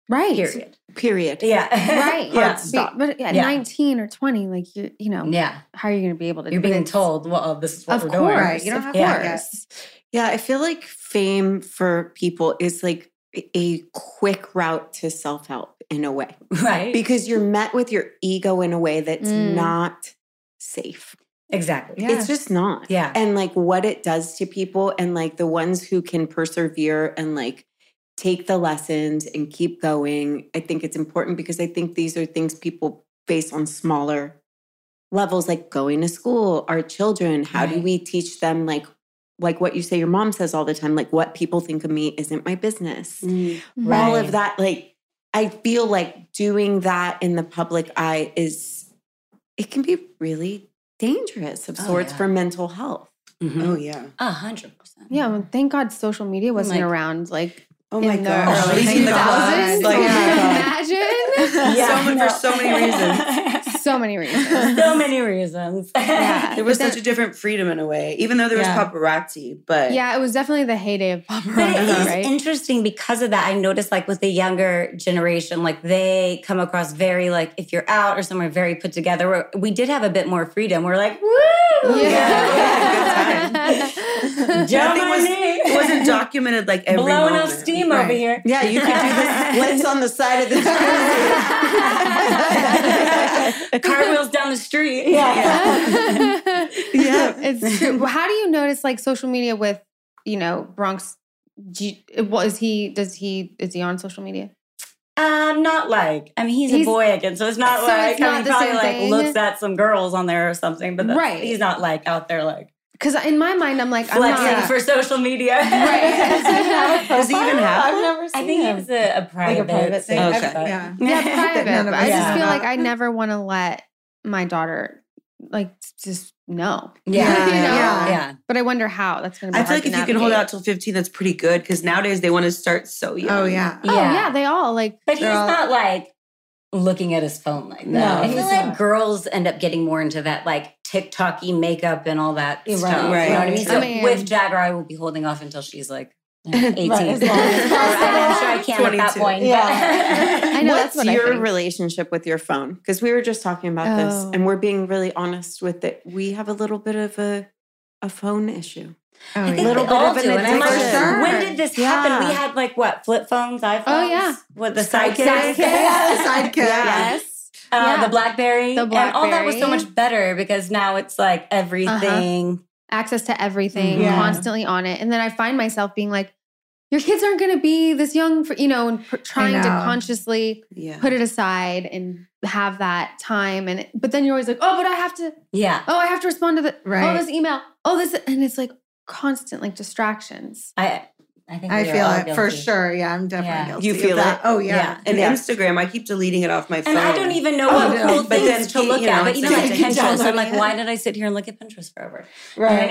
[SPEAKER 1] right.
[SPEAKER 5] Period.
[SPEAKER 6] Period.
[SPEAKER 5] Yeah.
[SPEAKER 1] Right.
[SPEAKER 5] yeah.
[SPEAKER 1] Be- But at
[SPEAKER 5] Yeah.
[SPEAKER 1] 19 or 20, like you, you know,
[SPEAKER 5] Yeah.
[SPEAKER 1] how are you going to be able to?
[SPEAKER 5] You're
[SPEAKER 1] but
[SPEAKER 5] being
[SPEAKER 1] it's-
[SPEAKER 5] told, well, this is what
[SPEAKER 1] Of
[SPEAKER 5] we're
[SPEAKER 1] course,
[SPEAKER 5] doing.
[SPEAKER 1] you don't
[SPEAKER 2] Of
[SPEAKER 1] have
[SPEAKER 5] yeah.
[SPEAKER 1] course.
[SPEAKER 6] Yeah, I feel like fame for people is like a quick route to self help in a way
[SPEAKER 5] Right.
[SPEAKER 6] because you're met with your ego in a way that's
[SPEAKER 1] Mm.
[SPEAKER 6] not safe.
[SPEAKER 5] exactly.
[SPEAKER 2] Yeah.
[SPEAKER 6] It's just not.
[SPEAKER 5] Yeah.
[SPEAKER 6] And like what it does to people, and like the ones who can persevere and like take the lessons and keep going, I think it's important because I think these are things people face on smaller levels, like going to school, our children. How do
[SPEAKER 5] Right.
[SPEAKER 6] we teach them, like, like what you say your mom says all the time, like what people think of me isn't my business Mm-hmm. all
[SPEAKER 5] Mm, Right.
[SPEAKER 6] of that like i feel like doing that in the public eye is it can be really dangerous of
[SPEAKER 5] Oh,
[SPEAKER 6] sorts
[SPEAKER 5] yeah.
[SPEAKER 6] for mental health
[SPEAKER 5] Mhm.
[SPEAKER 3] Oh yeah.
[SPEAKER 5] A hundred percent.
[SPEAKER 1] Yeah, well, thank God social media wasn't
[SPEAKER 5] Like-
[SPEAKER 1] around like
[SPEAKER 3] Oh
[SPEAKER 1] in
[SPEAKER 3] my
[SPEAKER 1] the
[SPEAKER 3] gosh.
[SPEAKER 1] early
[SPEAKER 3] Leaving the class,
[SPEAKER 1] 2000s.
[SPEAKER 3] Like, oh,
[SPEAKER 1] Imagine
[SPEAKER 3] So many- for so many
[SPEAKER 5] reasons.
[SPEAKER 1] so many reasons.
[SPEAKER 5] so many reasons.
[SPEAKER 1] Yeah.
[SPEAKER 5] Yeah.
[SPEAKER 3] there was
[SPEAKER 1] But
[SPEAKER 3] such a different freedom in a way, even though there was
[SPEAKER 5] Yeah.
[SPEAKER 3] paparazzi. But
[SPEAKER 1] Yeah, it was definitely the heyday of paparazzi,
[SPEAKER 5] But it is
[SPEAKER 1] Uh-huh. right?
[SPEAKER 5] interesting because of that. I noticed, like with the younger generation, like they come across very like if you're out or somewhere very put together. Where we did have a bit more freedom. We're like, woo,
[SPEAKER 3] Yeah.
[SPEAKER 1] Yeah.
[SPEAKER 5] jump
[SPEAKER 3] Nothing
[SPEAKER 5] on
[SPEAKER 3] was-
[SPEAKER 5] me,
[SPEAKER 3] it wasn't documented like every
[SPEAKER 5] blowing off
[SPEAKER 3] moment.
[SPEAKER 5] steam over
[SPEAKER 2] Right.
[SPEAKER 5] here.
[SPEAKER 6] yeah you could do this blitz on the side of the screen
[SPEAKER 5] Car wheels down the street. Yeah.
[SPEAKER 6] Yeah.
[SPEAKER 1] it's true. Well, How do you notice like social media with you know Bronx? Do you, what is he? Does he? Is he on social media?
[SPEAKER 5] Um, not like I mean he's,
[SPEAKER 1] He's-
[SPEAKER 5] a boy again, so it's not
[SPEAKER 1] So
[SPEAKER 5] like
[SPEAKER 1] it's
[SPEAKER 5] I
[SPEAKER 1] not
[SPEAKER 5] mean
[SPEAKER 1] the
[SPEAKER 5] probably
[SPEAKER 1] same
[SPEAKER 5] like
[SPEAKER 1] thing.
[SPEAKER 5] looks at some girls on there or something, but that's,
[SPEAKER 1] Right.
[SPEAKER 5] he's not like out there like
[SPEAKER 1] Because in my mind, I'm like, I'm not.
[SPEAKER 5] flexing for social media.
[SPEAKER 1] Right.
[SPEAKER 3] Does he even have
[SPEAKER 2] I've
[SPEAKER 3] one?
[SPEAKER 2] never seen
[SPEAKER 5] I think it
[SPEAKER 2] him.
[SPEAKER 5] was a, a private,
[SPEAKER 2] like a private thing.
[SPEAKER 5] thing,
[SPEAKER 3] Okay.
[SPEAKER 5] but-
[SPEAKER 2] Yeah.
[SPEAKER 1] Yeah, private.
[SPEAKER 2] none of
[SPEAKER 1] but I
[SPEAKER 5] us
[SPEAKER 1] just
[SPEAKER 5] have
[SPEAKER 1] feel like
[SPEAKER 2] that.
[SPEAKER 1] I never want to let my daughter like just know.
[SPEAKER 5] Yeah. Oh,
[SPEAKER 1] You know?
[SPEAKER 2] Yeah.
[SPEAKER 5] Yeah.
[SPEAKER 1] But I wonder how that's going to. be
[SPEAKER 3] I feel
[SPEAKER 1] hard
[SPEAKER 3] like
[SPEAKER 1] to
[SPEAKER 3] if you can hold out
[SPEAKER 1] navigate.
[SPEAKER 3] till 15, that's pretty good because nowadays they want to start so young.
[SPEAKER 2] Oh yeah.
[SPEAKER 1] Oh yeah. they all like.
[SPEAKER 5] But he's
[SPEAKER 2] They're all-
[SPEAKER 5] not like looking at his phone like that.
[SPEAKER 2] No,
[SPEAKER 5] I
[SPEAKER 2] he's
[SPEAKER 5] feel like
[SPEAKER 2] not.
[SPEAKER 5] girls end up getting more into that like TikTok-y makeup and all that
[SPEAKER 2] Right,
[SPEAKER 5] stuff.
[SPEAKER 3] right.
[SPEAKER 5] You know what I mean?
[SPEAKER 2] I
[SPEAKER 5] So
[SPEAKER 1] mean-
[SPEAKER 5] with Jagger, I will be holding off until she's like you know, 18.
[SPEAKER 2] Right, as long as
[SPEAKER 5] Or I'm sure I can at that
[SPEAKER 3] 22.
[SPEAKER 5] point. but-
[SPEAKER 2] Yeah.
[SPEAKER 1] I know
[SPEAKER 6] What's
[SPEAKER 1] that's what
[SPEAKER 6] your
[SPEAKER 1] I think.
[SPEAKER 6] relationship with your phone? Because we were just talking about
[SPEAKER 1] Oh.
[SPEAKER 6] this, and we're being really honest with it. We have a little bit of a a phone issue.
[SPEAKER 2] Oh,
[SPEAKER 5] I think
[SPEAKER 6] Little
[SPEAKER 5] we
[SPEAKER 6] bit
[SPEAKER 5] all
[SPEAKER 6] of an
[SPEAKER 5] do, and I'm like,
[SPEAKER 2] addiction. For sure.
[SPEAKER 5] When did this happen?
[SPEAKER 6] Yeah.
[SPEAKER 5] We had like what flip phones, iPhones.
[SPEAKER 1] yeah.
[SPEAKER 5] with the sidekick,
[SPEAKER 1] Sidekick.
[SPEAKER 2] Yeah, the sidekick.
[SPEAKER 5] Yeah.
[SPEAKER 1] Yes.
[SPEAKER 5] Uh,
[SPEAKER 1] Yeah.
[SPEAKER 5] the BlackBerry,
[SPEAKER 1] The
[SPEAKER 5] and all that was so
[SPEAKER 1] BlackBerry.
[SPEAKER 5] much better because now it's like everything.
[SPEAKER 1] access to everything,
[SPEAKER 2] Yeah.
[SPEAKER 1] constantly on it. And then I find myself being like, your kids aren't going to be this young for you know and pr- trying to
[SPEAKER 2] know.
[SPEAKER 1] consciously
[SPEAKER 3] Yeah.
[SPEAKER 1] put it aside and have that time and but then you're always like oh but I have to
[SPEAKER 5] Yeah.
[SPEAKER 1] oh I have to respond to the
[SPEAKER 2] Right.
[SPEAKER 1] oh this email oh this and it's like constant like distractions.
[SPEAKER 5] I I think
[SPEAKER 2] I
[SPEAKER 5] we are
[SPEAKER 2] feel
[SPEAKER 5] all
[SPEAKER 2] it for
[SPEAKER 5] guilty.
[SPEAKER 2] sure. Yeah, I'm definitely
[SPEAKER 5] Yeah.
[SPEAKER 2] guilty.
[SPEAKER 6] You
[SPEAKER 2] of
[SPEAKER 6] feel
[SPEAKER 2] that.
[SPEAKER 6] it?
[SPEAKER 2] Oh yeah.
[SPEAKER 5] Yeah.
[SPEAKER 3] And
[SPEAKER 6] Yeah.
[SPEAKER 3] Instagram, I keep deleting it off my phone.
[SPEAKER 5] And I don't even know what
[SPEAKER 2] Oh, no.
[SPEAKER 5] cool
[SPEAKER 3] But then
[SPEAKER 5] things to
[SPEAKER 3] Kate,
[SPEAKER 5] look
[SPEAKER 3] you know,
[SPEAKER 5] at. But you know,
[SPEAKER 3] it's
[SPEAKER 5] like
[SPEAKER 3] like-
[SPEAKER 5] Pinterest. I'm like,
[SPEAKER 2] Downloading it.
[SPEAKER 5] why did I sit here and look at Pinterest forever?
[SPEAKER 6] Right.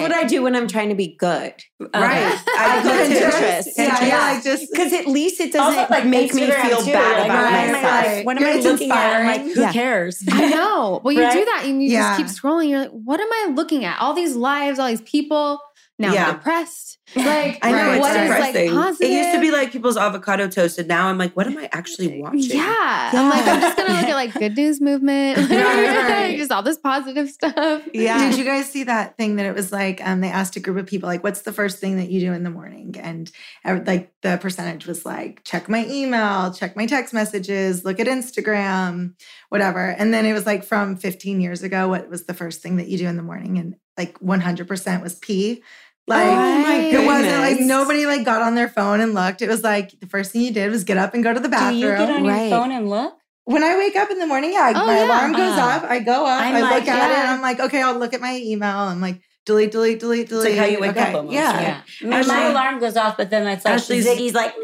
[SPEAKER 1] Right.
[SPEAKER 6] what I do when I'm trying to be good.
[SPEAKER 3] Right.
[SPEAKER 6] I go
[SPEAKER 3] put
[SPEAKER 6] to
[SPEAKER 3] it-
[SPEAKER 6] Pinterest.
[SPEAKER 2] Yeah, yeah.
[SPEAKER 6] Pinterest.
[SPEAKER 2] I just
[SPEAKER 6] Because at least it doesn't make me
[SPEAKER 5] Instagram,
[SPEAKER 6] feel
[SPEAKER 5] too.
[SPEAKER 6] bad
[SPEAKER 5] Like,
[SPEAKER 6] about
[SPEAKER 5] why am
[SPEAKER 2] right,
[SPEAKER 5] I,
[SPEAKER 6] myself.
[SPEAKER 5] like,
[SPEAKER 2] right.
[SPEAKER 5] What am I
[SPEAKER 2] It's
[SPEAKER 5] looking at? I'm like, who
[SPEAKER 6] inspiring.
[SPEAKER 5] cares?
[SPEAKER 1] I know. Well, you do
[SPEAKER 5] Right?
[SPEAKER 1] that and you
[SPEAKER 2] Yeah.
[SPEAKER 1] just keep scrolling. You're like, what am I looking at? All these lives, all these people. Now
[SPEAKER 3] Yeah.
[SPEAKER 1] I'm depressed. Like,
[SPEAKER 3] I know
[SPEAKER 2] Right,
[SPEAKER 3] it's
[SPEAKER 1] what is, like,
[SPEAKER 3] depressing.
[SPEAKER 1] positive?
[SPEAKER 3] it used to be like people's avocado toasted. Now I'm like, what am I actually watching?
[SPEAKER 1] Yeah. I'm like, I'm just gonna look at like good news movement.
[SPEAKER 2] Right.
[SPEAKER 1] just all this positive stuff.
[SPEAKER 6] Yeah.
[SPEAKER 2] Did you guys see that thing that it was like um, they asked a group of people like, "What's the first thing that you do in the morning?" And uh, like the percentage was like, "Check my email, check my text messages, look at Instagram, whatever." And then it was like from 15 years ago, what was the first thing that you do in the morning? And like 100% was pee. Like
[SPEAKER 6] Oh my
[SPEAKER 2] it wasn't like
[SPEAKER 6] goodness.
[SPEAKER 2] nobody like got on their phone and looked. It was like the first thing you did was get up and go to the
[SPEAKER 5] Do
[SPEAKER 2] bathroom.
[SPEAKER 5] you get on
[SPEAKER 6] Right.
[SPEAKER 5] your phone and look?
[SPEAKER 2] when I wake up in the morning, yeah,
[SPEAKER 1] Oh,
[SPEAKER 2] my
[SPEAKER 1] yeah.
[SPEAKER 2] alarm goes
[SPEAKER 5] Uh,
[SPEAKER 2] up. I go up.
[SPEAKER 5] I'm
[SPEAKER 2] i
[SPEAKER 5] like,
[SPEAKER 2] look at it.
[SPEAKER 1] yeah.
[SPEAKER 2] I'm like, okay, I'll look at my email. I'm like, delete, delete, delete,
[SPEAKER 3] like
[SPEAKER 2] delete.
[SPEAKER 3] how you wake
[SPEAKER 2] okay.
[SPEAKER 3] up almost,
[SPEAKER 2] Yeah.
[SPEAKER 5] Yeah. I mean, my
[SPEAKER 2] Ashley-
[SPEAKER 5] alarm goes off, but then it's like
[SPEAKER 3] Ashley's-
[SPEAKER 5] Ziggy's like,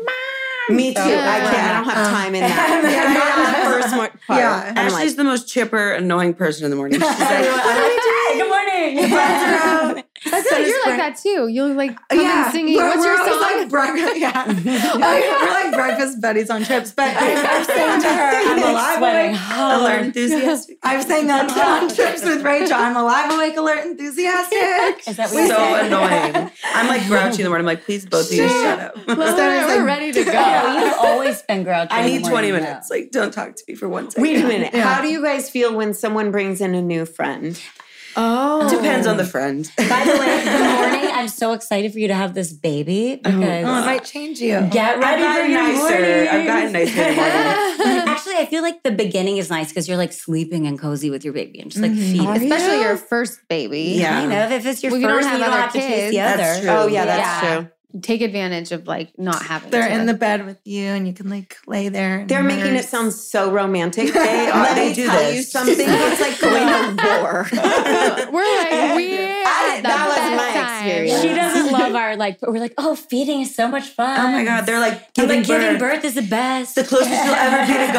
[SPEAKER 6] Me too. I can't. I don't have
[SPEAKER 2] Um,
[SPEAKER 6] time in that.
[SPEAKER 2] yeah.
[SPEAKER 6] Not in the first mo- part.
[SPEAKER 2] Yeah.
[SPEAKER 6] I'm
[SPEAKER 3] Ashley's
[SPEAKER 6] like,
[SPEAKER 3] the most chipper, annoying person in the morning. She's like,
[SPEAKER 5] Good morning.
[SPEAKER 2] Brenda.
[SPEAKER 1] I feel like you're like that too. You're like come
[SPEAKER 2] yeah.
[SPEAKER 1] in singing.
[SPEAKER 2] We're,
[SPEAKER 1] What's
[SPEAKER 2] we're
[SPEAKER 1] your
[SPEAKER 2] always
[SPEAKER 1] song?
[SPEAKER 2] like breakfast. Yeah. Like, we're like breakfast buddies on trips. But I, I'm saying to her, I'm
[SPEAKER 5] I'm like
[SPEAKER 2] alive
[SPEAKER 5] sweating
[SPEAKER 2] awake.
[SPEAKER 3] alert
[SPEAKER 5] hard.
[SPEAKER 3] enthusiastic.
[SPEAKER 2] I'm saying that on trips with Rachel. I'm alive awake, alert, enthusiastic.
[SPEAKER 5] Is that what you
[SPEAKER 3] so
[SPEAKER 5] said?
[SPEAKER 3] annoying. I'm like grouchy in the morning. I'm like, please both of you shut up.
[SPEAKER 1] Well,
[SPEAKER 2] Start
[SPEAKER 1] we're,
[SPEAKER 2] saying-
[SPEAKER 1] we're ready to
[SPEAKER 5] Oh,
[SPEAKER 1] go.
[SPEAKER 5] you've always been grouchy.
[SPEAKER 3] I
[SPEAKER 5] in the
[SPEAKER 3] need 20
[SPEAKER 5] morning,
[SPEAKER 3] minutes.
[SPEAKER 5] though.
[SPEAKER 3] Like, don't talk to me for one second.
[SPEAKER 6] wait a minute.
[SPEAKER 2] Yeah.
[SPEAKER 6] How do you guys feel when someone brings in a new friend?
[SPEAKER 1] oh,
[SPEAKER 3] Depends on the friend.
[SPEAKER 5] By the way, good morning. I'm so excited for you to have this baby because
[SPEAKER 2] Oh, it might change you.
[SPEAKER 5] get
[SPEAKER 3] I've
[SPEAKER 5] ready for
[SPEAKER 3] gotten
[SPEAKER 5] your
[SPEAKER 3] nicer.
[SPEAKER 5] mornings.
[SPEAKER 3] I've gotten nicer in the morning.
[SPEAKER 5] Actually, I feel like the beginning is nice because you're like sleeping and cozy with your baby and just like
[SPEAKER 2] Mhm.
[SPEAKER 5] feeding.
[SPEAKER 6] Are
[SPEAKER 1] especially
[SPEAKER 6] you?
[SPEAKER 1] your first baby.
[SPEAKER 3] Yeah.
[SPEAKER 5] Kind of. If it's your
[SPEAKER 1] Well, you don't
[SPEAKER 5] first,
[SPEAKER 1] have
[SPEAKER 5] you don't
[SPEAKER 1] other
[SPEAKER 5] have to chase the
[SPEAKER 1] kids.
[SPEAKER 5] other.
[SPEAKER 3] That's true.
[SPEAKER 6] Oh yeah, that's
[SPEAKER 1] Yeah.
[SPEAKER 6] true.
[SPEAKER 1] Take advantage of like not having.
[SPEAKER 2] They're
[SPEAKER 1] to.
[SPEAKER 2] in the bed with you and you can like lay there. and
[SPEAKER 6] They're making it
[SPEAKER 2] nurse.
[SPEAKER 6] sound so romantic. They are.
[SPEAKER 3] Let
[SPEAKER 6] Let
[SPEAKER 3] me
[SPEAKER 6] me
[SPEAKER 3] do
[SPEAKER 6] tell
[SPEAKER 3] this.
[SPEAKER 6] you something. It's like going to war.
[SPEAKER 1] We're like we.
[SPEAKER 6] I- that was my experience.
[SPEAKER 5] She
[SPEAKER 6] Yeah.
[SPEAKER 5] doesn't love our like. But we're like, oh, feeding is so much fun.
[SPEAKER 3] Oh my God. They're like,
[SPEAKER 5] I'm
[SPEAKER 3] giving,
[SPEAKER 5] like, giving
[SPEAKER 3] birth.
[SPEAKER 5] birth is the best.
[SPEAKER 3] The closest you'll ever be to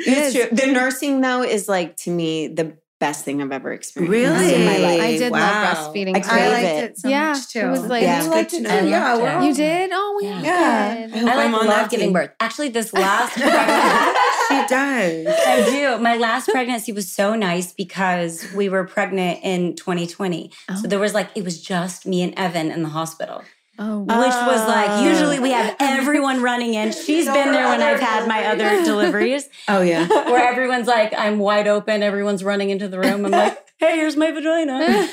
[SPEAKER 3] God.
[SPEAKER 6] It's true. The nursing though is like to me the best thing I've ever experienced
[SPEAKER 3] Really?
[SPEAKER 6] in my life.
[SPEAKER 1] I did
[SPEAKER 3] Wow.
[SPEAKER 1] love breastfeeding.
[SPEAKER 6] I
[SPEAKER 1] too.
[SPEAKER 2] I
[SPEAKER 6] crave
[SPEAKER 2] liked
[SPEAKER 6] it.
[SPEAKER 2] it, so
[SPEAKER 1] Yeah,
[SPEAKER 2] much too.
[SPEAKER 1] it was like-
[SPEAKER 6] Yeah.
[SPEAKER 2] you liked it
[SPEAKER 3] Good
[SPEAKER 2] too.
[SPEAKER 3] to know.
[SPEAKER 2] Yeah,
[SPEAKER 5] I
[SPEAKER 2] we're
[SPEAKER 5] loved
[SPEAKER 2] all
[SPEAKER 1] You did? Oh, we
[SPEAKER 5] Yeah.
[SPEAKER 2] Yeah.
[SPEAKER 1] did.
[SPEAKER 3] I
[SPEAKER 5] I
[SPEAKER 3] hope
[SPEAKER 5] like
[SPEAKER 3] I'm
[SPEAKER 5] love
[SPEAKER 3] on that
[SPEAKER 5] giving
[SPEAKER 3] team.
[SPEAKER 5] birth. Actually, this last pregnancy,
[SPEAKER 3] She does.
[SPEAKER 5] I do. My last pregnancy was so nice because we were pregnant in 2020.
[SPEAKER 1] Oh.
[SPEAKER 5] So there was like it was just me and Evan in the hospital,
[SPEAKER 1] Oh,
[SPEAKER 5] which was like
[SPEAKER 6] Oh.
[SPEAKER 5] usually we have everyone running in. She's
[SPEAKER 2] No
[SPEAKER 5] been there when
[SPEAKER 2] other
[SPEAKER 5] I've had my other deliveries,
[SPEAKER 3] Oh, yeah.
[SPEAKER 5] where everyone's like, I'm wide open. Everyone's running into the room. I'm like, Hey, here's my vagina. Uh,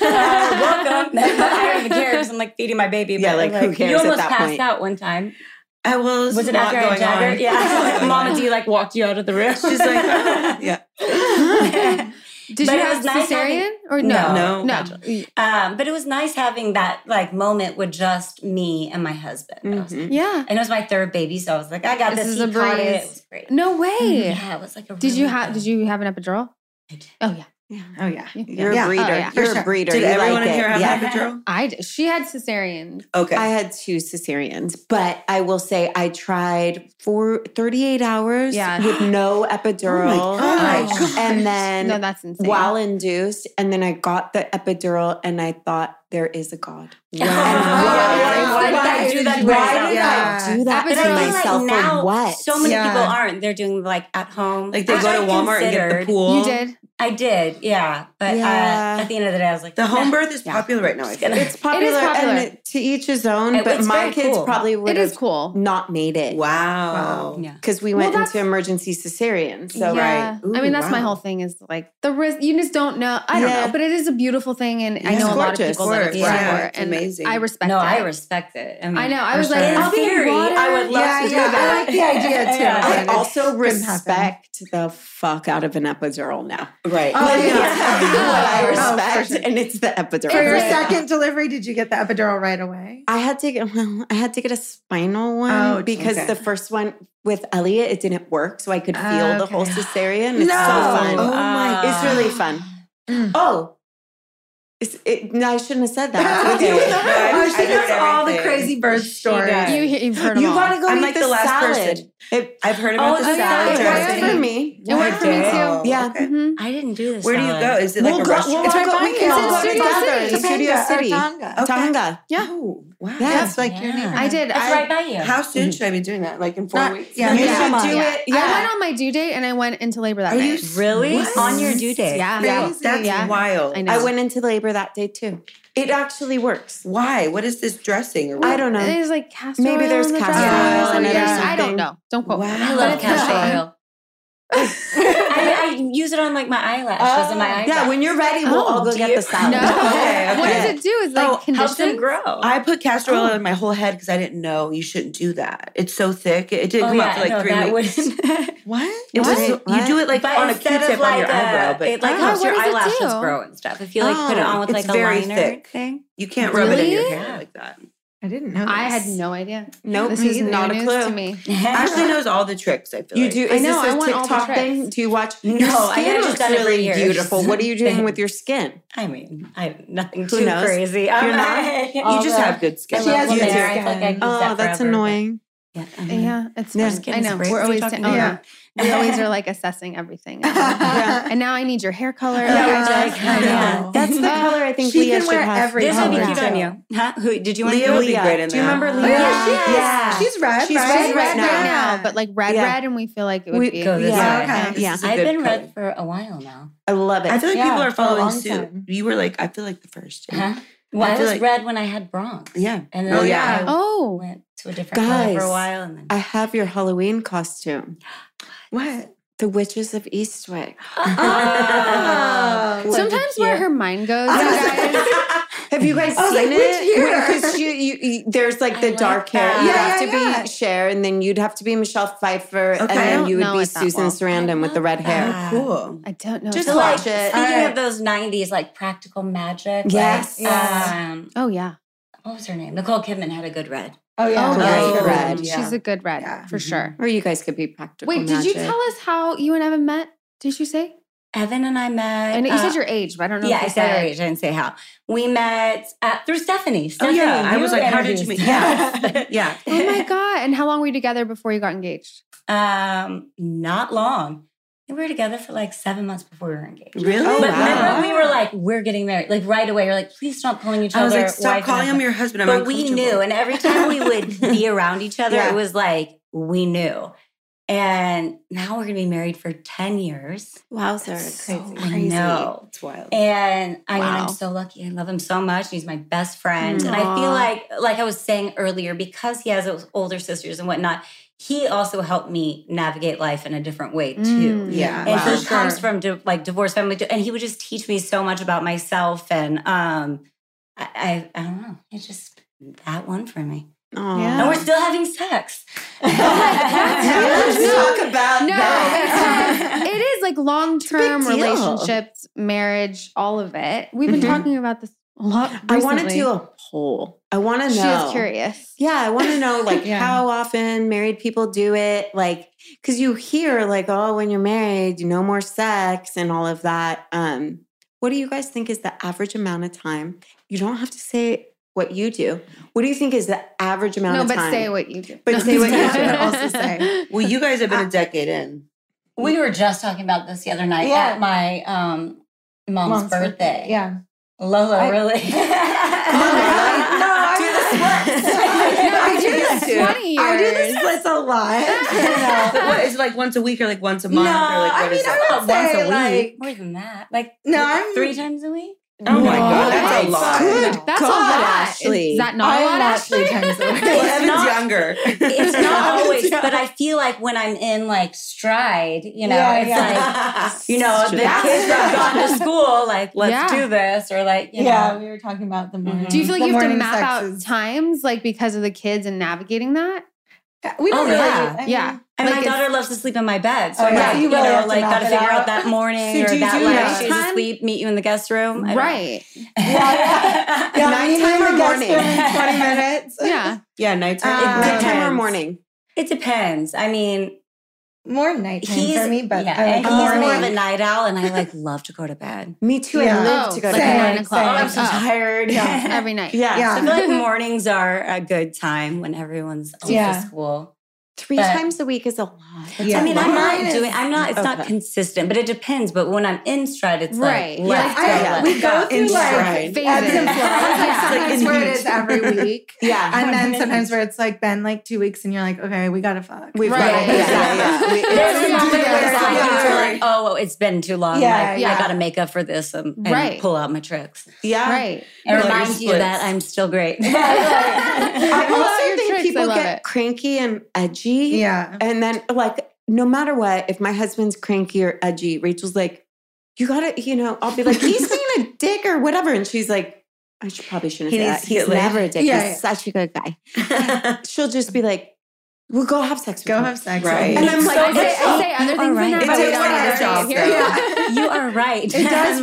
[SPEAKER 5] welcome. I don't even care because I'm like feeding my baby.
[SPEAKER 6] Yeah,
[SPEAKER 5] but,
[SPEAKER 6] like, who cares
[SPEAKER 5] You
[SPEAKER 6] at
[SPEAKER 5] almost
[SPEAKER 6] that
[SPEAKER 5] passed
[SPEAKER 6] point?
[SPEAKER 5] out one time.
[SPEAKER 3] I was.
[SPEAKER 5] Was it
[SPEAKER 3] a lot
[SPEAKER 5] after I
[SPEAKER 3] going
[SPEAKER 5] jaggered?
[SPEAKER 3] on.
[SPEAKER 5] Yeah.
[SPEAKER 3] Going on.
[SPEAKER 5] Mama D like walked you out of the room.
[SPEAKER 3] She's like, oh, yeah.
[SPEAKER 1] Did
[SPEAKER 5] But
[SPEAKER 1] you
[SPEAKER 5] it
[SPEAKER 1] have
[SPEAKER 5] was nice
[SPEAKER 1] cesarean
[SPEAKER 5] having-
[SPEAKER 1] or no?
[SPEAKER 3] No.
[SPEAKER 1] no.
[SPEAKER 5] um, but it was nice having that like moment with just me and my husband. I was-
[SPEAKER 6] Mhm.
[SPEAKER 1] Yeah.
[SPEAKER 5] And it was my third baby, so I was like, I got
[SPEAKER 1] This
[SPEAKER 5] this.
[SPEAKER 1] is
[SPEAKER 5] He
[SPEAKER 1] a
[SPEAKER 5] caught it.
[SPEAKER 1] breeze.
[SPEAKER 5] It was great.
[SPEAKER 1] No way.
[SPEAKER 5] Yeah, it was like a.
[SPEAKER 1] Did you
[SPEAKER 5] really
[SPEAKER 1] have?
[SPEAKER 5] good-
[SPEAKER 1] Did you have an epidural?
[SPEAKER 5] Mm-hmm. I did.
[SPEAKER 1] Oh yeah,
[SPEAKER 2] Oh yeah.
[SPEAKER 6] You're
[SPEAKER 2] Yeah.
[SPEAKER 6] a breeder.
[SPEAKER 1] Oh, yeah.
[SPEAKER 6] You're
[SPEAKER 2] For sure.
[SPEAKER 6] a breeder.
[SPEAKER 3] Did
[SPEAKER 6] you
[SPEAKER 3] everyone
[SPEAKER 6] like
[SPEAKER 3] in
[SPEAKER 6] it.
[SPEAKER 3] here have
[SPEAKER 6] yeah.
[SPEAKER 3] epidural?
[SPEAKER 1] I did. She had cesarean.
[SPEAKER 3] Okay.
[SPEAKER 6] I had two cesareans, but I will say I tried for 38 hours
[SPEAKER 1] Yeah.
[SPEAKER 6] with no epidural.
[SPEAKER 3] gosh.
[SPEAKER 6] and then
[SPEAKER 1] no, that's insane.
[SPEAKER 6] while induced, and then I got the epidural, and I thought there is a God.
[SPEAKER 5] Wow.
[SPEAKER 2] Wow.
[SPEAKER 5] Why,
[SPEAKER 2] Why
[SPEAKER 5] did I do
[SPEAKER 2] did
[SPEAKER 5] that? to
[SPEAKER 2] you
[SPEAKER 5] myself?
[SPEAKER 2] do that? Yeah.
[SPEAKER 6] I do that
[SPEAKER 1] Epidural,
[SPEAKER 6] to
[SPEAKER 5] But I feel
[SPEAKER 6] myself?
[SPEAKER 5] like now,
[SPEAKER 6] for what?
[SPEAKER 5] so many
[SPEAKER 2] Yeah.
[SPEAKER 5] people aren't. They're doing like at home.
[SPEAKER 3] Like they
[SPEAKER 5] which
[SPEAKER 3] go
[SPEAKER 5] I
[SPEAKER 3] to Walmart and get the
[SPEAKER 5] considered.
[SPEAKER 3] pool.
[SPEAKER 1] you did.
[SPEAKER 5] I did, yeah. But
[SPEAKER 6] Yeah.
[SPEAKER 5] Uh, at the end of the day, I was like,
[SPEAKER 3] The home
[SPEAKER 5] nah.
[SPEAKER 3] birth is
[SPEAKER 6] Yeah.
[SPEAKER 3] popular right now. I feel.
[SPEAKER 6] it's popular,
[SPEAKER 1] popular.
[SPEAKER 6] and it- to each his own.
[SPEAKER 5] It-
[SPEAKER 6] but
[SPEAKER 5] it's
[SPEAKER 6] my
[SPEAKER 5] very
[SPEAKER 6] kids
[SPEAKER 5] cool.
[SPEAKER 6] probably would
[SPEAKER 1] It is
[SPEAKER 6] have
[SPEAKER 1] cool.
[SPEAKER 6] not made it
[SPEAKER 3] Wow.
[SPEAKER 5] Yeah.
[SPEAKER 6] because we
[SPEAKER 1] Well,
[SPEAKER 6] went
[SPEAKER 1] that's-
[SPEAKER 6] into emergency cesarean. So
[SPEAKER 1] yeah.
[SPEAKER 3] right.
[SPEAKER 1] I mean,
[SPEAKER 3] Ooh,
[SPEAKER 1] that's my
[SPEAKER 3] wow.
[SPEAKER 1] whole thing is like the risk. You just don't know. I don't
[SPEAKER 6] Yeah.
[SPEAKER 1] know, but it is a beautiful thing, and I
[SPEAKER 6] It's
[SPEAKER 1] know a lot of
[SPEAKER 6] gorgeous.
[SPEAKER 1] people
[SPEAKER 3] work.
[SPEAKER 1] it's
[SPEAKER 3] Yeah,
[SPEAKER 1] for.
[SPEAKER 3] it's
[SPEAKER 1] and
[SPEAKER 3] amazing.
[SPEAKER 1] I respect
[SPEAKER 5] no,
[SPEAKER 1] that.
[SPEAKER 5] I respect it. mean,
[SPEAKER 1] I know. I
[SPEAKER 5] for
[SPEAKER 1] was like,
[SPEAKER 5] sure.
[SPEAKER 1] I'll
[SPEAKER 5] in
[SPEAKER 1] be in
[SPEAKER 5] theory,
[SPEAKER 1] water.
[SPEAKER 5] I would love
[SPEAKER 2] Yeah,
[SPEAKER 5] to do
[SPEAKER 2] yeah,
[SPEAKER 5] that.
[SPEAKER 2] I like the idea too.
[SPEAKER 6] I
[SPEAKER 2] And it
[SPEAKER 6] also
[SPEAKER 2] couldn't happen.
[SPEAKER 6] respect the fuck out of an epidural now.
[SPEAKER 3] Right.
[SPEAKER 2] Oh,
[SPEAKER 6] Like,
[SPEAKER 2] yeah.
[SPEAKER 6] it's something that
[SPEAKER 2] Oh,
[SPEAKER 6] I
[SPEAKER 2] for
[SPEAKER 6] respect,
[SPEAKER 2] sure.
[SPEAKER 6] and it's the epidural.
[SPEAKER 2] For your
[SPEAKER 1] Right.
[SPEAKER 2] second delivery, did you get the epidural right away?
[SPEAKER 6] I had to get well, I had to get a spinal one
[SPEAKER 2] Oh,
[SPEAKER 6] because
[SPEAKER 2] okay.
[SPEAKER 6] the first one with Elliot it didn't work, so I could feel the whole
[SPEAKER 2] Okay.
[SPEAKER 6] cesarean. It's so
[SPEAKER 2] No.
[SPEAKER 6] fun. Uh,
[SPEAKER 2] Oh
[SPEAKER 5] my
[SPEAKER 6] it's really fun.
[SPEAKER 2] Mm.
[SPEAKER 6] oh, it's, it, no, I shouldn't have said that.
[SPEAKER 3] Okay.
[SPEAKER 2] oh, she
[SPEAKER 3] I heard
[SPEAKER 2] knows all the
[SPEAKER 3] everything.
[SPEAKER 2] crazy birth stories.
[SPEAKER 3] does.
[SPEAKER 1] You, you've heard them
[SPEAKER 6] You
[SPEAKER 1] all.
[SPEAKER 6] gotta go
[SPEAKER 3] I'm
[SPEAKER 6] eat
[SPEAKER 3] like
[SPEAKER 6] the,
[SPEAKER 3] the last
[SPEAKER 6] salad.
[SPEAKER 3] person.
[SPEAKER 6] It,
[SPEAKER 3] I've
[SPEAKER 5] Oh,
[SPEAKER 3] heard about the
[SPEAKER 5] oh, yeah,
[SPEAKER 3] salad.
[SPEAKER 6] it worked
[SPEAKER 1] Interesting.
[SPEAKER 6] for me.
[SPEAKER 1] It worked for me
[SPEAKER 3] Wow.
[SPEAKER 1] too.
[SPEAKER 3] Oh,
[SPEAKER 6] Yeah.
[SPEAKER 3] okay.
[SPEAKER 1] Mhm.
[SPEAKER 5] I didn't do this.
[SPEAKER 3] Where do you
[SPEAKER 5] salad.
[SPEAKER 3] go? Is it like
[SPEAKER 6] We'll
[SPEAKER 3] a
[SPEAKER 6] go-
[SPEAKER 3] restaurant?
[SPEAKER 6] we'll It's
[SPEAKER 2] It's right
[SPEAKER 6] right
[SPEAKER 2] by
[SPEAKER 6] by
[SPEAKER 2] you.
[SPEAKER 6] you. It's in
[SPEAKER 1] Studio City.
[SPEAKER 2] Together.
[SPEAKER 6] Studio City.
[SPEAKER 2] Tonga.
[SPEAKER 3] Okay.
[SPEAKER 6] Tonga.
[SPEAKER 1] Yeah.
[SPEAKER 3] Oh, wow.
[SPEAKER 6] Yes.
[SPEAKER 2] That's like your
[SPEAKER 5] Yeah.
[SPEAKER 2] neighborhood.
[SPEAKER 1] I did.
[SPEAKER 5] It's
[SPEAKER 1] I,
[SPEAKER 5] right by you.
[SPEAKER 3] How soon should I be doing that? Like in four
[SPEAKER 2] Not-
[SPEAKER 3] weeks?
[SPEAKER 2] yeah,
[SPEAKER 6] You
[SPEAKER 2] maybe
[SPEAKER 6] should
[SPEAKER 2] not.
[SPEAKER 6] do
[SPEAKER 1] yeah.
[SPEAKER 6] it. Yeah.
[SPEAKER 1] I went on my due date and I went into labor that
[SPEAKER 3] Are
[SPEAKER 1] day.
[SPEAKER 3] you
[SPEAKER 5] Really?
[SPEAKER 3] What?
[SPEAKER 5] On your due date?
[SPEAKER 1] yeah.
[SPEAKER 2] Yeah.
[SPEAKER 3] That's
[SPEAKER 1] Yeah.
[SPEAKER 3] wild.
[SPEAKER 1] I know.
[SPEAKER 6] I went into labor that day too. It actually works.
[SPEAKER 3] Why? What is this dressing? Or
[SPEAKER 6] I don't know.
[SPEAKER 1] There's like castor
[SPEAKER 6] Maybe
[SPEAKER 1] oil
[SPEAKER 6] there's
[SPEAKER 1] in the
[SPEAKER 6] castor
[SPEAKER 1] dressing
[SPEAKER 2] oil in
[SPEAKER 1] or
[SPEAKER 2] it or
[SPEAKER 1] something. I don't
[SPEAKER 6] something.
[SPEAKER 1] know. Don't quote me.
[SPEAKER 3] Wow.
[SPEAKER 5] I
[SPEAKER 1] But
[SPEAKER 5] love
[SPEAKER 1] it's not
[SPEAKER 5] castor
[SPEAKER 1] bad.
[SPEAKER 5] oil. I, I use it on like my eyelashes and my eyebrows.
[SPEAKER 6] yeah, when you're ready, we'll
[SPEAKER 1] Oh,
[SPEAKER 6] all go
[SPEAKER 5] Oh. do
[SPEAKER 6] get
[SPEAKER 5] you-
[SPEAKER 6] the salad.
[SPEAKER 1] No.
[SPEAKER 3] Okay,
[SPEAKER 1] What
[SPEAKER 3] okay.
[SPEAKER 1] does it do? Is like
[SPEAKER 3] Oh,
[SPEAKER 5] helps them
[SPEAKER 1] condition?
[SPEAKER 5] grow.
[SPEAKER 3] I put castor oil
[SPEAKER 1] Oh.
[SPEAKER 3] in my whole head because I didn't know you shouldn't do that. It's so thick. It, it didn't
[SPEAKER 5] oh,
[SPEAKER 3] come
[SPEAKER 5] yeah,
[SPEAKER 3] out for like
[SPEAKER 5] no,
[SPEAKER 3] three
[SPEAKER 5] that
[SPEAKER 3] weeks.
[SPEAKER 5] wouldn't.
[SPEAKER 2] What?
[SPEAKER 3] It was
[SPEAKER 6] What?
[SPEAKER 3] so- you do it like
[SPEAKER 5] but
[SPEAKER 3] on a
[SPEAKER 5] instead
[SPEAKER 3] Q-tip
[SPEAKER 5] of like
[SPEAKER 3] on your
[SPEAKER 5] a-
[SPEAKER 3] eyebrow, but
[SPEAKER 5] it like
[SPEAKER 1] Oh,
[SPEAKER 5] helps
[SPEAKER 1] what
[SPEAKER 5] your
[SPEAKER 1] does it
[SPEAKER 5] eyelashes
[SPEAKER 1] do?
[SPEAKER 5] grow and stuff. If you like put it
[SPEAKER 6] Oh,
[SPEAKER 5] on with
[SPEAKER 3] it's
[SPEAKER 5] like a
[SPEAKER 3] very
[SPEAKER 5] liner
[SPEAKER 3] thick.
[SPEAKER 5] thing.
[SPEAKER 3] you can't rub it in your
[SPEAKER 1] Really?
[SPEAKER 3] hair like that.
[SPEAKER 2] I didn't know.
[SPEAKER 1] I had
[SPEAKER 2] this.
[SPEAKER 1] no idea.
[SPEAKER 6] Nope,
[SPEAKER 1] This
[SPEAKER 6] me
[SPEAKER 1] is
[SPEAKER 6] either.
[SPEAKER 1] not
[SPEAKER 6] not
[SPEAKER 1] news
[SPEAKER 6] a clue.
[SPEAKER 1] to me.
[SPEAKER 3] Ashley knows all the tricks. I feel
[SPEAKER 6] You
[SPEAKER 3] like.
[SPEAKER 6] do.
[SPEAKER 1] I
[SPEAKER 6] Is
[SPEAKER 1] know, I
[SPEAKER 6] this a
[SPEAKER 1] want all the
[SPEAKER 6] TikTok
[SPEAKER 1] tricks.
[SPEAKER 6] thing? Do you watch?
[SPEAKER 5] No,
[SPEAKER 6] your
[SPEAKER 5] I
[SPEAKER 6] skin
[SPEAKER 5] haven't
[SPEAKER 6] looks
[SPEAKER 5] done it for
[SPEAKER 6] really
[SPEAKER 5] years.
[SPEAKER 6] beautiful. What are you doing with your skin?
[SPEAKER 5] I mean, I nothing
[SPEAKER 6] Who
[SPEAKER 5] too
[SPEAKER 6] knows?
[SPEAKER 5] crazy. You're
[SPEAKER 6] not-
[SPEAKER 3] You just have good
[SPEAKER 5] I
[SPEAKER 3] skin.
[SPEAKER 5] love
[SPEAKER 2] She has
[SPEAKER 5] what
[SPEAKER 2] good
[SPEAKER 5] they are. It's
[SPEAKER 2] skin.
[SPEAKER 5] like I could use
[SPEAKER 6] Oh,
[SPEAKER 5] that
[SPEAKER 6] that's
[SPEAKER 5] forever, but-
[SPEAKER 6] annoying.
[SPEAKER 5] Yeah, I mean,
[SPEAKER 1] Yeah, it's
[SPEAKER 5] Their
[SPEAKER 1] fun.
[SPEAKER 5] skin
[SPEAKER 1] I
[SPEAKER 5] is
[SPEAKER 1] know.
[SPEAKER 5] great.
[SPEAKER 1] We're
[SPEAKER 5] What are you
[SPEAKER 1] always
[SPEAKER 5] talking
[SPEAKER 1] oh,
[SPEAKER 2] about?
[SPEAKER 1] no. we always are like assessing everything.
[SPEAKER 6] Yeah.
[SPEAKER 1] And now I need your hair color.
[SPEAKER 2] Yeah.
[SPEAKER 1] Like,
[SPEAKER 5] I
[SPEAKER 1] yeah.
[SPEAKER 5] know.
[SPEAKER 6] That's the
[SPEAKER 1] Uh,
[SPEAKER 6] color I think
[SPEAKER 2] she
[SPEAKER 6] Leah
[SPEAKER 2] can
[SPEAKER 6] should
[SPEAKER 2] wear
[SPEAKER 6] have.
[SPEAKER 2] every
[SPEAKER 5] This would be
[SPEAKER 2] color.
[SPEAKER 5] cute on you. Huh? Who did you want
[SPEAKER 3] Leo
[SPEAKER 5] to
[SPEAKER 3] would be
[SPEAKER 6] Leah.
[SPEAKER 3] great in
[SPEAKER 6] Do you
[SPEAKER 3] that.
[SPEAKER 6] remember
[SPEAKER 2] Oh,
[SPEAKER 6] Leah?
[SPEAKER 2] yeah, she is.
[SPEAKER 6] Yeah.
[SPEAKER 2] She's red.
[SPEAKER 6] She's
[SPEAKER 2] right?
[SPEAKER 1] She's
[SPEAKER 6] red right
[SPEAKER 1] red right
[SPEAKER 6] now.
[SPEAKER 1] now, but like red,
[SPEAKER 6] Yeah.
[SPEAKER 1] red, and we feel like it would
[SPEAKER 6] We-
[SPEAKER 1] be.
[SPEAKER 5] go this
[SPEAKER 6] Yeah.
[SPEAKER 5] way?
[SPEAKER 2] Okay.
[SPEAKER 3] This
[SPEAKER 6] Yeah.
[SPEAKER 3] is a
[SPEAKER 5] I've
[SPEAKER 3] good
[SPEAKER 5] been
[SPEAKER 3] color.
[SPEAKER 5] red for a while now.
[SPEAKER 6] I love it.
[SPEAKER 3] I feel like
[SPEAKER 2] Yeah,
[SPEAKER 3] people are
[SPEAKER 2] for a
[SPEAKER 3] following
[SPEAKER 2] long
[SPEAKER 3] suit.
[SPEAKER 2] time.
[SPEAKER 3] You were like, I feel like the first.
[SPEAKER 5] Huh? Well,
[SPEAKER 3] I
[SPEAKER 5] I,
[SPEAKER 3] feel
[SPEAKER 5] was
[SPEAKER 3] like-
[SPEAKER 5] red when I had Bronx.
[SPEAKER 3] Yeah.
[SPEAKER 5] And then
[SPEAKER 3] Oh,
[SPEAKER 2] yeah.
[SPEAKER 5] yeah. I
[SPEAKER 1] Oh,
[SPEAKER 5] went to a different color for
[SPEAKER 6] Guys.
[SPEAKER 5] a while. And then
[SPEAKER 6] I have your Halloween costume,
[SPEAKER 2] What?
[SPEAKER 6] the Witches of Eastwick.
[SPEAKER 5] Oh.
[SPEAKER 1] sometimes where her mind goes, you
[SPEAKER 2] I was
[SPEAKER 1] guys.
[SPEAKER 2] like-
[SPEAKER 6] Have you guys
[SPEAKER 2] Oh I was
[SPEAKER 6] seen
[SPEAKER 2] like,
[SPEAKER 6] it?
[SPEAKER 2] which year?
[SPEAKER 6] Because you, you, you, there's like
[SPEAKER 5] I
[SPEAKER 6] the
[SPEAKER 5] like
[SPEAKER 6] dark hair.
[SPEAKER 5] that.
[SPEAKER 6] You'd
[SPEAKER 2] Yeah,
[SPEAKER 6] have
[SPEAKER 2] yeah,
[SPEAKER 6] to
[SPEAKER 2] yeah.
[SPEAKER 6] be Cher, and then you'd have to be Michelle Pfeiffer, and
[SPEAKER 3] Okay. I
[SPEAKER 6] then
[SPEAKER 3] don't
[SPEAKER 6] you would
[SPEAKER 1] know
[SPEAKER 6] be
[SPEAKER 1] it that
[SPEAKER 6] Susan
[SPEAKER 1] well.
[SPEAKER 6] Sarandon with the red hair.
[SPEAKER 5] Ah.
[SPEAKER 3] Oh, Cool.
[SPEAKER 1] I don't know.
[SPEAKER 6] Just
[SPEAKER 5] So,
[SPEAKER 1] that.
[SPEAKER 5] like
[SPEAKER 6] watch it.
[SPEAKER 5] Speaking
[SPEAKER 2] Alright.
[SPEAKER 5] of those '90s, like practical magic. like,
[SPEAKER 6] Yes.
[SPEAKER 2] Yeah.
[SPEAKER 5] um,
[SPEAKER 1] oh yeah.
[SPEAKER 5] what was her name? Nicole Kidman had a good red.
[SPEAKER 2] Oh yeah.
[SPEAKER 1] Oh,
[SPEAKER 6] Great
[SPEAKER 1] yeah.
[SPEAKER 6] red,
[SPEAKER 5] yeah.
[SPEAKER 1] She's a good red
[SPEAKER 2] Yeah.
[SPEAKER 1] for sure.
[SPEAKER 6] Or you guys could be practical.
[SPEAKER 1] Wait, did you
[SPEAKER 6] Magic.
[SPEAKER 1] tell us how you and Evan met? Did you say?
[SPEAKER 5] Evan and I met.
[SPEAKER 1] And you
[SPEAKER 5] uh,
[SPEAKER 1] said your age, but I don't know.
[SPEAKER 5] Yeah,
[SPEAKER 1] if
[SPEAKER 5] I
[SPEAKER 1] you
[SPEAKER 5] said our
[SPEAKER 1] said
[SPEAKER 5] age. I didn't say how. We met uh, through Stephanie.
[SPEAKER 3] Oh,
[SPEAKER 5] Stephanie
[SPEAKER 3] yeah. I was
[SPEAKER 5] you
[SPEAKER 3] like, how did you meet?
[SPEAKER 5] introduced
[SPEAKER 3] Yeah.
[SPEAKER 5] us.
[SPEAKER 3] yeah.
[SPEAKER 1] Oh my god! And how long were you together before you got engaged?
[SPEAKER 5] Um, not long. We were together for like seven months before we were engaged.
[SPEAKER 3] Really?
[SPEAKER 6] Oh,
[SPEAKER 5] but
[SPEAKER 6] wow.
[SPEAKER 5] remember, we were like, we're getting married. Like right away, you're like, please stop calling Oh, each other.
[SPEAKER 3] I was like,
[SPEAKER 5] wife
[SPEAKER 3] stop
[SPEAKER 5] and
[SPEAKER 3] calling him
[SPEAKER 5] husband."
[SPEAKER 3] your husband. I'm
[SPEAKER 5] But we knew,
[SPEAKER 3] uncomfortable.
[SPEAKER 5] and every time we would be around each other,
[SPEAKER 6] Yeah.
[SPEAKER 5] it was like we knew. And now we're gonna be married for ten years.
[SPEAKER 6] Wowzer.
[SPEAKER 5] I know.
[SPEAKER 3] It's wild.
[SPEAKER 5] And I mean,
[SPEAKER 1] Wow.
[SPEAKER 5] I'm so lucky. I love him so much. He's my best friend. And I feel
[SPEAKER 1] Aw.
[SPEAKER 5] like, like I was saying earlier, because he has those older sisters and whatnot, he also helped me navigate life in a different way too.
[SPEAKER 1] Mm.
[SPEAKER 3] yeah.
[SPEAKER 5] And
[SPEAKER 2] Wow.
[SPEAKER 5] he comes from di- like divorced family, too, and he would just teach me so much about myself. And um, I, I, I don't know. It's just that one for me.
[SPEAKER 6] Aw.
[SPEAKER 1] Yeah.
[SPEAKER 5] And we're still having sex.
[SPEAKER 1] That's
[SPEAKER 6] Let's
[SPEAKER 1] huge.
[SPEAKER 6] talk about
[SPEAKER 1] No, um,
[SPEAKER 6] that.
[SPEAKER 1] it is like long term
[SPEAKER 6] deal.
[SPEAKER 1] relationships, marriage, all of it. We've been
[SPEAKER 6] Mhm.
[SPEAKER 1] talking about this a lot. Recently.
[SPEAKER 6] I want to do a poll. I want to know.
[SPEAKER 1] She is curious.
[SPEAKER 6] Yeah, I want to know like
[SPEAKER 2] Yeah.
[SPEAKER 6] how often married people do it, like because you hear like oh when you're married, you no more sex and all of that. Um, what do you guys think is the average amount of time? You don't have to say what you do. What do you think is the average amount
[SPEAKER 1] No,
[SPEAKER 6] of
[SPEAKER 1] but
[SPEAKER 6] time?
[SPEAKER 1] say what you do.
[SPEAKER 6] But
[SPEAKER 1] No,
[SPEAKER 6] say what you
[SPEAKER 1] sorry.
[SPEAKER 6] do.
[SPEAKER 2] Also say.
[SPEAKER 3] Well, you guys have been a decade in.
[SPEAKER 5] We were just talking about this the other night
[SPEAKER 2] Yeah.
[SPEAKER 5] at my um, mom's,
[SPEAKER 2] Mom's
[SPEAKER 5] birthday.
[SPEAKER 2] Yeah.
[SPEAKER 5] Lola,
[SPEAKER 2] I-
[SPEAKER 5] really?
[SPEAKER 2] I-
[SPEAKER 6] Do the splits.
[SPEAKER 1] No, I do this
[SPEAKER 2] too.
[SPEAKER 1] 20 years.
[SPEAKER 2] I do the splits a lot.
[SPEAKER 3] So what, is it like once a week or like once a month?
[SPEAKER 6] No,
[SPEAKER 3] or like
[SPEAKER 2] I
[SPEAKER 3] what is
[SPEAKER 2] mean, I
[SPEAKER 3] it?
[SPEAKER 2] would
[SPEAKER 5] once
[SPEAKER 2] say,
[SPEAKER 5] a week.
[SPEAKER 2] like-
[SPEAKER 5] More than that. Like
[SPEAKER 2] No,
[SPEAKER 5] th-
[SPEAKER 2] I'm-
[SPEAKER 5] three times a week?
[SPEAKER 3] oh my
[SPEAKER 1] No,
[SPEAKER 3] god, that's
[SPEAKER 1] that's
[SPEAKER 3] a lot.
[SPEAKER 6] good.
[SPEAKER 1] That's
[SPEAKER 6] God,
[SPEAKER 1] a lot.
[SPEAKER 6] Ashley.
[SPEAKER 1] Is that not a
[SPEAKER 2] I'm
[SPEAKER 1] lot,
[SPEAKER 2] not three
[SPEAKER 1] Ashley?
[SPEAKER 2] times a week.
[SPEAKER 3] Well, Evan's
[SPEAKER 5] not-
[SPEAKER 3] younger.
[SPEAKER 5] It's not always, but I feel like like when I'm in like stride, you know,
[SPEAKER 2] Yeah,
[SPEAKER 5] it's
[SPEAKER 2] yeah.
[SPEAKER 5] like you know, the
[SPEAKER 6] Stride.
[SPEAKER 5] kids have gone to school, like, let's
[SPEAKER 1] Yeah.
[SPEAKER 5] do this, or like, you
[SPEAKER 2] yeah,
[SPEAKER 5] know.
[SPEAKER 2] we were talking about the morning.
[SPEAKER 5] Mhm.
[SPEAKER 1] Do you feel like
[SPEAKER 2] the
[SPEAKER 1] you have to
[SPEAKER 2] morning
[SPEAKER 1] map
[SPEAKER 2] sexes.
[SPEAKER 1] out times, like because of the kids and navigating that?
[SPEAKER 2] We don't
[SPEAKER 5] Oh,
[SPEAKER 2] really.
[SPEAKER 5] yeah.
[SPEAKER 2] I mean,
[SPEAKER 1] Yeah.
[SPEAKER 5] And
[SPEAKER 1] Like,
[SPEAKER 5] my
[SPEAKER 1] it's-
[SPEAKER 5] daughter loves to sleep in my bed. So
[SPEAKER 2] Oh,
[SPEAKER 5] I'm
[SPEAKER 2] yeah,
[SPEAKER 5] like,
[SPEAKER 2] you
[SPEAKER 5] you,
[SPEAKER 2] really have
[SPEAKER 5] know,
[SPEAKER 2] to
[SPEAKER 5] like
[SPEAKER 2] map
[SPEAKER 5] gotta
[SPEAKER 2] it
[SPEAKER 5] figure
[SPEAKER 2] out.
[SPEAKER 5] out that morning
[SPEAKER 2] Should
[SPEAKER 5] or
[SPEAKER 2] you
[SPEAKER 5] that
[SPEAKER 2] do
[SPEAKER 5] like
[SPEAKER 2] that?
[SPEAKER 5] she's
[SPEAKER 1] Time?
[SPEAKER 5] asleep, meet you in the guest room. I don't-
[SPEAKER 1] Right.
[SPEAKER 2] Yeah. Yeah,
[SPEAKER 6] Nighttime
[SPEAKER 2] meeting in
[SPEAKER 6] or
[SPEAKER 2] the guest
[SPEAKER 6] morning?
[SPEAKER 2] room in 20 minutes.
[SPEAKER 1] Yeah.
[SPEAKER 3] Yeah, nighttime.
[SPEAKER 2] Um,
[SPEAKER 3] Nighttime.
[SPEAKER 6] Uh, Nighttime or
[SPEAKER 5] depends.
[SPEAKER 6] morning?
[SPEAKER 5] It depends. I mean,
[SPEAKER 2] More nighttime
[SPEAKER 5] he's
[SPEAKER 2] for me, but
[SPEAKER 5] yeah,
[SPEAKER 2] I like
[SPEAKER 5] and
[SPEAKER 2] the
[SPEAKER 5] he's more of a
[SPEAKER 2] morning.
[SPEAKER 5] night owl, and I like love to go to bed.
[SPEAKER 6] Me too.
[SPEAKER 2] Yeah.
[SPEAKER 6] I love
[SPEAKER 1] Oh,
[SPEAKER 6] to go
[SPEAKER 1] like
[SPEAKER 6] to
[SPEAKER 2] same,
[SPEAKER 6] bed.
[SPEAKER 1] nine o'clock.
[SPEAKER 2] same.
[SPEAKER 5] Oh, I'm so
[SPEAKER 1] Oh,
[SPEAKER 5] tired.
[SPEAKER 2] Yeah.
[SPEAKER 1] every night.
[SPEAKER 6] Yeah.
[SPEAKER 5] I
[SPEAKER 2] Yeah.
[SPEAKER 5] feel like mornings are a good time when everyone's off
[SPEAKER 2] Yeah.
[SPEAKER 5] to school.
[SPEAKER 6] Three
[SPEAKER 5] But-
[SPEAKER 6] times a week is a lot.
[SPEAKER 2] Yeah.
[SPEAKER 5] I mean, I'm
[SPEAKER 2] Mine
[SPEAKER 5] not
[SPEAKER 2] is-
[SPEAKER 5] doing. I'm not. It's not
[SPEAKER 6] Okay.
[SPEAKER 5] consistent, but it depends. But when I'm in stride, it's
[SPEAKER 1] Right.
[SPEAKER 5] like
[SPEAKER 1] You're like,
[SPEAKER 5] let's
[SPEAKER 2] I,
[SPEAKER 5] go,
[SPEAKER 6] yeah,
[SPEAKER 2] we
[SPEAKER 5] let's
[SPEAKER 2] go through
[SPEAKER 6] In
[SPEAKER 2] like
[SPEAKER 6] stride.
[SPEAKER 2] ebbs
[SPEAKER 1] Phases.
[SPEAKER 2] and flows. Like
[SPEAKER 5] Yeah.
[SPEAKER 2] sometimes where it is every week.
[SPEAKER 6] Yeah.
[SPEAKER 2] And then sometimes where it's like been like two weeks and you're like, okay, we gotta fuck.
[SPEAKER 6] We've
[SPEAKER 1] Right.
[SPEAKER 6] got it. Yeah, yeah, yeah. We-
[SPEAKER 5] There's a
[SPEAKER 2] Yeah.
[SPEAKER 5] moment where it's like,
[SPEAKER 2] Yeah.
[SPEAKER 5] you're like, oh, well, it's been too long.
[SPEAKER 2] Yeah,
[SPEAKER 5] like,
[SPEAKER 1] yeah.
[SPEAKER 5] I got to make up for this and, and
[SPEAKER 1] Right.
[SPEAKER 5] pull out my tricks.
[SPEAKER 6] yeah.
[SPEAKER 1] Right.
[SPEAKER 5] It
[SPEAKER 6] Roller
[SPEAKER 5] reminds you
[SPEAKER 6] splits.
[SPEAKER 5] that I'm still great.
[SPEAKER 6] I
[SPEAKER 1] Pull out
[SPEAKER 6] also
[SPEAKER 1] your
[SPEAKER 6] think
[SPEAKER 1] tricks, I
[SPEAKER 6] people
[SPEAKER 1] love
[SPEAKER 6] get
[SPEAKER 1] it.
[SPEAKER 6] cranky and edgy.
[SPEAKER 2] Yeah.
[SPEAKER 6] And then, like, no matter what, if my husband's cranky or edgy, Rachel's like, you gotta, you know, I'll be like, he's being a dick or whatever. And she's like, I should probably shouldn't
[SPEAKER 5] He
[SPEAKER 6] say that.
[SPEAKER 5] needs to
[SPEAKER 6] He's
[SPEAKER 5] get laid."
[SPEAKER 6] never a dick.
[SPEAKER 2] Yeah,
[SPEAKER 6] he's
[SPEAKER 2] yeah.
[SPEAKER 6] such a good guy. She'll just be like, well, go have sex with
[SPEAKER 2] Go
[SPEAKER 6] him.
[SPEAKER 2] have sex.
[SPEAKER 3] Right.
[SPEAKER 6] and I'm
[SPEAKER 5] So
[SPEAKER 6] like,
[SPEAKER 1] I say,
[SPEAKER 6] "Okay."
[SPEAKER 1] I say other
[SPEAKER 5] You
[SPEAKER 1] things than
[SPEAKER 5] are right. It
[SPEAKER 1] that, but we
[SPEAKER 5] takes
[SPEAKER 1] don't
[SPEAKER 5] work.
[SPEAKER 1] have to say it here.
[SPEAKER 2] Yeah.
[SPEAKER 5] you are right.
[SPEAKER 2] It
[SPEAKER 5] I'm
[SPEAKER 2] does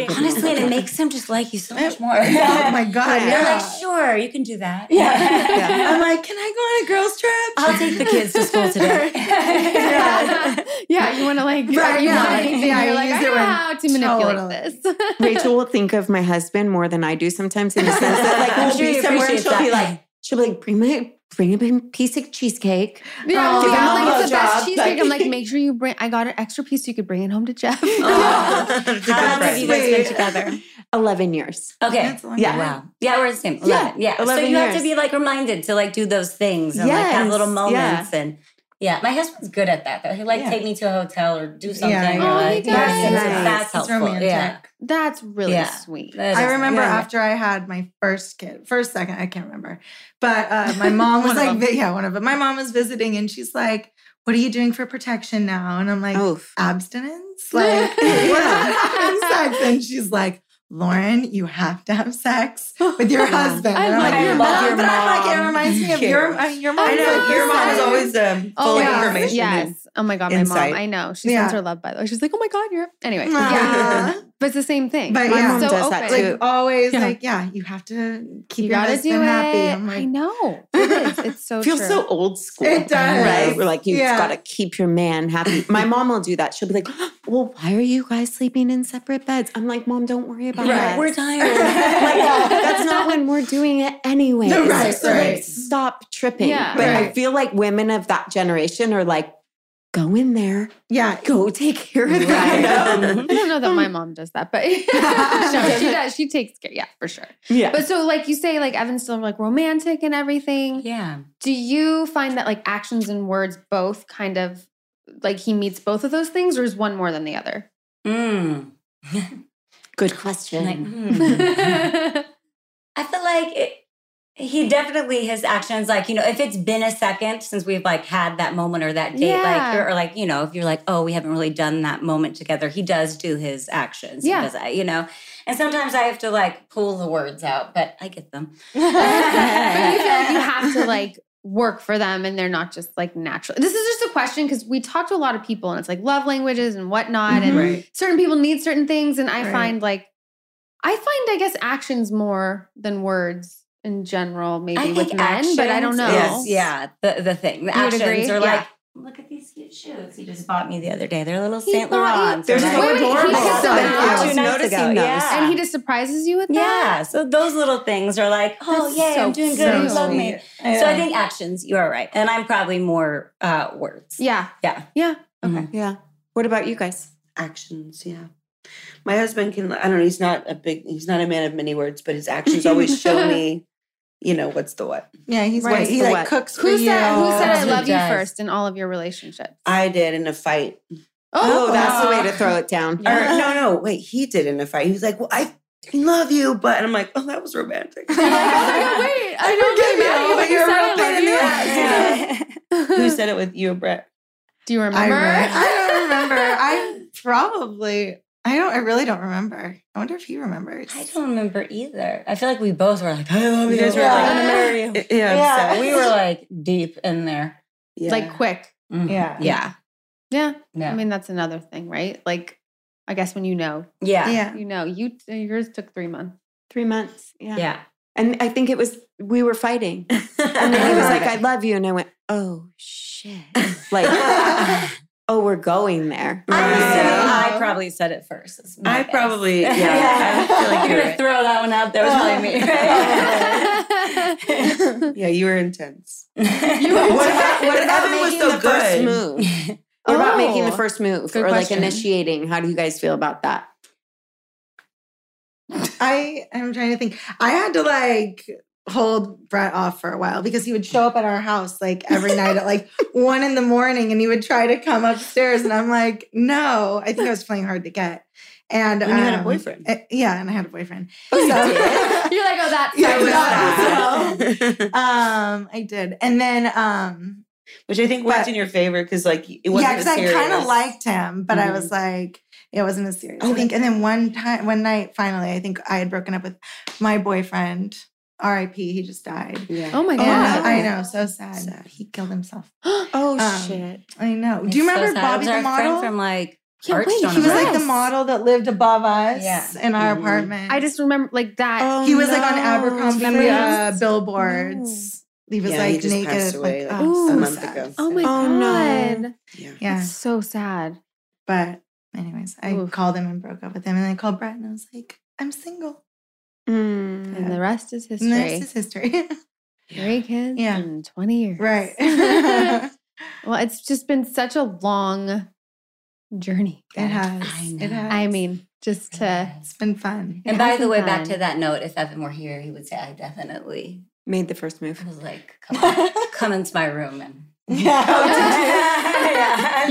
[SPEAKER 2] work.
[SPEAKER 5] honestly, and it makes them just like you so much more.
[SPEAKER 2] oh my god.
[SPEAKER 5] They're
[SPEAKER 2] Yeah.
[SPEAKER 5] like, sure, you can do that.
[SPEAKER 6] Yeah.
[SPEAKER 2] I'm like, can I go on a girls trip?
[SPEAKER 5] I'll take the kids to school today.
[SPEAKER 1] Yeah. yeah, you want to like,
[SPEAKER 2] Right,
[SPEAKER 1] you
[SPEAKER 2] yeah.
[SPEAKER 1] want anything.
[SPEAKER 2] Yeah,
[SPEAKER 1] you're
[SPEAKER 2] you
[SPEAKER 1] like,
[SPEAKER 2] use
[SPEAKER 1] I
[SPEAKER 2] it
[SPEAKER 1] know
[SPEAKER 2] when-
[SPEAKER 1] how to manipulate
[SPEAKER 2] Totally.
[SPEAKER 1] this.
[SPEAKER 6] Rachel will think of my husband more than I do sometimes in the sense that like
[SPEAKER 5] I'm
[SPEAKER 6] we'll
[SPEAKER 5] sure
[SPEAKER 6] be
[SPEAKER 5] he
[SPEAKER 6] somewhere and
[SPEAKER 5] appreciates
[SPEAKER 6] she'll be
[SPEAKER 5] that.
[SPEAKER 6] like, she'll be like, bring my bring him a piece of cheesecake.
[SPEAKER 1] yeah, well,
[SPEAKER 2] Oh, give
[SPEAKER 1] I'm
[SPEAKER 2] him a
[SPEAKER 1] like, it's the best
[SPEAKER 6] blowjob.
[SPEAKER 1] cheesecake. I'm like,
[SPEAKER 6] Like-
[SPEAKER 1] make sure you bring, I got an extra piece so you could bring it home to Jeff.
[SPEAKER 5] Oh. How long have you guys been
[SPEAKER 2] Sweet.
[SPEAKER 5] together?
[SPEAKER 6] Eleven years.
[SPEAKER 5] Okay.
[SPEAKER 2] That's a long
[SPEAKER 6] Yeah.
[SPEAKER 2] time.
[SPEAKER 5] Wow. Yeah, we're the same.
[SPEAKER 6] Yeah,
[SPEAKER 5] 11. Yeah. So
[SPEAKER 6] 11
[SPEAKER 5] you have
[SPEAKER 6] years.
[SPEAKER 5] to be like reminded to like do those things and like have
[SPEAKER 6] Yes,
[SPEAKER 5] little
[SPEAKER 6] yeah.
[SPEAKER 5] moments and yeah. My husband's good at that though. He like
[SPEAKER 2] Yeah.
[SPEAKER 5] take me to a hotel or do something.
[SPEAKER 2] Yeah,
[SPEAKER 5] or,
[SPEAKER 1] Oh, he
[SPEAKER 5] like,
[SPEAKER 1] does. That's
[SPEAKER 5] that's,
[SPEAKER 6] nice.
[SPEAKER 5] that's
[SPEAKER 2] It's
[SPEAKER 5] helpful. Yeah.
[SPEAKER 2] romantic.
[SPEAKER 1] That's really
[SPEAKER 5] Yeah.
[SPEAKER 1] sweet.
[SPEAKER 5] That is
[SPEAKER 2] I remember
[SPEAKER 6] Yeah.
[SPEAKER 2] after I had my first kid, first, second, I can't remember. But uh, my mom was
[SPEAKER 1] One of
[SPEAKER 2] like, vi- yeah, one of them. My mom was visiting and she's like, what are you doing for protection now? And I'm like,
[SPEAKER 6] Oof.
[SPEAKER 2] abstinence? Like, we're not having sex. And she's like, Lauren, you have to have sex with your
[SPEAKER 6] Yeah.
[SPEAKER 2] husband.
[SPEAKER 1] I
[SPEAKER 2] And I'm
[SPEAKER 1] love
[SPEAKER 2] like,
[SPEAKER 1] your
[SPEAKER 2] but-
[SPEAKER 5] mom.
[SPEAKER 2] But I'm like, it
[SPEAKER 3] Mom
[SPEAKER 2] reminds me of your,
[SPEAKER 3] cares.
[SPEAKER 2] uh, your mom.
[SPEAKER 1] I
[SPEAKER 3] I know your mom is always um, full
[SPEAKER 1] Oh,
[SPEAKER 3] of
[SPEAKER 2] yeah.
[SPEAKER 3] information. and-
[SPEAKER 1] Yes. Oh my God, my
[SPEAKER 3] insight.
[SPEAKER 1] mom. I know. She
[SPEAKER 2] Yeah.
[SPEAKER 1] sends her love, by the way. She's like, oh my God, you're. Anyway.
[SPEAKER 2] Aw.
[SPEAKER 1] Yeah. But it's the same thing.
[SPEAKER 2] But
[SPEAKER 1] Mine's
[SPEAKER 2] yeah. My mom
[SPEAKER 1] so
[SPEAKER 6] does that
[SPEAKER 1] open.
[SPEAKER 6] too.
[SPEAKER 2] like always
[SPEAKER 1] Yeah.
[SPEAKER 2] like, yeah, you have to keep
[SPEAKER 1] you
[SPEAKER 2] your
[SPEAKER 1] gotta
[SPEAKER 2] husband
[SPEAKER 1] do it.
[SPEAKER 2] happy. I'm
[SPEAKER 1] I
[SPEAKER 2] like,
[SPEAKER 1] know. It is. It's so
[SPEAKER 6] Feels
[SPEAKER 1] true.
[SPEAKER 6] so old school.
[SPEAKER 2] It does.
[SPEAKER 6] Right? We're like, you've
[SPEAKER 2] Yeah.
[SPEAKER 6] got to keep your man happy. My mom will do that. She'll be like, well, why are you guys sleeping in separate beds? I'm like, mom, don't worry about
[SPEAKER 5] Right.
[SPEAKER 6] that.
[SPEAKER 5] We're tired.
[SPEAKER 6] like, that's not when we're doing it anyway.
[SPEAKER 2] Right,
[SPEAKER 6] so
[SPEAKER 2] right.
[SPEAKER 6] like, stop tripping.
[SPEAKER 1] Yeah.
[SPEAKER 6] But I
[SPEAKER 2] Right.
[SPEAKER 6] feel like women of that generation are like, go in there,
[SPEAKER 2] yeah,
[SPEAKER 6] go take care of
[SPEAKER 2] Right.
[SPEAKER 6] that.
[SPEAKER 1] I don't know that my mom does that, but no, she does. She takes care. Yeah, for sure.
[SPEAKER 6] Yeah.
[SPEAKER 1] But so, like you say, like Evan's still like romantic and everything.
[SPEAKER 5] yeah.
[SPEAKER 1] Do you find that like actions and words both kind of like he meets both of those things, or is one more than the other?
[SPEAKER 5] Mm.
[SPEAKER 6] Good question.
[SPEAKER 5] Like, mm. I feel like it, he definitely his actions like you know if it's been a second since we've like had that moment or that date like
[SPEAKER 1] Yeah.
[SPEAKER 5] or, or, like you know if you're like oh we haven't really done that moment together he does do his actions
[SPEAKER 1] Yeah.
[SPEAKER 5] because I, you know and sometimes I have to like pull the words out but I get them But
[SPEAKER 1] but you feel like you have to like work for them and they're not just like natural. This is just a question because we talk to a lot of people and it's like love languages and whatnot. And
[SPEAKER 2] right.
[SPEAKER 1] certain people need certain things. And I
[SPEAKER 2] Right.
[SPEAKER 1] find like, I find, I guess, actions more than words in general, maybe
[SPEAKER 5] I
[SPEAKER 1] with
[SPEAKER 5] think
[SPEAKER 1] men, but I don't know.
[SPEAKER 5] actions is- yeah the the thing the
[SPEAKER 1] You would
[SPEAKER 5] actions
[SPEAKER 1] agree?
[SPEAKER 5] are
[SPEAKER 1] Yeah.
[SPEAKER 5] like look at these cute shoes he just bought me the other day they're little
[SPEAKER 1] He
[SPEAKER 5] Saint
[SPEAKER 1] bought you-
[SPEAKER 5] Laurents
[SPEAKER 3] They're
[SPEAKER 5] right?
[SPEAKER 3] so
[SPEAKER 1] Wait, wait, he
[SPEAKER 3] adorable.
[SPEAKER 1] just
[SPEAKER 3] So
[SPEAKER 1] bought
[SPEAKER 3] adorable.
[SPEAKER 1] you-
[SPEAKER 5] Two nights ago, yeah.
[SPEAKER 1] And he just surprises you with that.
[SPEAKER 5] Yeah. So those little things are like, oh,
[SPEAKER 1] That's
[SPEAKER 5] yay,
[SPEAKER 1] so
[SPEAKER 5] I'm doing
[SPEAKER 1] cute.
[SPEAKER 5] good. You
[SPEAKER 1] So
[SPEAKER 5] love me. So I think actions, you are right. And I'm probably more uh, words.
[SPEAKER 1] Yeah.
[SPEAKER 5] Yeah.
[SPEAKER 1] Yeah. Okay.
[SPEAKER 5] Mhm.
[SPEAKER 6] yeah. What about you guys?
[SPEAKER 3] actions. Yeah, my husband can. I don't know. He's not a big. He's not a man of many words, but his actions always show me. You know what's the what.
[SPEAKER 2] yeah, he's
[SPEAKER 6] Right.
[SPEAKER 2] right. He
[SPEAKER 6] The
[SPEAKER 2] like
[SPEAKER 6] what?
[SPEAKER 2] cooks for
[SPEAKER 1] Who
[SPEAKER 2] you.
[SPEAKER 1] said, who said I
[SPEAKER 5] Who
[SPEAKER 1] love you
[SPEAKER 5] does?
[SPEAKER 1] first in all of your relationships?
[SPEAKER 3] I did in a fight.
[SPEAKER 6] Oh, that's the way to
[SPEAKER 1] Oh.
[SPEAKER 6] throw it down.
[SPEAKER 5] Yeah.
[SPEAKER 3] Or no, no, wait. He did in a fight. He was like, "Well, I love you,but and I'm like, "Oh, that was romantic."
[SPEAKER 1] You're like, oh, no, wait, I don't get
[SPEAKER 3] forgive you,
[SPEAKER 1] mad at you,
[SPEAKER 3] but
[SPEAKER 1] but you
[SPEAKER 3] you're
[SPEAKER 1] said I
[SPEAKER 3] open
[SPEAKER 1] love
[SPEAKER 3] in the
[SPEAKER 1] you.
[SPEAKER 3] eyes.
[SPEAKER 1] Yeah.
[SPEAKER 3] He was
[SPEAKER 5] said it with you, Brett.
[SPEAKER 1] Do you
[SPEAKER 2] I,
[SPEAKER 1] remember?
[SPEAKER 2] re- I don't remember. I probably, I don't, I really don't remember. I wonder if he remembers.
[SPEAKER 5] I don't remember either. I feel like we both were like, I love you.
[SPEAKER 6] You guys were
[SPEAKER 5] I
[SPEAKER 6] like,
[SPEAKER 5] wanna
[SPEAKER 1] "Ah."
[SPEAKER 5] marry you.
[SPEAKER 6] Yeah.
[SPEAKER 5] So we were like deep in there.
[SPEAKER 3] Yeah.
[SPEAKER 1] Like quick.
[SPEAKER 5] Mhm.
[SPEAKER 2] Yeah.
[SPEAKER 5] Yeah.
[SPEAKER 1] Yeah.
[SPEAKER 5] Yeah.
[SPEAKER 1] I mean, that's another thing, right? Like, I guess when you know,
[SPEAKER 5] yeah. Yeah.
[SPEAKER 2] Yeah.
[SPEAKER 1] you know, you uh, yours took three months.
[SPEAKER 6] Three months. Yeah. And I think it was, we were fighting. And then he was like, I love you. And I went, oh, shit. Like, oh, we're going there.
[SPEAKER 5] I'm assuming
[SPEAKER 2] Right.
[SPEAKER 5] I probably said it first. is my
[SPEAKER 3] I
[SPEAKER 5] guess.
[SPEAKER 3] probably, yeah.
[SPEAKER 5] Yeah.
[SPEAKER 3] I feel
[SPEAKER 5] You're
[SPEAKER 3] like you're
[SPEAKER 5] going to
[SPEAKER 3] right.
[SPEAKER 5] throw that one out. That was probably me. right?
[SPEAKER 3] yeah, you were intense.
[SPEAKER 5] you
[SPEAKER 3] What about, what if Evan was
[SPEAKER 6] making
[SPEAKER 3] so
[SPEAKER 6] the first
[SPEAKER 3] good?
[SPEAKER 6] move? What about making the
[SPEAKER 1] Oh.
[SPEAKER 6] first move
[SPEAKER 1] Good
[SPEAKER 6] or
[SPEAKER 1] question.
[SPEAKER 6] like initiating? How do you guys feel about that?
[SPEAKER 2] I am trying to think. I had to like hold Brett off for a while because he would show up at our house like every night at like one in the morning and he would try to come upstairs. And I'm like, no, I think I was playing hard to get. And
[SPEAKER 3] When you had a
[SPEAKER 2] um,
[SPEAKER 3] boyfriend.
[SPEAKER 2] uh, yeah, and I had a boyfriend.
[SPEAKER 3] Oh,
[SPEAKER 6] you
[SPEAKER 2] So-
[SPEAKER 6] did?
[SPEAKER 1] You're like, oh, that's
[SPEAKER 2] Yeah,
[SPEAKER 1] so
[SPEAKER 2] it was
[SPEAKER 1] bad.
[SPEAKER 3] that.
[SPEAKER 2] um, I did. And then um
[SPEAKER 3] Which I think worked
[SPEAKER 2] But-
[SPEAKER 3] in your favor because, like, it wasn't
[SPEAKER 2] Yeah, because
[SPEAKER 3] as
[SPEAKER 2] I kind of
[SPEAKER 3] serious.
[SPEAKER 2] liked him, but I
[SPEAKER 3] Mhm.
[SPEAKER 2] was like, it wasn't as serious. I
[SPEAKER 3] Okay.
[SPEAKER 2] think. And then one time, one night, finally, I think I had broken up with my boyfriend. R.I.P. He just died.
[SPEAKER 3] Yeah.
[SPEAKER 1] Oh my
[SPEAKER 2] And
[SPEAKER 1] god.
[SPEAKER 2] I know, so sad.
[SPEAKER 3] Sad.
[SPEAKER 2] He killed himself.
[SPEAKER 6] Oh,
[SPEAKER 2] Um,
[SPEAKER 6] shit.
[SPEAKER 2] I know. Do you remember Bobby the
[SPEAKER 5] Friend
[SPEAKER 2] model?
[SPEAKER 5] from like,
[SPEAKER 1] Yeah, wait,
[SPEAKER 5] Arched
[SPEAKER 1] he
[SPEAKER 5] on
[SPEAKER 2] he was like the
[SPEAKER 1] Yes.
[SPEAKER 2] model that lived above us
[SPEAKER 5] Yeah.
[SPEAKER 2] in our
[SPEAKER 3] Mhm.
[SPEAKER 2] apartment.
[SPEAKER 1] I just remember like that.
[SPEAKER 6] Oh,
[SPEAKER 2] he was like on
[SPEAKER 6] no.
[SPEAKER 2] Abercrombie uh,
[SPEAKER 1] Yes.
[SPEAKER 2] billboards. He was
[SPEAKER 3] Yeah,
[SPEAKER 2] like
[SPEAKER 3] he just
[SPEAKER 2] naked.
[SPEAKER 3] passed away,
[SPEAKER 2] like,
[SPEAKER 3] like,
[SPEAKER 2] oh,
[SPEAKER 1] a
[SPEAKER 2] so
[SPEAKER 3] month
[SPEAKER 2] sad.
[SPEAKER 3] ago.
[SPEAKER 1] Oh my
[SPEAKER 6] Oh,
[SPEAKER 1] god.
[SPEAKER 6] no.
[SPEAKER 3] Yeah.
[SPEAKER 2] Yeah.
[SPEAKER 1] It's so sad.
[SPEAKER 2] But anyways, I
[SPEAKER 1] Oof.
[SPEAKER 2] called him and broke up with him, and I called Brett and I was like, "I'm single."
[SPEAKER 6] Mm.
[SPEAKER 1] And
[SPEAKER 2] Yeah.
[SPEAKER 1] the rest is
[SPEAKER 2] And
[SPEAKER 1] history.
[SPEAKER 2] the rest is history,
[SPEAKER 1] Three kids
[SPEAKER 2] Yeah.
[SPEAKER 1] in 20 years.
[SPEAKER 2] right?
[SPEAKER 1] well, it's just been such a long journey.
[SPEAKER 2] it has.
[SPEAKER 5] I
[SPEAKER 2] It
[SPEAKER 5] know.
[SPEAKER 2] has.
[SPEAKER 1] I mean, just to
[SPEAKER 2] it's been fun.
[SPEAKER 5] And by the way, back
[SPEAKER 1] Valentine.
[SPEAKER 5] to that note, if Evan were here, he would say, I definitely
[SPEAKER 6] Made the first move.
[SPEAKER 5] was like, come, on, come into my room. And
[SPEAKER 2] Yeah.
[SPEAKER 5] I'm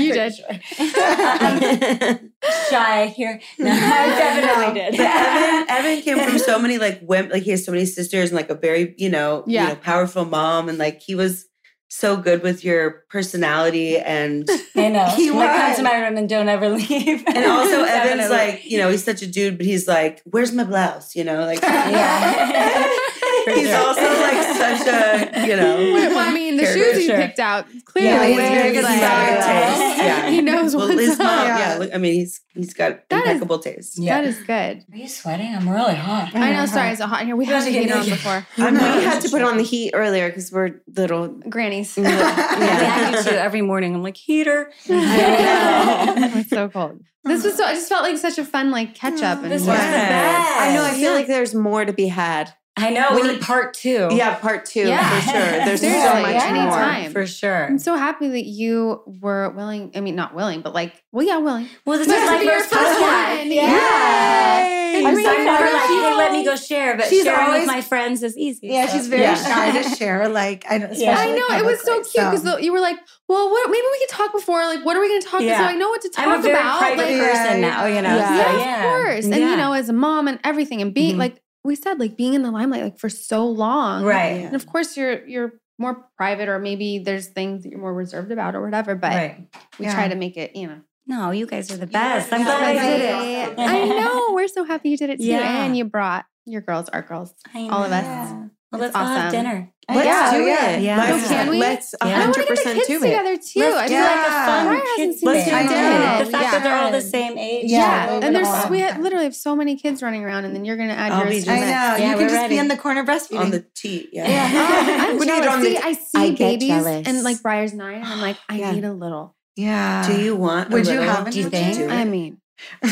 [SPEAKER 1] You
[SPEAKER 5] pretty
[SPEAKER 1] did.
[SPEAKER 5] Sure. I'm shy here. No, I definitely did.
[SPEAKER 3] But Evan, Evan came from so many like women, like he has so many sisters and like a very, you know,
[SPEAKER 1] Yeah.
[SPEAKER 3] you know, powerful mom. And like he was so good with your personality and
[SPEAKER 5] I know.
[SPEAKER 2] He
[SPEAKER 5] Like, come
[SPEAKER 2] was.
[SPEAKER 5] to my room and don't ever leave.
[SPEAKER 3] and also Evan's
[SPEAKER 5] Definitely.
[SPEAKER 3] like, you know, he's such a dude, but he's like, where's my blouse? You know, like
[SPEAKER 5] Yeah. For
[SPEAKER 3] he's
[SPEAKER 5] sure.
[SPEAKER 3] also like such a, you know,
[SPEAKER 1] Wait, well, I mean, the
[SPEAKER 3] For
[SPEAKER 1] shoes he
[SPEAKER 5] sure.
[SPEAKER 1] picked out clearly.
[SPEAKER 2] Yeah,
[SPEAKER 3] he's
[SPEAKER 1] where
[SPEAKER 3] very
[SPEAKER 1] he's
[SPEAKER 3] good
[SPEAKER 1] like-
[SPEAKER 3] style. Yeah.
[SPEAKER 1] He knows
[SPEAKER 3] well,
[SPEAKER 1] what's
[SPEAKER 3] his
[SPEAKER 1] up.
[SPEAKER 3] mom. Yeah,
[SPEAKER 2] Yeah.
[SPEAKER 3] look, I mean, he's he's got
[SPEAKER 1] That is-
[SPEAKER 3] impeccable taste.
[SPEAKER 5] Yeah.
[SPEAKER 1] That is good.
[SPEAKER 5] Are you sweating? I'm really hot.
[SPEAKER 1] I know. Sorry, it's a hot in here. We
[SPEAKER 5] You guys
[SPEAKER 1] had to
[SPEAKER 5] are
[SPEAKER 1] get
[SPEAKER 5] getting
[SPEAKER 1] on
[SPEAKER 5] naked.
[SPEAKER 1] before.
[SPEAKER 6] We
[SPEAKER 3] I'm not
[SPEAKER 6] had to put on the heat earlier because we're little.
[SPEAKER 1] Grannies.
[SPEAKER 5] I
[SPEAKER 6] Yeah.
[SPEAKER 5] do too every morning. I'm like, heater.
[SPEAKER 1] I know. it's so cold. This was so. I just felt like such a fun like catch up and
[SPEAKER 5] Mm, This was the
[SPEAKER 3] Yes.
[SPEAKER 5] best.
[SPEAKER 6] I know. I feel like there's more to be had.
[SPEAKER 5] I know.
[SPEAKER 6] We
[SPEAKER 5] We
[SPEAKER 6] need-
[SPEAKER 5] need part two.
[SPEAKER 6] Yeah, part two
[SPEAKER 1] Yeah.
[SPEAKER 6] for sure. There's so
[SPEAKER 1] Seriously,
[SPEAKER 6] much
[SPEAKER 1] yeah.
[SPEAKER 6] more.
[SPEAKER 1] Anytime.
[SPEAKER 5] for sure.
[SPEAKER 1] I'm so happy that you were willing. I mean, not willing, but like, well, yeah, willing.
[SPEAKER 5] Well, this
[SPEAKER 1] Nice
[SPEAKER 5] is
[SPEAKER 1] to
[SPEAKER 5] my
[SPEAKER 1] be your
[SPEAKER 5] first podcast.
[SPEAKER 1] one.
[SPEAKER 5] Yeah.
[SPEAKER 1] Yay.
[SPEAKER 5] I'm
[SPEAKER 1] Yay.
[SPEAKER 5] so glad
[SPEAKER 1] Really?
[SPEAKER 5] like, they let me go share, but
[SPEAKER 2] She's
[SPEAKER 5] sharing
[SPEAKER 2] always-
[SPEAKER 5] with my friends is easy.
[SPEAKER 2] Yeah,
[SPEAKER 5] so-
[SPEAKER 2] she's very
[SPEAKER 6] Yeah.
[SPEAKER 2] shy to share. Like I don't.
[SPEAKER 5] Yeah.
[SPEAKER 1] I
[SPEAKER 2] especially
[SPEAKER 1] know it was so
[SPEAKER 2] publicly,
[SPEAKER 1] cute because you were like, well, what? Maybe we could talk before. Like, what are we going to talk?
[SPEAKER 5] Yeah.
[SPEAKER 1] So I know what to talk
[SPEAKER 5] I'm a very
[SPEAKER 1] about.
[SPEAKER 5] private
[SPEAKER 1] like,
[SPEAKER 2] Yeah,
[SPEAKER 5] person now, you know.
[SPEAKER 6] yeah.
[SPEAKER 5] so,
[SPEAKER 1] yeah, of
[SPEAKER 5] yeah.
[SPEAKER 1] course. And you
[SPEAKER 5] Yeah.
[SPEAKER 1] know, as a mom and everything, and being
[SPEAKER 5] Mhm.
[SPEAKER 1] like we said, like being in the limelight like for so long,
[SPEAKER 5] Right.
[SPEAKER 1] And of course, you're you're more private, or maybe there's things that you're more reserved about, or whatever. But
[SPEAKER 5] right.
[SPEAKER 1] we
[SPEAKER 2] Yeah.
[SPEAKER 1] try to make it, you know.
[SPEAKER 5] No, you guys are the best. I'm
[SPEAKER 6] Yeah.
[SPEAKER 5] glad I
[SPEAKER 6] Yeah.
[SPEAKER 5] did it.
[SPEAKER 6] it.
[SPEAKER 1] it. I know. We're so happy you did it too,
[SPEAKER 5] Yeah.
[SPEAKER 1] and you brought your girls, our girls.
[SPEAKER 5] I
[SPEAKER 1] All of us.
[SPEAKER 5] know.
[SPEAKER 2] Yeah.
[SPEAKER 5] Well,
[SPEAKER 1] It's
[SPEAKER 5] let's all have
[SPEAKER 1] awesome.
[SPEAKER 5] dinner.
[SPEAKER 6] Let's
[SPEAKER 2] Yeah,
[SPEAKER 6] do
[SPEAKER 2] yeah.
[SPEAKER 6] it.
[SPEAKER 5] Yeah.
[SPEAKER 6] Let's,
[SPEAKER 1] Oh, can we?
[SPEAKER 6] let's
[SPEAKER 5] Yeah.
[SPEAKER 1] I want to
[SPEAKER 6] 100%
[SPEAKER 1] get the kids
[SPEAKER 6] do it.
[SPEAKER 1] together too. I
[SPEAKER 5] Let's do
[SPEAKER 1] feel like
[SPEAKER 5] like a
[SPEAKER 2] Yeah.
[SPEAKER 5] fun
[SPEAKER 1] Mariah hasn't
[SPEAKER 5] kids
[SPEAKER 1] seen
[SPEAKER 5] Let's
[SPEAKER 1] it.
[SPEAKER 5] do
[SPEAKER 2] I
[SPEAKER 5] dinner.
[SPEAKER 2] know.
[SPEAKER 5] The fact
[SPEAKER 1] Yeah.
[SPEAKER 5] that they're all the same age. Oh
[SPEAKER 2] Yeah,
[SPEAKER 1] Yeah,
[SPEAKER 2] they
[SPEAKER 1] and
[SPEAKER 2] would
[SPEAKER 1] there's
[SPEAKER 2] all-
[SPEAKER 1] we had literally have so many kids running around, and then you're gonna add
[SPEAKER 3] I'll be
[SPEAKER 1] yours. to
[SPEAKER 2] I
[SPEAKER 3] doing
[SPEAKER 1] it.
[SPEAKER 2] know.
[SPEAKER 3] that.
[SPEAKER 5] Yeah,
[SPEAKER 2] you
[SPEAKER 5] we're
[SPEAKER 2] can just
[SPEAKER 5] ready.
[SPEAKER 2] be in the corner breastfeeding.
[SPEAKER 3] On the tea. Yeah.
[SPEAKER 1] Oh, I'm
[SPEAKER 6] We need it
[SPEAKER 1] jealous.
[SPEAKER 6] on the-
[SPEAKER 1] See, I see
[SPEAKER 6] I get
[SPEAKER 1] babies
[SPEAKER 6] jealous.
[SPEAKER 1] and like Briar's nine. and I'm like, I
[SPEAKER 6] Yeah.
[SPEAKER 1] need a little.
[SPEAKER 2] yeah.
[SPEAKER 3] Do you want? a
[SPEAKER 2] Would you
[SPEAKER 3] little-
[SPEAKER 2] have
[SPEAKER 5] Do you
[SPEAKER 2] another
[SPEAKER 5] think?
[SPEAKER 2] one?
[SPEAKER 1] I mean,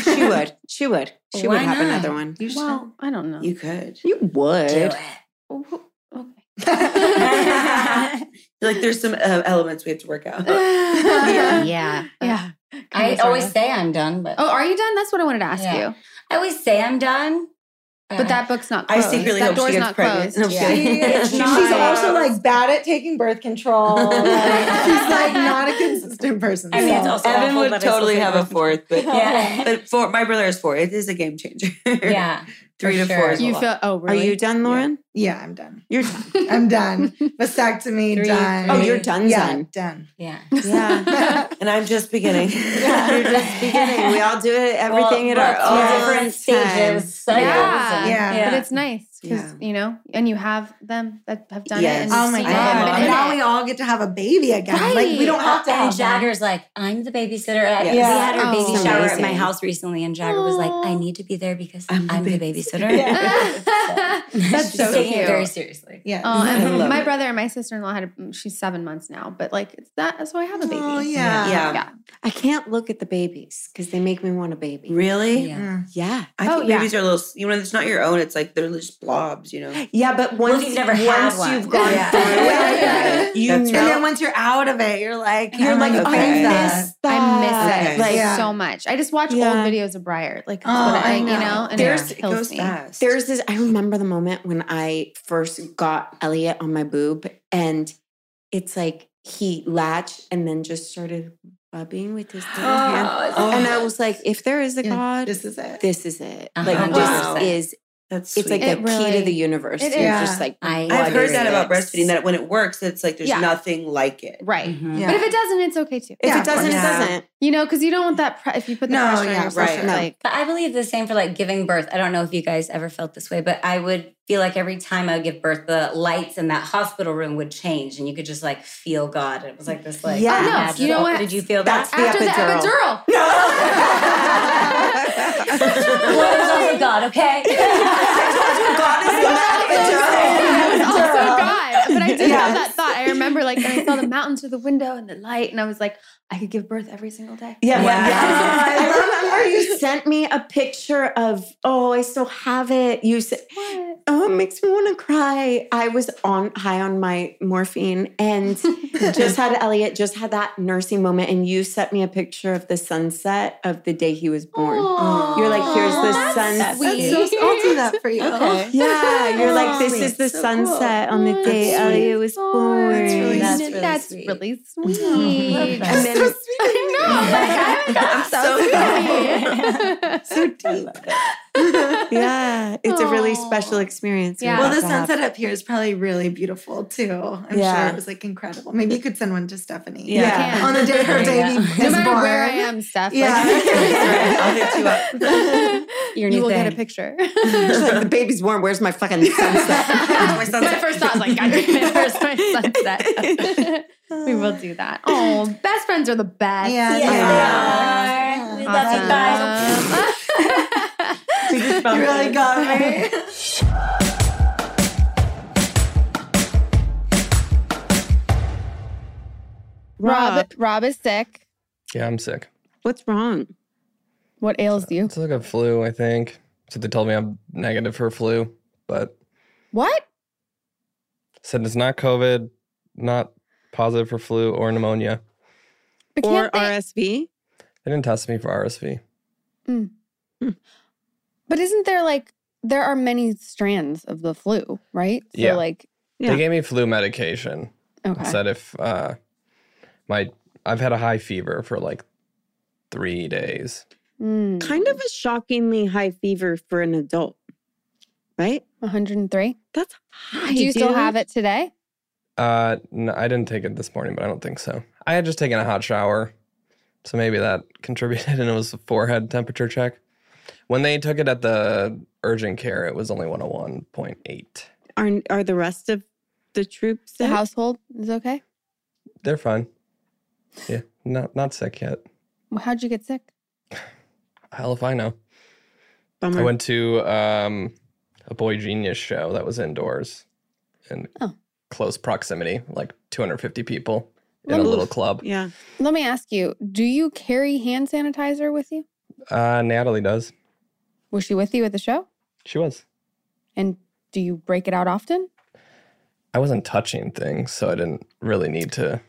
[SPEAKER 6] She would. She would. She would
[SPEAKER 5] Why
[SPEAKER 6] have
[SPEAKER 5] not?
[SPEAKER 6] another one.
[SPEAKER 2] You should.
[SPEAKER 1] well, I don't know.
[SPEAKER 3] You could.
[SPEAKER 6] You would.
[SPEAKER 5] Do it.
[SPEAKER 1] Oh, okay.
[SPEAKER 3] Like there's some uh, elements we have to work out.
[SPEAKER 1] yeah.
[SPEAKER 5] yeah.
[SPEAKER 1] yeah.
[SPEAKER 5] I always say I'm done, but
[SPEAKER 1] Oh, are you done? That's what I wanted to ask
[SPEAKER 5] Yeah.
[SPEAKER 1] you.
[SPEAKER 5] I always say I'm done.
[SPEAKER 1] But that book's not
[SPEAKER 3] I
[SPEAKER 1] closed.
[SPEAKER 3] secretly
[SPEAKER 1] that
[SPEAKER 3] hope
[SPEAKER 1] door's
[SPEAKER 3] she gets
[SPEAKER 1] not
[SPEAKER 3] pregnant.
[SPEAKER 1] closed.
[SPEAKER 3] No, I'm
[SPEAKER 5] Yeah.
[SPEAKER 3] kidding.
[SPEAKER 5] It's
[SPEAKER 2] She's
[SPEAKER 5] not-
[SPEAKER 2] also like bad at taking birth control. Like, she's like not a consistent person.
[SPEAKER 5] I mean, it's also
[SPEAKER 3] Evan
[SPEAKER 5] awful,
[SPEAKER 3] would
[SPEAKER 5] but it's
[SPEAKER 3] totally
[SPEAKER 5] also
[SPEAKER 3] have a
[SPEAKER 5] important.
[SPEAKER 3] fourth, but
[SPEAKER 5] Yeah.
[SPEAKER 3] but four, my brother is four. It is a game changer.
[SPEAKER 5] yeah.
[SPEAKER 3] three
[SPEAKER 5] for
[SPEAKER 3] to
[SPEAKER 5] sure.
[SPEAKER 3] four. Is a
[SPEAKER 1] You
[SPEAKER 3] lot.
[SPEAKER 1] feel oh
[SPEAKER 6] Are
[SPEAKER 1] really?
[SPEAKER 6] you done, Lauren?
[SPEAKER 2] yeah, I'm done.
[SPEAKER 6] You're done.
[SPEAKER 2] I'm done. Vasectomy,
[SPEAKER 5] Three,
[SPEAKER 2] done.
[SPEAKER 6] Oh, you're done,
[SPEAKER 2] yeah,
[SPEAKER 6] done.
[SPEAKER 2] done.
[SPEAKER 5] Yeah.
[SPEAKER 6] Yeah.
[SPEAKER 3] and I'm just beginning.
[SPEAKER 6] You're just beginning. We all do it, everything
[SPEAKER 5] Well,
[SPEAKER 6] at
[SPEAKER 5] but
[SPEAKER 6] our
[SPEAKER 5] two
[SPEAKER 6] own
[SPEAKER 5] different
[SPEAKER 6] time.
[SPEAKER 5] stages. cycles,
[SPEAKER 1] Yeah.
[SPEAKER 5] and-
[SPEAKER 2] Yeah.
[SPEAKER 1] But it's nice because
[SPEAKER 6] Yeah.
[SPEAKER 1] you know, and you have them that have done
[SPEAKER 3] Yes.
[SPEAKER 1] it. And
[SPEAKER 2] Oh
[SPEAKER 1] you've
[SPEAKER 2] my
[SPEAKER 1] seen
[SPEAKER 2] god!
[SPEAKER 1] them
[SPEAKER 5] Yeah.
[SPEAKER 1] and
[SPEAKER 2] And
[SPEAKER 1] in
[SPEAKER 2] now
[SPEAKER 1] it.
[SPEAKER 2] we all get to have a baby again. Like we don't have to.
[SPEAKER 5] And
[SPEAKER 2] have one.
[SPEAKER 5] Jagger's like, I'm the babysitter. I-
[SPEAKER 3] Yes.
[SPEAKER 5] We had
[SPEAKER 1] Yeah.
[SPEAKER 5] our baby
[SPEAKER 1] Oh.
[SPEAKER 5] shower at my
[SPEAKER 3] Amazing.
[SPEAKER 5] house recently, and Jagger was like, I
[SPEAKER 1] Aw.
[SPEAKER 5] need to be there because
[SPEAKER 3] I'm
[SPEAKER 5] I'm,
[SPEAKER 3] the
[SPEAKER 5] the
[SPEAKER 3] babys-
[SPEAKER 5] babysitter.
[SPEAKER 1] That's
[SPEAKER 5] She's
[SPEAKER 1] so
[SPEAKER 5] taking
[SPEAKER 1] cute.
[SPEAKER 5] it very seriously.
[SPEAKER 2] Yeah.
[SPEAKER 1] Oh,
[SPEAKER 3] I
[SPEAKER 1] and
[SPEAKER 3] love
[SPEAKER 1] my
[SPEAKER 3] it.
[SPEAKER 1] brother and my sister in law had. A, mm, she's seven months now, but like it's that. That's why I have a baby.
[SPEAKER 2] Oh yeah.
[SPEAKER 3] Yeah.
[SPEAKER 1] Yeah.
[SPEAKER 6] I can't look at the babies because they make me want a baby.
[SPEAKER 3] Really?
[SPEAKER 5] Yeah.
[SPEAKER 2] Mm.
[SPEAKER 6] Yeah.
[SPEAKER 3] I
[SPEAKER 1] Oh,
[SPEAKER 3] think
[SPEAKER 1] yeah.
[SPEAKER 3] babies are little. You know, it's not your own. It's like they're just blobs. You know.
[SPEAKER 6] Yeah, but
[SPEAKER 5] Well,
[SPEAKER 6] once
[SPEAKER 5] if you've never
[SPEAKER 6] once
[SPEAKER 5] had one.
[SPEAKER 6] you've gone
[SPEAKER 5] Yeah.
[SPEAKER 6] through it,
[SPEAKER 2] Yeah.
[SPEAKER 6] you
[SPEAKER 3] That's
[SPEAKER 2] And
[SPEAKER 6] know-
[SPEAKER 2] then once you're out of it, you're like,
[SPEAKER 6] you're
[SPEAKER 2] I'm
[SPEAKER 6] like,
[SPEAKER 2] okay.
[SPEAKER 6] oh,
[SPEAKER 3] okay.
[SPEAKER 6] I
[SPEAKER 2] that.
[SPEAKER 6] miss that.
[SPEAKER 1] I miss it
[SPEAKER 3] Okay.
[SPEAKER 1] like
[SPEAKER 2] Yeah.
[SPEAKER 1] so much. I just watch
[SPEAKER 6] Yeah.
[SPEAKER 1] old videos of Breyer. Like that's
[SPEAKER 2] Oh,
[SPEAKER 1] what I,
[SPEAKER 2] I
[SPEAKER 1] you
[SPEAKER 2] know.
[SPEAKER 1] know, and
[SPEAKER 3] There's,
[SPEAKER 1] it
[SPEAKER 3] it
[SPEAKER 1] kills
[SPEAKER 3] goes
[SPEAKER 1] me.
[SPEAKER 3] fast.
[SPEAKER 6] There's this. I remember the moment when I first got Elliot on my boob, and it's like he latched and then just started rubbing with his little hand,
[SPEAKER 5] Oh,
[SPEAKER 6] and I was like, if there is a
[SPEAKER 2] Yeah,
[SPEAKER 6] God,
[SPEAKER 2] This is it.
[SPEAKER 6] this is it.
[SPEAKER 5] A
[SPEAKER 6] Like
[SPEAKER 5] hundred
[SPEAKER 6] this
[SPEAKER 3] Wow. percent.
[SPEAKER 6] is.
[SPEAKER 3] That's
[SPEAKER 6] It's like
[SPEAKER 3] sweet.
[SPEAKER 1] It
[SPEAKER 6] the key to
[SPEAKER 1] really-
[SPEAKER 6] the universe.
[SPEAKER 1] it
[SPEAKER 6] You're
[SPEAKER 2] is.
[SPEAKER 6] just like
[SPEAKER 5] I-
[SPEAKER 6] what
[SPEAKER 3] I've heard
[SPEAKER 6] is
[SPEAKER 3] that
[SPEAKER 6] it?
[SPEAKER 3] about breastfeeding. That when it works, it's like there's
[SPEAKER 1] Yeah.
[SPEAKER 3] nothing like it.
[SPEAKER 1] Right.
[SPEAKER 5] Mhm.
[SPEAKER 2] Yeah.
[SPEAKER 1] But if it doesn't, it's okay too.
[SPEAKER 6] If
[SPEAKER 2] Yeah,
[SPEAKER 6] it doesn't, it
[SPEAKER 3] yeah.
[SPEAKER 6] doesn't.
[SPEAKER 1] You know, because you don't want that. Pre- if you put the
[SPEAKER 2] No,
[SPEAKER 1] pressure
[SPEAKER 2] yeah,
[SPEAKER 1] on yourself,
[SPEAKER 3] right.
[SPEAKER 1] it's
[SPEAKER 6] No.
[SPEAKER 1] like
[SPEAKER 5] But I believe the same for like giving birth. I don't know if you guys ever felt this way, but I would feel like every time I would give birth, the lights in that hospital room would change and you could just like feel God. It was like this like,
[SPEAKER 6] Yeah. Oh, no.
[SPEAKER 5] magical-
[SPEAKER 1] You know what?
[SPEAKER 5] Did you feel
[SPEAKER 6] That's
[SPEAKER 5] that?
[SPEAKER 6] the
[SPEAKER 1] after
[SPEAKER 6] epidural.
[SPEAKER 1] the epidural.
[SPEAKER 5] Well, it was also God, okay?
[SPEAKER 6] God is
[SPEAKER 1] That was also
[SPEAKER 6] Epidural.
[SPEAKER 1] God. But I did have that
[SPEAKER 6] Yes.
[SPEAKER 1] thought. I remember like and I saw the mountain through the window and the light, and I was like, I could give birth every single day.
[SPEAKER 6] Yeah, well,
[SPEAKER 5] Yeah.
[SPEAKER 6] yeah. I remember you sent me a picture of, oh, I still have it. You said,
[SPEAKER 1] What?
[SPEAKER 6] oh, it makes me want to cry. I was on high on my morphine and just had Elliot, just had that nursing moment. And you sent me a picture of the sunset of the day he was born.
[SPEAKER 1] Aw.
[SPEAKER 6] You're like, here's the
[SPEAKER 1] That's
[SPEAKER 6] sunset.
[SPEAKER 1] sweet.
[SPEAKER 2] That's so, I'll do that for you.
[SPEAKER 6] Yeah, you're like, this
[SPEAKER 2] Sweet.
[SPEAKER 6] is the
[SPEAKER 2] So
[SPEAKER 6] sunset
[SPEAKER 1] cool.
[SPEAKER 6] on the day
[SPEAKER 1] That's
[SPEAKER 6] Elliot was born.
[SPEAKER 1] That's Oh, really,
[SPEAKER 5] That's
[SPEAKER 1] sweet.
[SPEAKER 5] really
[SPEAKER 1] That's
[SPEAKER 5] sweet.
[SPEAKER 1] really
[SPEAKER 5] love
[SPEAKER 1] sweet.
[SPEAKER 5] that.
[SPEAKER 6] And
[SPEAKER 2] That's so
[SPEAKER 6] then
[SPEAKER 2] sweet.
[SPEAKER 1] I know, like, I haven't gotten
[SPEAKER 3] I'm so
[SPEAKER 1] so,
[SPEAKER 2] So deep.
[SPEAKER 1] sweet.
[SPEAKER 6] yeah, it's a really
[SPEAKER 1] Aw.
[SPEAKER 6] special experience.
[SPEAKER 1] Yeah.
[SPEAKER 2] Well,
[SPEAKER 6] the
[SPEAKER 2] the sunset up here is probably really beautiful too. I'm
[SPEAKER 6] Yeah.
[SPEAKER 2] sure it was like incredible. Maybe you could send one to Stephanie.
[SPEAKER 6] Yeah.
[SPEAKER 1] Yeah.
[SPEAKER 2] On the day her
[SPEAKER 5] Yeah.
[SPEAKER 2] baby
[SPEAKER 5] No
[SPEAKER 2] is
[SPEAKER 1] no matter
[SPEAKER 2] born.
[SPEAKER 1] where I am, Steph.
[SPEAKER 2] Yeah.
[SPEAKER 3] I'll hit you up.
[SPEAKER 1] Like,
[SPEAKER 5] Your
[SPEAKER 1] you
[SPEAKER 5] new
[SPEAKER 1] will get a
[SPEAKER 5] thing.
[SPEAKER 1] picture.
[SPEAKER 6] She's like, the baby's warm. Where's my fucking sunset?
[SPEAKER 3] My son's
[SPEAKER 1] my first thought was like, God damn it, where's my sunset? we will do that. Oh, best friends are the best.
[SPEAKER 2] Yeah.
[SPEAKER 5] Yes,
[SPEAKER 2] Yeah.
[SPEAKER 5] they are. We
[SPEAKER 2] Yeah.
[SPEAKER 1] Awesome.
[SPEAKER 5] love you guys.
[SPEAKER 2] You really got me.
[SPEAKER 1] Rob, Rob is sick.
[SPEAKER 7] Yeah, I'm sick.
[SPEAKER 6] what's wrong?
[SPEAKER 1] What ails you?
[SPEAKER 7] It's like a flu, I think. So they told me I'm negative for flu, but
[SPEAKER 1] What?
[SPEAKER 7] said it's not COVID, not positive for flu or pneumonia.
[SPEAKER 1] But
[SPEAKER 6] Or
[SPEAKER 1] can't they-
[SPEAKER 6] RSV?
[SPEAKER 7] They didn't test me for RSV.
[SPEAKER 1] But isn't there like there are many strands of the flu, right? So
[SPEAKER 7] Yeah.
[SPEAKER 1] like
[SPEAKER 6] Yeah.
[SPEAKER 7] They gave me flu medication.
[SPEAKER 1] okay.
[SPEAKER 7] Said if uh, my I've had a high fever for like three days.
[SPEAKER 1] Mm.
[SPEAKER 6] Kind of a shockingly high fever for an adult, right?
[SPEAKER 1] 103.
[SPEAKER 6] That's high.
[SPEAKER 1] Do you still have
[SPEAKER 6] it?
[SPEAKER 1] it today?
[SPEAKER 7] Uh, no, I didn't take it this morning, but I don't think so. I had just taken a hot shower, so maybe that contributed, and it was a forehead temperature check. When they took it at the urgent care, it was only 101.8.
[SPEAKER 6] Are, are the rest of the troops
[SPEAKER 1] The
[SPEAKER 6] sick?
[SPEAKER 1] household is okay?
[SPEAKER 7] They're fine. Yeah, not not sick yet.
[SPEAKER 1] Well, How'd you get sick?
[SPEAKER 7] Hell if I know. I
[SPEAKER 6] Bummer.
[SPEAKER 7] went to um, a Boy Genius show that was indoors in
[SPEAKER 1] Oh.
[SPEAKER 7] close proximity, like 250 people in a
[SPEAKER 1] Oof.
[SPEAKER 7] little club.
[SPEAKER 6] yeah.
[SPEAKER 1] Let me ask you, do you carry hand sanitizer with you?
[SPEAKER 7] Uh, Natalie does.
[SPEAKER 1] Was she with you at the show?
[SPEAKER 7] She was.
[SPEAKER 1] And do you break it out often?
[SPEAKER 7] I wasn't touching things, so I didn't really need to.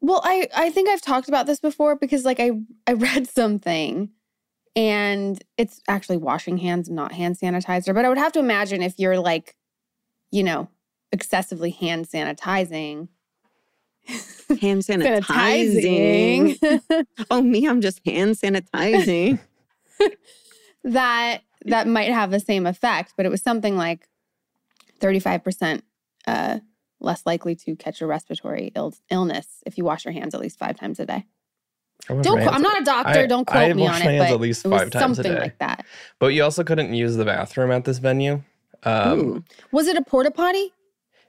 [SPEAKER 1] Well, I I think I've talked about this before because like I I read something and it's actually washing hands, not hand sanitizer, but I would have to imagine if you're like, you know, excessively hand sanitizing
[SPEAKER 6] Hand sanitizing. oh, me, I'm just hand sanitizing.
[SPEAKER 1] that that might have the same effect, but it was something like 35% uh, less likely to catch a respiratory Ill- illness if you wash your hands at least five times a day.
[SPEAKER 7] I wash
[SPEAKER 1] Don't
[SPEAKER 7] my
[SPEAKER 1] qu-
[SPEAKER 7] hands
[SPEAKER 1] I'm not a doctor.
[SPEAKER 7] I-
[SPEAKER 1] don't
[SPEAKER 7] I
[SPEAKER 1] quote me
[SPEAKER 7] wash
[SPEAKER 1] on
[SPEAKER 7] my
[SPEAKER 1] it,
[SPEAKER 7] hands
[SPEAKER 1] but
[SPEAKER 7] at least
[SPEAKER 1] it was
[SPEAKER 7] five times a
[SPEAKER 1] something
[SPEAKER 7] day.
[SPEAKER 1] like that.
[SPEAKER 7] But you also couldn't use the bathroom at this venue. Um,
[SPEAKER 6] Ooh.
[SPEAKER 1] Was it a porta potty?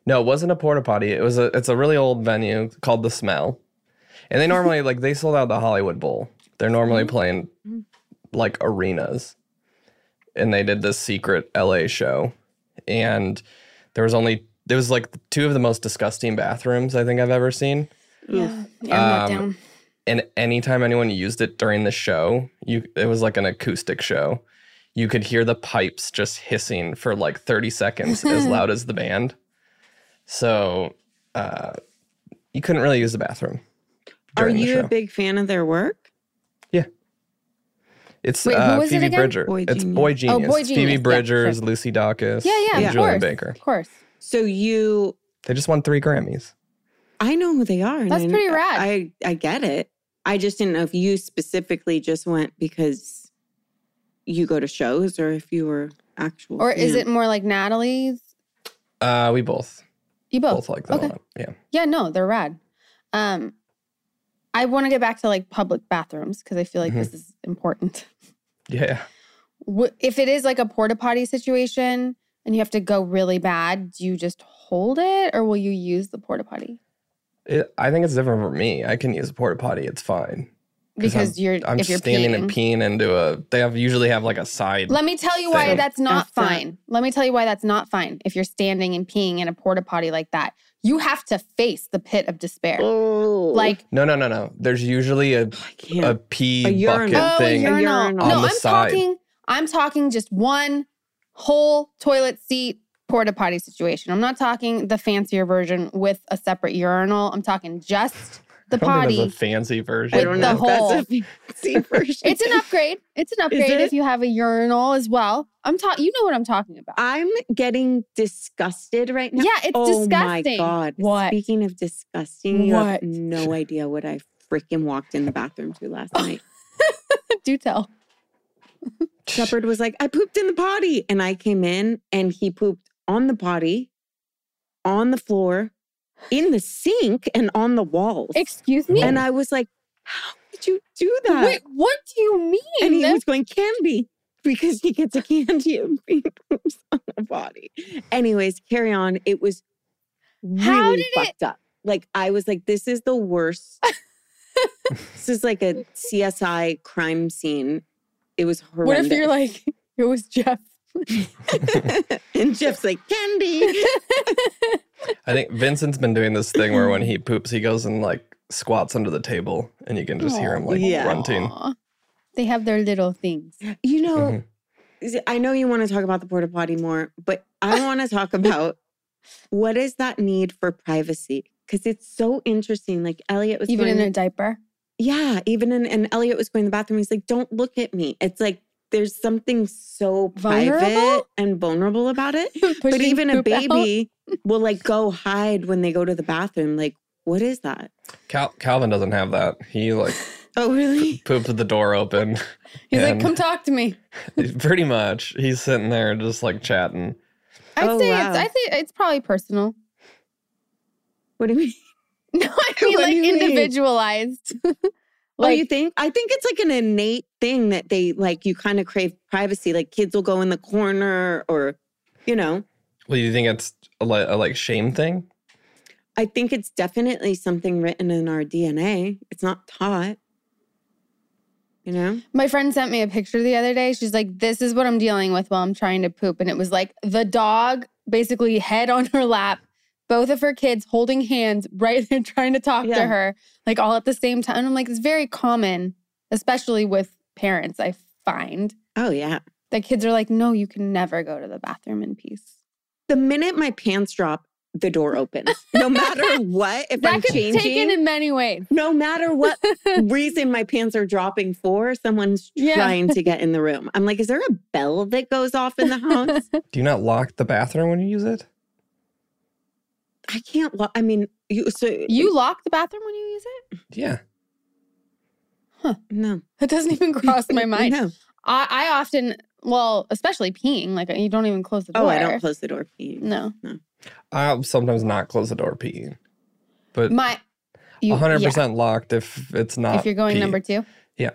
[SPEAKER 7] no, it wasn't a porta potty. It was a. It's a really old venue called the Smell, and they normally like they sold out the Hollywood Bowl. They're
[SPEAKER 1] Mm-hmm.
[SPEAKER 7] normally playing like arenas, and they did this secret LA show, and there was only there was like two of the most disgusting bathrooms I think I've ever seen.
[SPEAKER 1] Yeah, yeah,
[SPEAKER 7] Um,
[SPEAKER 1] down.
[SPEAKER 7] and anytime anyone used it during the show, you it was like an acoustic show. You could hear the pipes just hissing for like 30 seconds as loud as the band. So uh, you couldn't really use the bathroom.
[SPEAKER 6] Are
[SPEAKER 7] during the
[SPEAKER 6] you a
[SPEAKER 7] show.
[SPEAKER 6] big fan of their work?
[SPEAKER 7] It's
[SPEAKER 1] Wait, who
[SPEAKER 7] uh,
[SPEAKER 1] was it
[SPEAKER 7] Phoebe
[SPEAKER 1] again? Oh,
[SPEAKER 7] Bridger.
[SPEAKER 6] Boy
[SPEAKER 7] it's
[SPEAKER 6] Genius.
[SPEAKER 7] Boy Genius.
[SPEAKER 1] Boy Genius. Yeah,
[SPEAKER 7] Phoebe
[SPEAKER 1] sure.
[SPEAKER 7] Bridgers, Lucy Dawkins,
[SPEAKER 1] yeah, yeah,
[SPEAKER 7] and
[SPEAKER 1] of
[SPEAKER 7] Julian
[SPEAKER 1] course,
[SPEAKER 7] Baker.
[SPEAKER 1] of course.
[SPEAKER 6] So you,
[SPEAKER 7] They just won three Grammys.
[SPEAKER 6] I know who they are. and
[SPEAKER 1] That's
[SPEAKER 6] I- uh,
[SPEAKER 1] pretty rad.
[SPEAKER 6] I, I get it. I just didn't know if you specifically just went because you go to shows or if you were actual.
[SPEAKER 1] Or is
[SPEAKER 6] fan.
[SPEAKER 1] it more like Natalie's?
[SPEAKER 7] Uh, we both
[SPEAKER 1] You
[SPEAKER 7] both
[SPEAKER 1] both.
[SPEAKER 7] like them
[SPEAKER 1] okay.
[SPEAKER 7] a lot. Yeah.
[SPEAKER 1] Yeah, no, they're rad. Um, I want to get back to like public bathrooms because I feel like
[SPEAKER 7] Mhm.
[SPEAKER 1] this is important.
[SPEAKER 7] Yeah.
[SPEAKER 1] Wh- If it is like a porta potty situation and you have to go really bad, do you just hold it or will you use the porta potty?
[SPEAKER 7] It, I think it's different for me. I can use a porta potty. It's fine. 'Cause
[SPEAKER 1] Because you're
[SPEAKER 7] I'm
[SPEAKER 1] if you're
[SPEAKER 7] standing
[SPEAKER 1] peeing.
[SPEAKER 7] and peeing into a. They have usually have like a side.
[SPEAKER 1] Let me tell you why
[SPEAKER 7] thing.
[SPEAKER 1] that's not
[SPEAKER 6] F that.
[SPEAKER 1] fine. Let me tell you why that's not fine. If you're standing and peeing in a porta potty like that, you have to face the pit of despair.
[SPEAKER 6] Oh,
[SPEAKER 1] Like,
[SPEAKER 7] no, no, no, no. There's usually
[SPEAKER 6] I
[SPEAKER 7] a a
[SPEAKER 6] can't.
[SPEAKER 7] pee
[SPEAKER 6] A urinal.
[SPEAKER 7] bucket
[SPEAKER 1] oh,
[SPEAKER 7] thing.
[SPEAKER 1] a urinal.
[SPEAKER 6] urinal.
[SPEAKER 1] No,
[SPEAKER 7] On the
[SPEAKER 1] I'm
[SPEAKER 7] side.
[SPEAKER 1] talking. I'm talking just one whole toilet seat porta potty situation. I'm not talking the fancier version with a separate urinal. I'm talking just the
[SPEAKER 7] I don't think
[SPEAKER 1] potty.
[SPEAKER 7] that's a fancy version.
[SPEAKER 6] I don't
[SPEAKER 1] with
[SPEAKER 6] know.
[SPEAKER 1] the
[SPEAKER 6] if that's
[SPEAKER 1] hole.
[SPEAKER 6] a fancy version.
[SPEAKER 1] It's an upgrade. It's an upgrade
[SPEAKER 6] it?
[SPEAKER 1] if you have a urinal as well. I'm talking. You know what I'm talking about.
[SPEAKER 6] I'm getting disgusted right now.
[SPEAKER 1] yeah, it's
[SPEAKER 6] oh
[SPEAKER 1] disgusting.
[SPEAKER 6] my god!
[SPEAKER 1] What?
[SPEAKER 6] Speaking of disgusting, you
[SPEAKER 1] What?
[SPEAKER 6] have no idea what I freaking walked in the bathroom to last
[SPEAKER 1] Oh
[SPEAKER 6] night.
[SPEAKER 1] Do tell.
[SPEAKER 6] Shepard was like, "I pooped in the potty," and I came in, and he pooped on the potty, on the floor, in the sink, and on the walls.
[SPEAKER 1] Excuse me.
[SPEAKER 6] and I was like, "How did you do
[SPEAKER 7] uh,
[SPEAKER 6] that?"
[SPEAKER 1] Wait, what do you mean?
[SPEAKER 6] and he was going candy because he gets a candy and he poops on the body. Anyways, carry on. It was really
[SPEAKER 1] How did it-
[SPEAKER 6] fucked up. Like I was like, this is the worst. this is like a CSI crime scene. It was
[SPEAKER 1] what
[SPEAKER 6] horrendous.
[SPEAKER 1] if you're like, it was Jeff?
[SPEAKER 6] and Jeff's like candy?
[SPEAKER 7] I think Vincent's been doing this thing where when he poops, he goes and like squats under the table, and you can just hear him like
[SPEAKER 6] Yeah.
[SPEAKER 7] grunting.
[SPEAKER 1] Aw. They have their little things.
[SPEAKER 6] You know,
[SPEAKER 7] Mhm.
[SPEAKER 6] Z- I know you want to talk about the porta potty more, but I want to talk about what is that need for privacy? Because it's so interesting. Like Elliot was
[SPEAKER 1] Even
[SPEAKER 6] going
[SPEAKER 1] in a diaper.
[SPEAKER 6] Yeah, even in and Elliot was going to the bathroom. He's like, "Don't look at me." It's like there's something so private
[SPEAKER 1] Vulnerable?
[SPEAKER 6] and vulnerable about it. but
[SPEAKER 1] Pushing
[SPEAKER 6] even a
[SPEAKER 1] poop out.
[SPEAKER 6] baby will like go hide when they go to the bathroom. Like, what is that?
[SPEAKER 7] Cal- Calvin doesn't have that. He like
[SPEAKER 6] Oh, really?
[SPEAKER 7] poops with the door open.
[SPEAKER 1] He's like,
[SPEAKER 7] and
[SPEAKER 1] come talk to me.
[SPEAKER 7] pretty much, he's sitting there just like chatting.
[SPEAKER 1] I'd
[SPEAKER 6] Oh,
[SPEAKER 1] say it's
[SPEAKER 6] wow.
[SPEAKER 1] I think it's probably personal.
[SPEAKER 6] What do you mean?
[SPEAKER 1] No, I mean
[SPEAKER 6] What
[SPEAKER 1] like
[SPEAKER 6] do you mean?
[SPEAKER 1] individualized.
[SPEAKER 6] oh,
[SPEAKER 1] like
[SPEAKER 6] you think? I think it's like an innate thing that they like. You kind of crave privacy. Like kids will go in the corner, or you know,
[SPEAKER 7] Well, you think it's a, li- a like shame thing?
[SPEAKER 6] I think it's definitely something written in our DNA. It's not taught. You know.
[SPEAKER 1] my friend sent me a picture the other day. She's like, This is what I'm dealing with while I'm trying to poop. And it was like the dog basically head on her lap, both of her kids holding hands right there trying to talk to
[SPEAKER 6] Yeah.
[SPEAKER 1] her, like all at the same time. And I'm like, it's very common, especially with parents, I find.
[SPEAKER 6] Oh yeah.
[SPEAKER 1] that kids are like, no, you can never go to the bathroom in peace.
[SPEAKER 6] the minute my pants drop, the door opens. No matter what, if
[SPEAKER 1] That
[SPEAKER 6] I'm
[SPEAKER 1] could be taken
[SPEAKER 6] changing,
[SPEAKER 1] in many ways.
[SPEAKER 6] no matter what reason my pants are dropping for, someone's
[SPEAKER 1] Yeah.
[SPEAKER 6] trying to get in the room. I'm like, is there a bell that goes off in the house?
[SPEAKER 7] Do you not lock the bathroom when you use it?
[SPEAKER 6] I can't. Lo- I mean, You, so
[SPEAKER 1] You lock the bathroom when you use it?
[SPEAKER 7] Yeah.
[SPEAKER 6] no
[SPEAKER 1] It doesn't even cross my mind.
[SPEAKER 6] No.
[SPEAKER 1] I, I often, well, especially peeing, like you don't even close the door.
[SPEAKER 6] Oh, I don't close the door. Pete.
[SPEAKER 1] No,
[SPEAKER 7] I'll sometimes not close the door peeing, but
[SPEAKER 1] my you- yeah,
[SPEAKER 7] 100% locked if it's not.
[SPEAKER 1] if you're going
[SPEAKER 7] pee.
[SPEAKER 1] number two,
[SPEAKER 7] Yeah.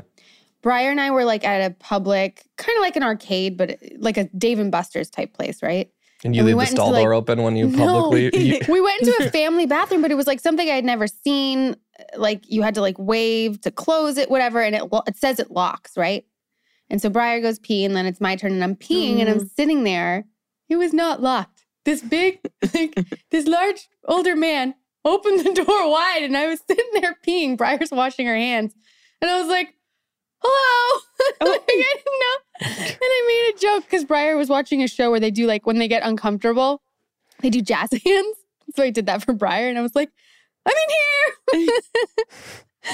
[SPEAKER 1] Briar and I were like at a public, kind of like an arcade, but like a Dave and Buster's type place, right?
[SPEAKER 7] And you
[SPEAKER 1] and we
[SPEAKER 7] leave the
[SPEAKER 1] went into,
[SPEAKER 7] stall
[SPEAKER 1] like-
[SPEAKER 7] door open when you
[SPEAKER 1] No.
[SPEAKER 7] publicly. you-
[SPEAKER 1] We went into a family bathroom, but it was like something I had never seen. Like you had to like wave to close it, whatever, and it lo- it says it locks, right? And so Briar goes pee, and then it's my turn, and I'm peeing, and I'm sitting there. It was not locked. This big, like this large older man opened the door wide, and I was sitting there peeing. Briar's washing her hands, and I was like, "Hello." like, I didn't know. And I made a joke because Briar was watching a show where they do like when they get uncomfortable, they do jazz hands. So I did that for Briar, and I was like, "I'm in here."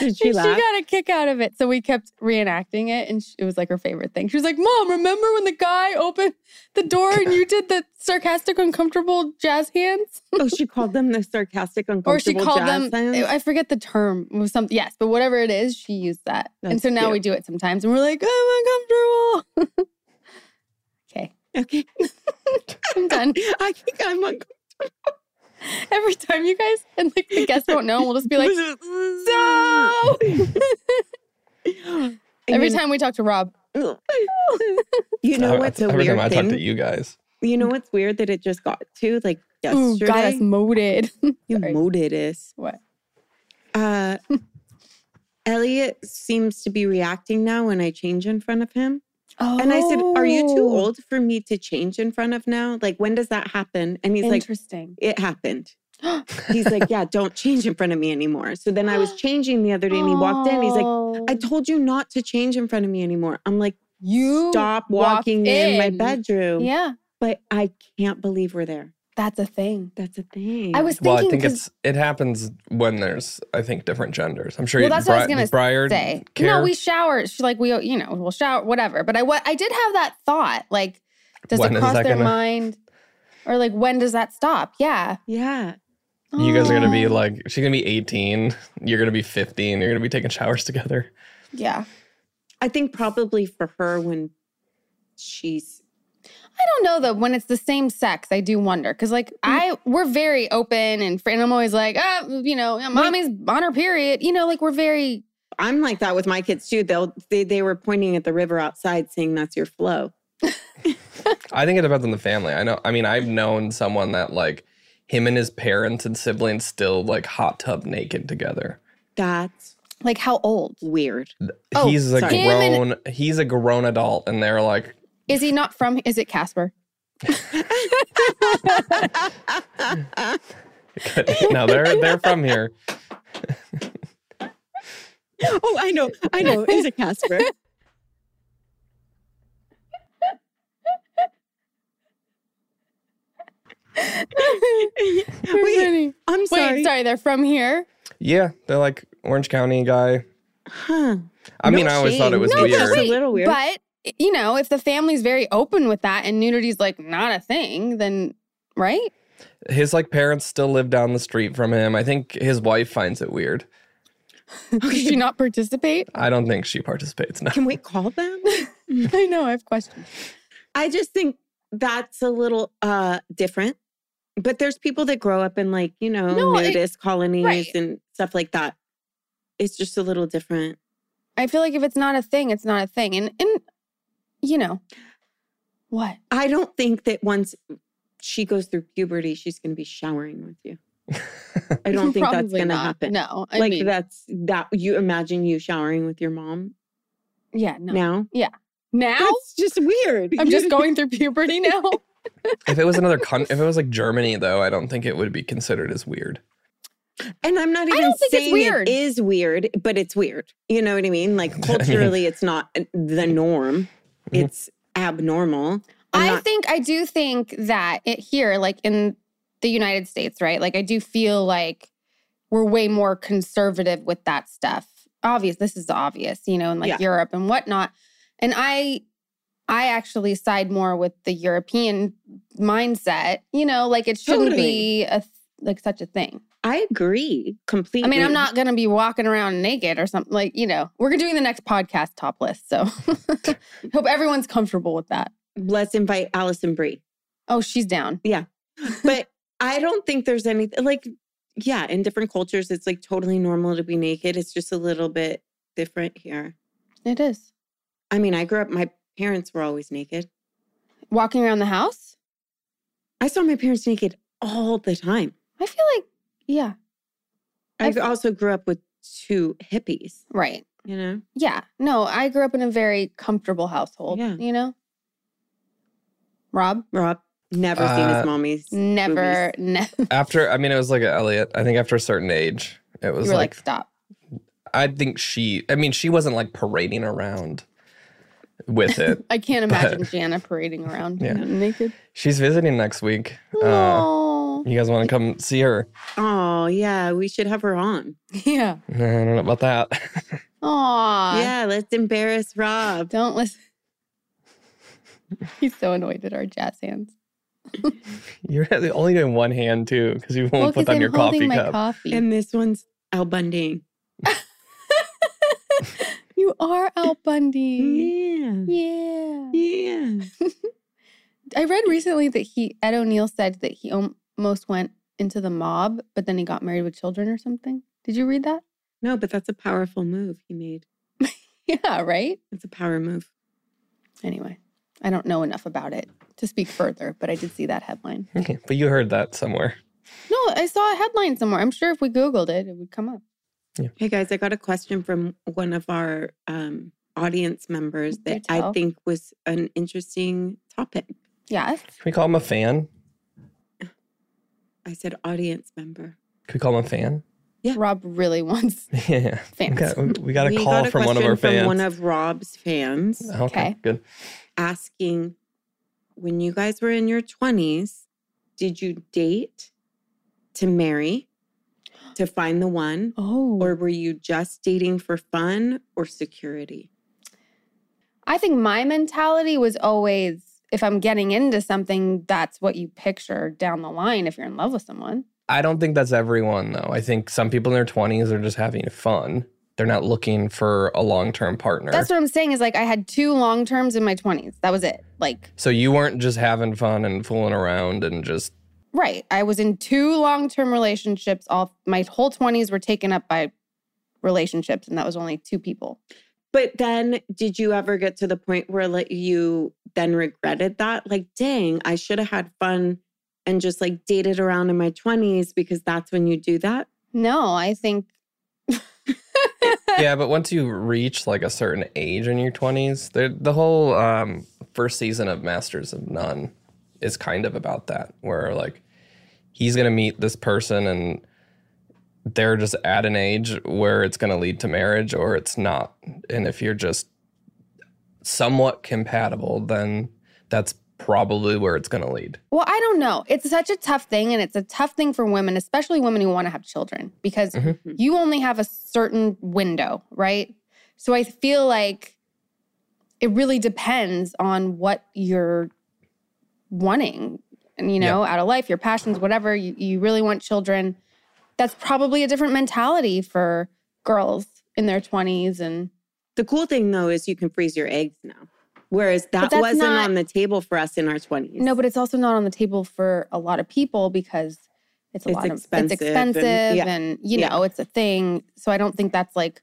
[SPEAKER 6] Did
[SPEAKER 1] she
[SPEAKER 6] she laugh?
[SPEAKER 1] got a kick out of it, so we kept reenacting it, and sh it was like her favorite thing. She was like, "Mom, remember when the guy opened the door and you did the sarcastic, uncomfortable jazz hands?"
[SPEAKER 6] oh, she called them the sarcastic, uncomfortable.
[SPEAKER 1] Or she called them.
[SPEAKER 6] jazz hands?
[SPEAKER 1] I forget the term. It was something. Yes, but whatever it is, she used that, and
[SPEAKER 6] That's
[SPEAKER 1] so now we do it sometimes, and we're like, "I'm uncomfortable." okay,
[SPEAKER 6] okay.
[SPEAKER 1] I'm done.
[SPEAKER 6] I think I'm like,
[SPEAKER 1] every time you guys and like the guests don't know we'll just be like so every time we talk to rob
[SPEAKER 6] you know
[SPEAKER 7] I-
[SPEAKER 6] what's a
[SPEAKER 7] every
[SPEAKER 6] weird
[SPEAKER 7] time I talk to
[SPEAKER 6] thing?
[SPEAKER 7] you guys.
[SPEAKER 6] You know what's weird that it just got to like
[SPEAKER 1] ooh, got us
[SPEAKER 6] yesterday.
[SPEAKER 1] moted
[SPEAKER 6] you
[SPEAKER 1] sorry.
[SPEAKER 6] moted us.
[SPEAKER 1] what
[SPEAKER 6] Uh, Elliot seems to be reacting now when I change in front of him.
[SPEAKER 1] oh
[SPEAKER 6] And I said, Are you too old for me to change in front of now? Like, when does that happen? And he's like,
[SPEAKER 1] interesting
[SPEAKER 6] It happened. He's like, Yeah, don't change in front of me anymore. So then I was changing the other day and he walked in. He's like, I told you not to change in front of me anymore. I'm like,
[SPEAKER 1] you
[SPEAKER 6] Stop
[SPEAKER 1] walked
[SPEAKER 6] walking in my
[SPEAKER 1] in."
[SPEAKER 6] bedroom.
[SPEAKER 1] yeah
[SPEAKER 6] But I can't believe we're there.
[SPEAKER 1] that's a thing
[SPEAKER 6] That's a thing.
[SPEAKER 1] i was thinking
[SPEAKER 7] Well, I think
[SPEAKER 1] 'cause-
[SPEAKER 7] it's it happens when there's I think different genders. I'm sure.
[SPEAKER 1] Well,
[SPEAKER 7] you-
[SPEAKER 1] that's what I was gonna
[SPEAKER 7] Briar
[SPEAKER 1] say.
[SPEAKER 7] care?
[SPEAKER 1] No, we shower. She's like we, you know, we'll shower, whatever. But I, wa- I did have that thought. Like, does
[SPEAKER 7] When
[SPEAKER 1] it
[SPEAKER 7] is
[SPEAKER 1] cross
[SPEAKER 7] that
[SPEAKER 1] their
[SPEAKER 7] gonna-
[SPEAKER 1] mind, or like when does that stop? Yeah,
[SPEAKER 6] Yeah.
[SPEAKER 7] You guys are gonna be
[SPEAKER 1] Oh.
[SPEAKER 7] like she's gonna be 18. You're gonna be 15. You're gonna be taking showers together.
[SPEAKER 1] yeah.
[SPEAKER 6] I think probably for her when she's
[SPEAKER 1] I don't know though. When it's the same sex, I do wonder because like
[SPEAKER 6] Hmm.
[SPEAKER 1] I we're very open and fr- and I'm always like, oh, you know, mommy's on her period. You know, like we're very
[SPEAKER 6] I'm like that with my kids too. They'll they, they were pointing at the river outside saying that's your flow.
[SPEAKER 7] I think it depends on the family. I know. I mean, I've known someone that like him and his parents and siblings still like hot tub naked together.
[SPEAKER 6] That's
[SPEAKER 1] like how old
[SPEAKER 6] weird.
[SPEAKER 1] Oh,
[SPEAKER 7] he's a
[SPEAKER 6] sorry.
[SPEAKER 1] Him
[SPEAKER 7] grown. he's a grown adult, and they're like,
[SPEAKER 1] is he? Not from? Is it Casper?
[SPEAKER 6] Oh,
[SPEAKER 7] no, they're they're from here.
[SPEAKER 6] oh, I know, I know. Is it Casper? Wait,
[SPEAKER 1] Wait,
[SPEAKER 6] I'm sorry.
[SPEAKER 1] Wait, sorry, they're from here.
[SPEAKER 7] Yeah, they're like Orange County guy.
[SPEAKER 6] Huh.
[SPEAKER 7] I
[SPEAKER 6] No
[SPEAKER 7] mean, I always thought
[SPEAKER 6] shade.
[SPEAKER 7] it was
[SPEAKER 1] No, but
[SPEAKER 7] weird.
[SPEAKER 6] It's a
[SPEAKER 1] wait,
[SPEAKER 6] little weird.
[SPEAKER 1] But you know, if the family's very open with that and nudity's like not a thing, then right?
[SPEAKER 7] His like parents still live down the street from him. I think his wife finds it weird.
[SPEAKER 1] Did you not participate?
[SPEAKER 7] I don't think she participates now.
[SPEAKER 6] Can we call them?
[SPEAKER 1] I know I have questions.
[SPEAKER 6] I just think that's a little uh different. But there's people that grow up in like, you know,
[SPEAKER 1] No, it-
[SPEAKER 6] nudist colonies
[SPEAKER 1] right.
[SPEAKER 6] and stuff like that. It's just a little different.
[SPEAKER 1] I feel like if it's not a thing, it's not a thing, and and you know what?
[SPEAKER 6] I don't think that once she goes through puberty, she's gonna be showering with you. I don't think that's
[SPEAKER 1] Probably
[SPEAKER 6] gonna
[SPEAKER 1] not.
[SPEAKER 6] happen.
[SPEAKER 1] No, I
[SPEAKER 6] like
[SPEAKER 1] mean,
[SPEAKER 6] that's that you imagine you showering with your mom
[SPEAKER 1] yeah, no.
[SPEAKER 6] now.
[SPEAKER 1] Now
[SPEAKER 6] That's just weird.
[SPEAKER 1] I'm just going through puberty now.
[SPEAKER 7] if it was another country, if it was like Germany, though, I don't think it would be considered as weird.
[SPEAKER 6] And I'm not even
[SPEAKER 1] don't think it's
[SPEAKER 6] saying
[SPEAKER 1] weird.
[SPEAKER 6] it is weird, but it's weird. You know what I mean? Mm-hmm. Like culturally, it's not uh, the norm.
[SPEAKER 7] Mhm.
[SPEAKER 6] It's abnormal. I'm
[SPEAKER 1] I
[SPEAKER 6] not-
[SPEAKER 1] think I do think that it here, like in the United States, right? Like I do feel like we're way more conservative with that stuff. Obvious, this is obvious, you know, in like
[SPEAKER 6] Yeah.
[SPEAKER 1] Europe and whatnot. And I I actually side more with the European mindset, you know, like it shouldn't be a th- like such a thing.
[SPEAKER 6] I agree completely.
[SPEAKER 1] I mean, I'm not going to be walking around naked or something. Like, you know, we're doing the next podcast topless. So hope everyone's comfortable with that.
[SPEAKER 6] Let's invite Allison Brie.
[SPEAKER 1] Oh, she's down.
[SPEAKER 6] But I don't think there's anything like, yeah, in different cultures, it's like totally normal to be naked. It's just a little bit different here.
[SPEAKER 1] It is.
[SPEAKER 6] I mean, I grew up, my parents were always naked.
[SPEAKER 1] Walking around the house?
[SPEAKER 6] I saw my parents naked all the time.
[SPEAKER 1] I feel like, yeah,
[SPEAKER 6] I
[SPEAKER 1] I've-
[SPEAKER 6] also grew up with two hippies,
[SPEAKER 1] right.
[SPEAKER 6] you know?
[SPEAKER 1] Yeah. No, I grew up in a very comfortable household,
[SPEAKER 6] Yeah.
[SPEAKER 1] you know? Rob?
[SPEAKER 6] Rob, never seen
[SPEAKER 7] Uh,
[SPEAKER 6] his mommy's.
[SPEAKER 1] Never,
[SPEAKER 6] movies.
[SPEAKER 1] never.
[SPEAKER 7] After, I mean, it was like Elliot. I think after a certain age, it
[SPEAKER 1] You
[SPEAKER 7] was
[SPEAKER 1] were like,
[SPEAKER 7] like,
[SPEAKER 1] stop.
[SPEAKER 7] I think she, I mean, she wasn't like parading around with it.
[SPEAKER 1] I can't imagine Jana parading around
[SPEAKER 7] Yeah.
[SPEAKER 1] naked.
[SPEAKER 7] She's visiting next week. Uh,
[SPEAKER 1] Oh,
[SPEAKER 7] you guys want to come see her?
[SPEAKER 6] Oh, yeah, we should have her on.
[SPEAKER 1] yeah.
[SPEAKER 7] I don't know about that.
[SPEAKER 1] Aw.
[SPEAKER 6] yeah, let's embarrass Rob.
[SPEAKER 1] Don't listen. He's so annoyed at our jazz hands.
[SPEAKER 7] You're only doing one hand too, because you
[SPEAKER 1] Well,
[SPEAKER 7] won't put
[SPEAKER 1] 'cause
[SPEAKER 7] on
[SPEAKER 1] I'm
[SPEAKER 7] your coffee
[SPEAKER 1] holding my
[SPEAKER 7] cup.
[SPEAKER 1] coffee.
[SPEAKER 6] And this one's Al Bundy.
[SPEAKER 1] you are Al Bundy.
[SPEAKER 6] Yeah.
[SPEAKER 7] Mm.
[SPEAKER 1] yeah.
[SPEAKER 6] Yeah.
[SPEAKER 1] I read recently that he Ed O'Neill said that he almost went into the mob, but then he got married with children or something. Did you read that?
[SPEAKER 6] No, but that's a powerful move he made.
[SPEAKER 1] Yeah, right.
[SPEAKER 6] That's a power move.
[SPEAKER 1] Anyway, I don't know enough about it to speak further, but I did see that headline.
[SPEAKER 7] Okay, but you heard that somewhere.
[SPEAKER 1] No, I saw a headline somewhere. I'm sure if we googled it, it would come up.
[SPEAKER 6] Hey guys, I got a question from one of our um, audience members
[SPEAKER 1] Do
[SPEAKER 6] that
[SPEAKER 1] tell.
[SPEAKER 6] I think was an interesting topic.
[SPEAKER 1] Yes.
[SPEAKER 7] Can we call him a fan?
[SPEAKER 6] I said audience member.
[SPEAKER 7] Can we call him a fan?
[SPEAKER 1] Rob really wants
[SPEAKER 7] Yeah. We
[SPEAKER 1] fans.
[SPEAKER 7] got, we- we got a
[SPEAKER 6] We
[SPEAKER 7] call
[SPEAKER 6] got
[SPEAKER 7] from one of
[SPEAKER 6] question
[SPEAKER 7] our fans.
[SPEAKER 6] From one of Rob's fans
[SPEAKER 7] okay,
[SPEAKER 1] Okay.
[SPEAKER 7] good.
[SPEAKER 6] asking, when you guys were in your 20s, did you date to marry, to find the one,
[SPEAKER 1] Oh.
[SPEAKER 6] or were you just dating for fun or security?
[SPEAKER 1] I think my mentality was always if I'm getting into something, that's what you picture down the line if you're in love with someone.
[SPEAKER 7] I don't think that's everyone though. I think some people in their 20s are just having fun. They're not looking for a long-term partner.
[SPEAKER 1] That's what I'm saying is like I had two long terms in my 20s. That was it. Like,
[SPEAKER 7] so you weren't just having fun and fooling around and just
[SPEAKER 1] right. I was in two long term relationships. All my whole 20s were taken up by relationships, and that was only two people.
[SPEAKER 6] But then did you ever get to the point where like you then regretted that? Like, dang, I should have had fun and just like dated around in my 20s because that's when you do that.
[SPEAKER 1] No, I think
[SPEAKER 7] yeah, but once you reach like a certain age in your 20s, the the whole um, first season of Masters of None is kind of about that, where like he's gonna meet this person and they're just at an age where it's gonna lead to marriage or it's not. And if you're just somewhat compatible, then that's probably where it's gonna lead.
[SPEAKER 1] Well, I don't know. It's such a tough thing, and it's a tough thing for women, especially women who want to have children, because
[SPEAKER 7] Mhm.
[SPEAKER 1] you only have a certain window, right? So I feel like it really depends on what you're wanting, and you know, out of life, your passions, whatever you, you really want children. That's probably a different mentality for girls in their twenties, and
[SPEAKER 6] The cool thing though is you can freeze your eggs now. Whereas that
[SPEAKER 1] that's
[SPEAKER 6] wasn't
[SPEAKER 1] not-
[SPEAKER 6] on the table for us in our 20s.
[SPEAKER 1] no, but it's also not on the table for a lot of people because it's a
[SPEAKER 6] It's
[SPEAKER 1] lot of
[SPEAKER 6] expensive
[SPEAKER 1] it's
[SPEAKER 6] and-
[SPEAKER 1] expensive and,
[SPEAKER 6] yeah.
[SPEAKER 1] you
[SPEAKER 6] Yeah.
[SPEAKER 1] know it's a thing. So I don't think that's like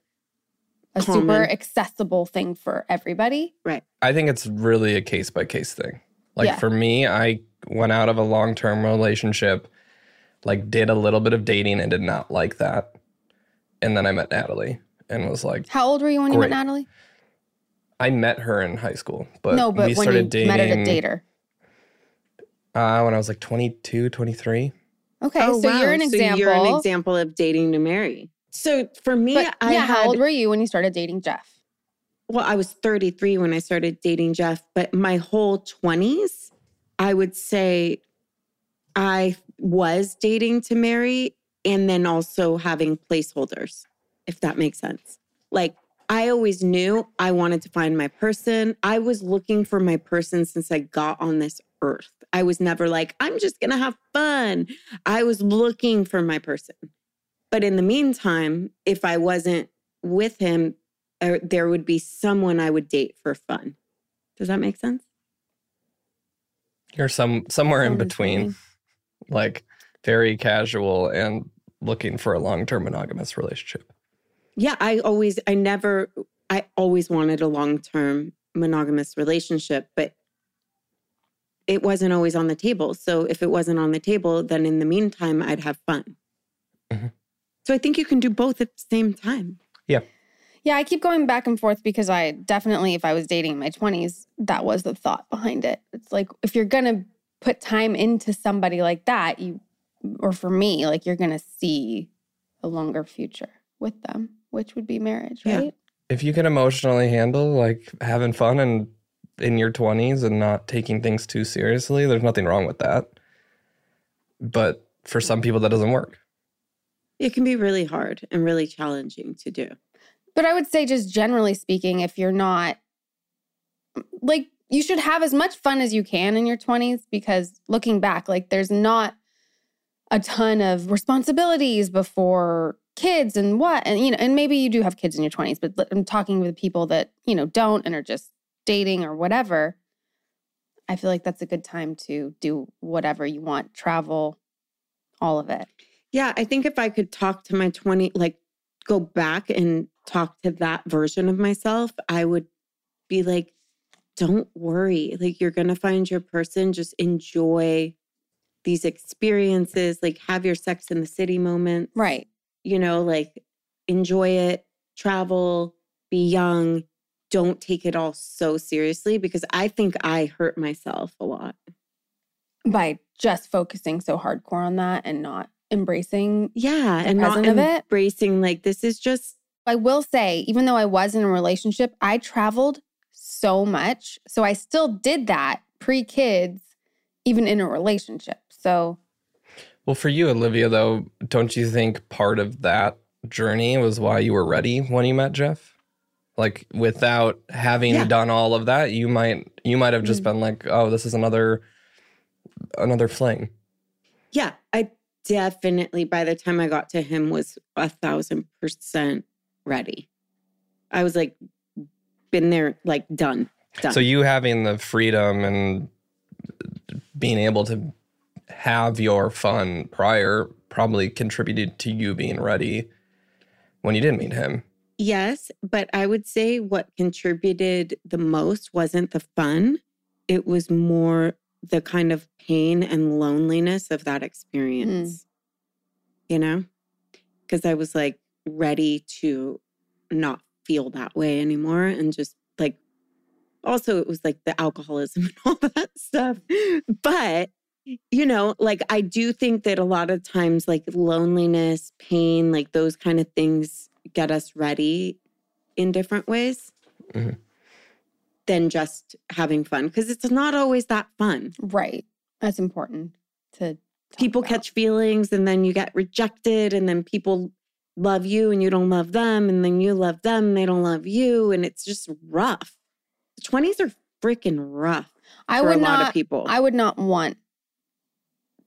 [SPEAKER 1] a super
[SPEAKER 6] Common.
[SPEAKER 1] accessible thing for everybody.
[SPEAKER 7] I think it's really a case by case thing. Like
[SPEAKER 1] Yeah.
[SPEAKER 7] for me, I went out of a long term relationship, like did a little bit of dating and did not like that. And then I met Natalie and was like,
[SPEAKER 1] How old were you when you met
[SPEAKER 7] Great.
[SPEAKER 1] Natalie?
[SPEAKER 7] I met her in high school, but
[SPEAKER 1] no, but
[SPEAKER 7] we
[SPEAKER 1] when you
[SPEAKER 7] started dating
[SPEAKER 1] met at a dater.
[SPEAKER 7] Uh, when I was like 22, 23.
[SPEAKER 1] Okay, so
[SPEAKER 6] Oh, wow.
[SPEAKER 1] you're an example.
[SPEAKER 6] you're an example of dating to marry. So for me,
[SPEAKER 1] But
[SPEAKER 6] I
[SPEAKER 1] yeah,
[SPEAKER 6] had
[SPEAKER 1] how old were you when you started dating Jeff?
[SPEAKER 6] well, I was 33 when I started dating Jeff, but my whole 20s, I would say I was dating to marry and then also having placeholders, if that makes sense. Like, I always knew I wanted to find my person. I was looking for my person since I got on this earth. I was never like, I'm just going to have fun. I was looking for my person. But in the meantime, if I wasn't with him, uh, there would be someone I would date for fun. Does that make sense?
[SPEAKER 7] You're some somewhere in
[SPEAKER 1] Sounds
[SPEAKER 7] between, like very casual and looking for a long-term monogamous relationship.
[SPEAKER 6] Yeah, I always, I never, I always wanted a long term monogamous relationship, but it wasn't always on the table. So if it wasn't on the table, then in the meantime, I'd have fun.
[SPEAKER 7] Mhm.
[SPEAKER 6] So I think you can do both at the same time.
[SPEAKER 1] Yeah, I keep going back and forth because I definitely, if I was dating in my 20s, that was the thought behind it. It's like if you're going to put time into somebody like that, you, or for me, like you're going to see a longer future with them, which would be marriage,
[SPEAKER 6] Yeah.
[SPEAKER 1] right?
[SPEAKER 7] If you can emotionally handle like having fun and in your 20s and not taking things too seriously, there's nothing wrong with that. But for some people that doesn't work.
[SPEAKER 6] It can be really hard and really challenging to do.
[SPEAKER 1] But I would say, just generally speaking, if you're not like, you should have as much fun as you can in your 20s because looking back, like, there's not a ton of responsibilities before kids and what. And, you know, and maybe you do have kids in your 20s, but li- I'm talking with people that, you know, don't and are just dating or whatever. I feel like that's a good time to do whatever you want, travel, all of it.
[SPEAKER 6] Yeah, I think if I could talk to my 20, like go back and talk to that version of myself, I would be like, don't worry. Like, you're going to find your person. Just enjoy these experiences. Like, have your sex in the city moment,
[SPEAKER 1] Right.
[SPEAKER 6] you know, like enjoy it, travel, be young. Don't take it all so seriously because I think I hurt myself a lot.
[SPEAKER 1] by just focusing so hardcore on that and not embracing.
[SPEAKER 6] Yeah. And not
[SPEAKER 1] present of it?
[SPEAKER 6] embracing, like, this is just
[SPEAKER 1] I will say, even though I was in a relationship, I traveled so much. So I still did that pre kids, even in a relationship. So
[SPEAKER 7] Well, for you, Olivia, though, don't you think part of that journey was why you were ready when you met Jeff? Like without having
[SPEAKER 6] Yeah.
[SPEAKER 7] done all of that, you might you might have just been like, oh, this is another another fling.
[SPEAKER 6] Yeah, I definitely by the time I got to him was a thousand percent ready. I was like, been there, like done, done.
[SPEAKER 7] So you having the freedom and being able to have your fun prior probably contributed to you being ready when you did meet him.
[SPEAKER 6] yes, but I would say what contributed the most wasn't the fun; it was more the kind of pain and loneliness of that experience. You know, because I was like ready to not feel that way anymore and just like also it was like the alcoholism and all that stuff but you know like i do think that a lot of times like loneliness pain like those kind of things get us ready in different ways
[SPEAKER 7] Mhm.
[SPEAKER 6] than just having fun because it's not always that fun
[SPEAKER 1] right, that's important to talk
[SPEAKER 6] people
[SPEAKER 1] about.
[SPEAKER 6] catch feelings and then you get rejected and then people love you and you don't love them and then you love them and they don't love you and it's just rough the 20s are freaking rough
[SPEAKER 1] I
[SPEAKER 6] for
[SPEAKER 1] would
[SPEAKER 6] a lot
[SPEAKER 1] not.
[SPEAKER 6] of people
[SPEAKER 1] I would not want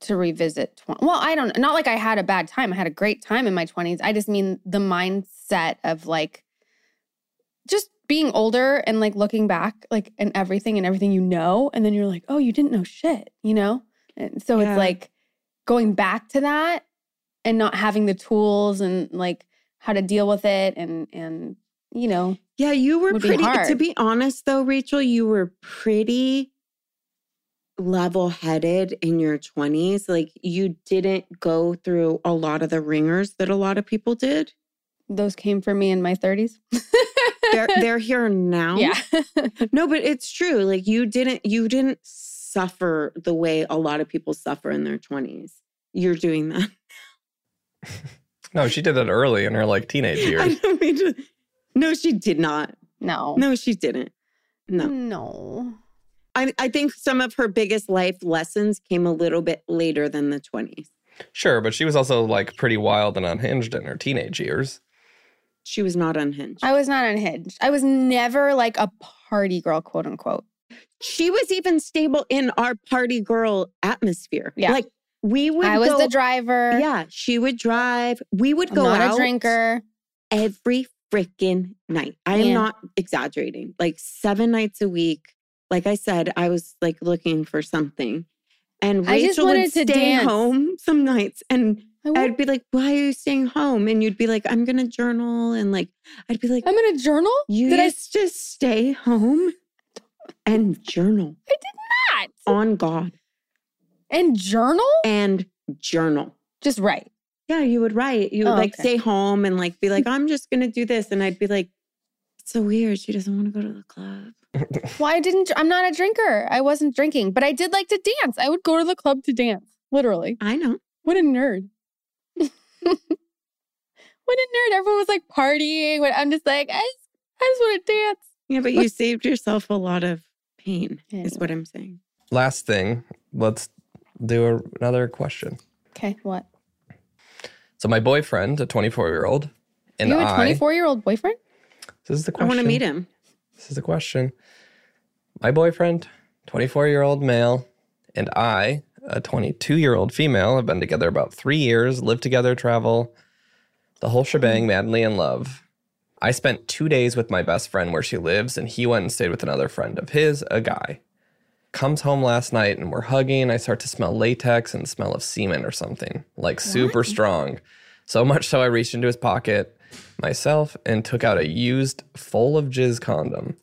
[SPEAKER 1] to revisit. Tw- well, I don't. Not like I had a bad time. I had a great time in my twenties. I just mean the mindset of like just being older and like looking back, like and everything and everything you know, and then you're like, oh, you didn't know shit, you know. And so
[SPEAKER 6] Yeah.
[SPEAKER 1] it's like going back to that and not having the tools and like how to deal with it and and you know
[SPEAKER 6] yeah you were
[SPEAKER 1] would be
[SPEAKER 6] pretty to
[SPEAKER 1] hard.
[SPEAKER 6] be honest though rachel you were pretty level-headed in your 20s like you didn't go through a lot of the ringers that a lot of people did
[SPEAKER 1] those came for me in my thirties.
[SPEAKER 6] they're, they're here now
[SPEAKER 1] yeah.
[SPEAKER 6] No, but it's true. Like you didn't you didn't suffer the way a lot of people suffer in their 20s. You're doing that.
[SPEAKER 7] No, she did it early in her like teenage
[SPEAKER 6] I
[SPEAKER 7] years.
[SPEAKER 6] don't mean to- No, she did not.
[SPEAKER 1] no.
[SPEAKER 6] No, she didn't. No.
[SPEAKER 1] No.
[SPEAKER 6] I I think some of her biggest life lessons came a little bit later than the 20s.
[SPEAKER 7] Sure, but she was also like pretty wild and unhinged in her teenage years.
[SPEAKER 6] She was not unhinged.
[SPEAKER 1] I was not unhinged. I was never like a party girl, quote unquote.
[SPEAKER 6] she was even stable in our party girl atmosphere.
[SPEAKER 1] Yeah.
[SPEAKER 6] Like we would
[SPEAKER 1] I was
[SPEAKER 6] go,
[SPEAKER 1] the driver.
[SPEAKER 6] Yeah, she would drive. We would
[SPEAKER 1] I'm
[SPEAKER 6] go
[SPEAKER 1] not
[SPEAKER 6] out
[SPEAKER 1] a drinker.
[SPEAKER 6] every freaking night. I am
[SPEAKER 1] Yeah.
[SPEAKER 6] not exaggerating. Like seven nights a week. Like I said, I was like looking for something. And
[SPEAKER 1] I just
[SPEAKER 6] Rachel would
[SPEAKER 1] wanted
[SPEAKER 6] stay
[SPEAKER 1] to dance.
[SPEAKER 6] home some nights and
[SPEAKER 1] I would,
[SPEAKER 6] I'd be like, Why are you staying home? And you'd be like, I'm gonna journal and like I'd be like,
[SPEAKER 1] I'm in a journal.
[SPEAKER 6] You
[SPEAKER 1] Did I?
[SPEAKER 6] used to stay home and journal
[SPEAKER 1] I did not.
[SPEAKER 6] on God
[SPEAKER 1] And journal?
[SPEAKER 6] and journal.
[SPEAKER 1] Just right.
[SPEAKER 6] Yeah, you would write. You would
[SPEAKER 1] Oh,
[SPEAKER 6] like
[SPEAKER 1] okay.
[SPEAKER 6] stay home and like be like, I'm just gonna do this. And I'd be like, it's so weird. She doesn't want to go to the club.
[SPEAKER 1] Why didn't I'm not a drinker? I wasn't drinking, but I did like to dance. I would go to the club to dance. Literally.
[SPEAKER 6] I know.
[SPEAKER 1] What a nerd. what a nerd. Everyone was like partying. When I'm just like, I just, I just want to dance.
[SPEAKER 6] Yeah, but you saved yourself a lot of pain, is
[SPEAKER 1] Anyway.
[SPEAKER 6] what I'm saying.
[SPEAKER 7] Last thing, let's do a, another question.
[SPEAKER 1] Okay, what?
[SPEAKER 7] So my boyfriend, a 24 year old, and
[SPEAKER 1] you have a
[SPEAKER 7] I.
[SPEAKER 1] 24 year old boyfriend?
[SPEAKER 7] This is the question.
[SPEAKER 6] I want to meet him.
[SPEAKER 7] This is the question. My boyfriend, 24 year old male, and I, a 22 year old female, have been together about three years, live together, travel, the whole shebang, madly in love. I spent two days with my best friend where she lives, and he went and stayed with another friend of his, a guy. Comes home last night and we're hugging. I start to smell latex and smell of semen or something, like super strong. So much so I reached into his pocket myself and took out a used full of jizz condom.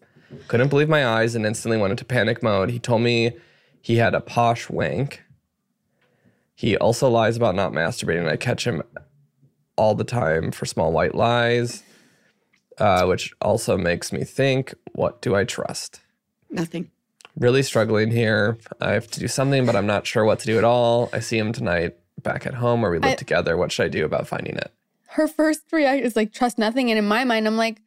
[SPEAKER 7] Couldn't believe my eyes and instantly went into panic mode. He told me he had a posh wank. He also lies about not masturbating. I catch him all the time for small white lies, uh, which also makes me think, what do I trust?
[SPEAKER 6] Nothing.
[SPEAKER 7] Really struggling here. I have to do something, but I'm not sure what to do at all. I see him tonight back at home where we live
[SPEAKER 1] I-
[SPEAKER 7] together. What should I do about finding it?
[SPEAKER 1] Her first reaction is like, trust nothing. And in my mind, I'm like,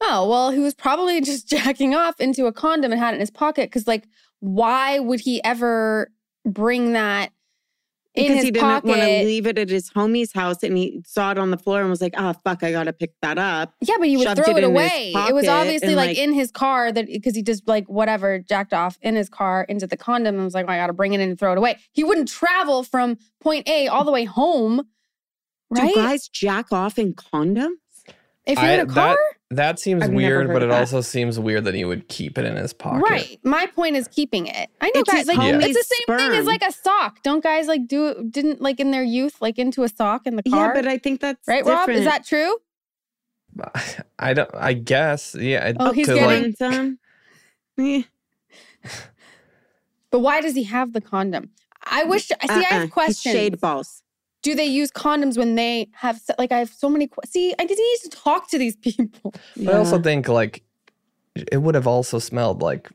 [SPEAKER 1] oh, well, he was probably just jacking off into a condom and had it in his pocket. Cause like, why would he ever bring that in
[SPEAKER 6] Because
[SPEAKER 1] his
[SPEAKER 6] he didn't
[SPEAKER 1] pocket?
[SPEAKER 6] want to leave it at his homie's house and he saw it on the floor and was like, ah, fuck, I got to pick that up.
[SPEAKER 1] Yeah, but he would
[SPEAKER 6] shoved
[SPEAKER 1] throw
[SPEAKER 6] it
[SPEAKER 1] it,
[SPEAKER 6] in his
[SPEAKER 1] away. It was
[SPEAKER 6] pocket
[SPEAKER 1] obviously
[SPEAKER 6] and,
[SPEAKER 1] like,
[SPEAKER 6] like-
[SPEAKER 1] in his car that because he just like whatever jacked off in his car into the condom and was like, "Well, I gotta bring it in and throw it away. He wouldn't travel from point A all the way home, right?
[SPEAKER 6] Do guys jack off in condoms?
[SPEAKER 1] if you're
[SPEAKER 7] I-
[SPEAKER 1] in a car,
[SPEAKER 7] That, that seems
[SPEAKER 6] I've never
[SPEAKER 7] weird,
[SPEAKER 6] heard
[SPEAKER 7] but
[SPEAKER 6] of
[SPEAKER 7] it
[SPEAKER 6] that.
[SPEAKER 7] also seems weird that he would keep it in his pocket.
[SPEAKER 1] right? My point is keeping it. I know
[SPEAKER 6] It's
[SPEAKER 1] guys
[SPEAKER 6] his
[SPEAKER 1] like
[SPEAKER 7] homie's
[SPEAKER 1] it's the same thing as
[SPEAKER 6] sperm.
[SPEAKER 1] like a sock. Don't guys like do didn't like in their youth like into a sock in the
[SPEAKER 6] Yeah,
[SPEAKER 1] car?
[SPEAKER 6] but I think that's
[SPEAKER 1] right,
[SPEAKER 6] different.
[SPEAKER 1] Rob? Is that true?
[SPEAKER 7] I don't. I guess. Yeah. I'd-
[SPEAKER 1] Oh, he's
[SPEAKER 7] to,
[SPEAKER 1] getting-
[SPEAKER 7] like,
[SPEAKER 6] And, um, eh,
[SPEAKER 1] But why does he have the condom? I wish. I see. I
[SPEAKER 6] uh-uh,
[SPEAKER 1] have
[SPEAKER 6] he's
[SPEAKER 1] questions.
[SPEAKER 6] Shade balls.
[SPEAKER 1] do they use condoms when they have se- like I have so many que- see I didn't need to talk to these people.
[SPEAKER 7] I also
[SPEAKER 6] Yeah.
[SPEAKER 7] think like it would have also smelled like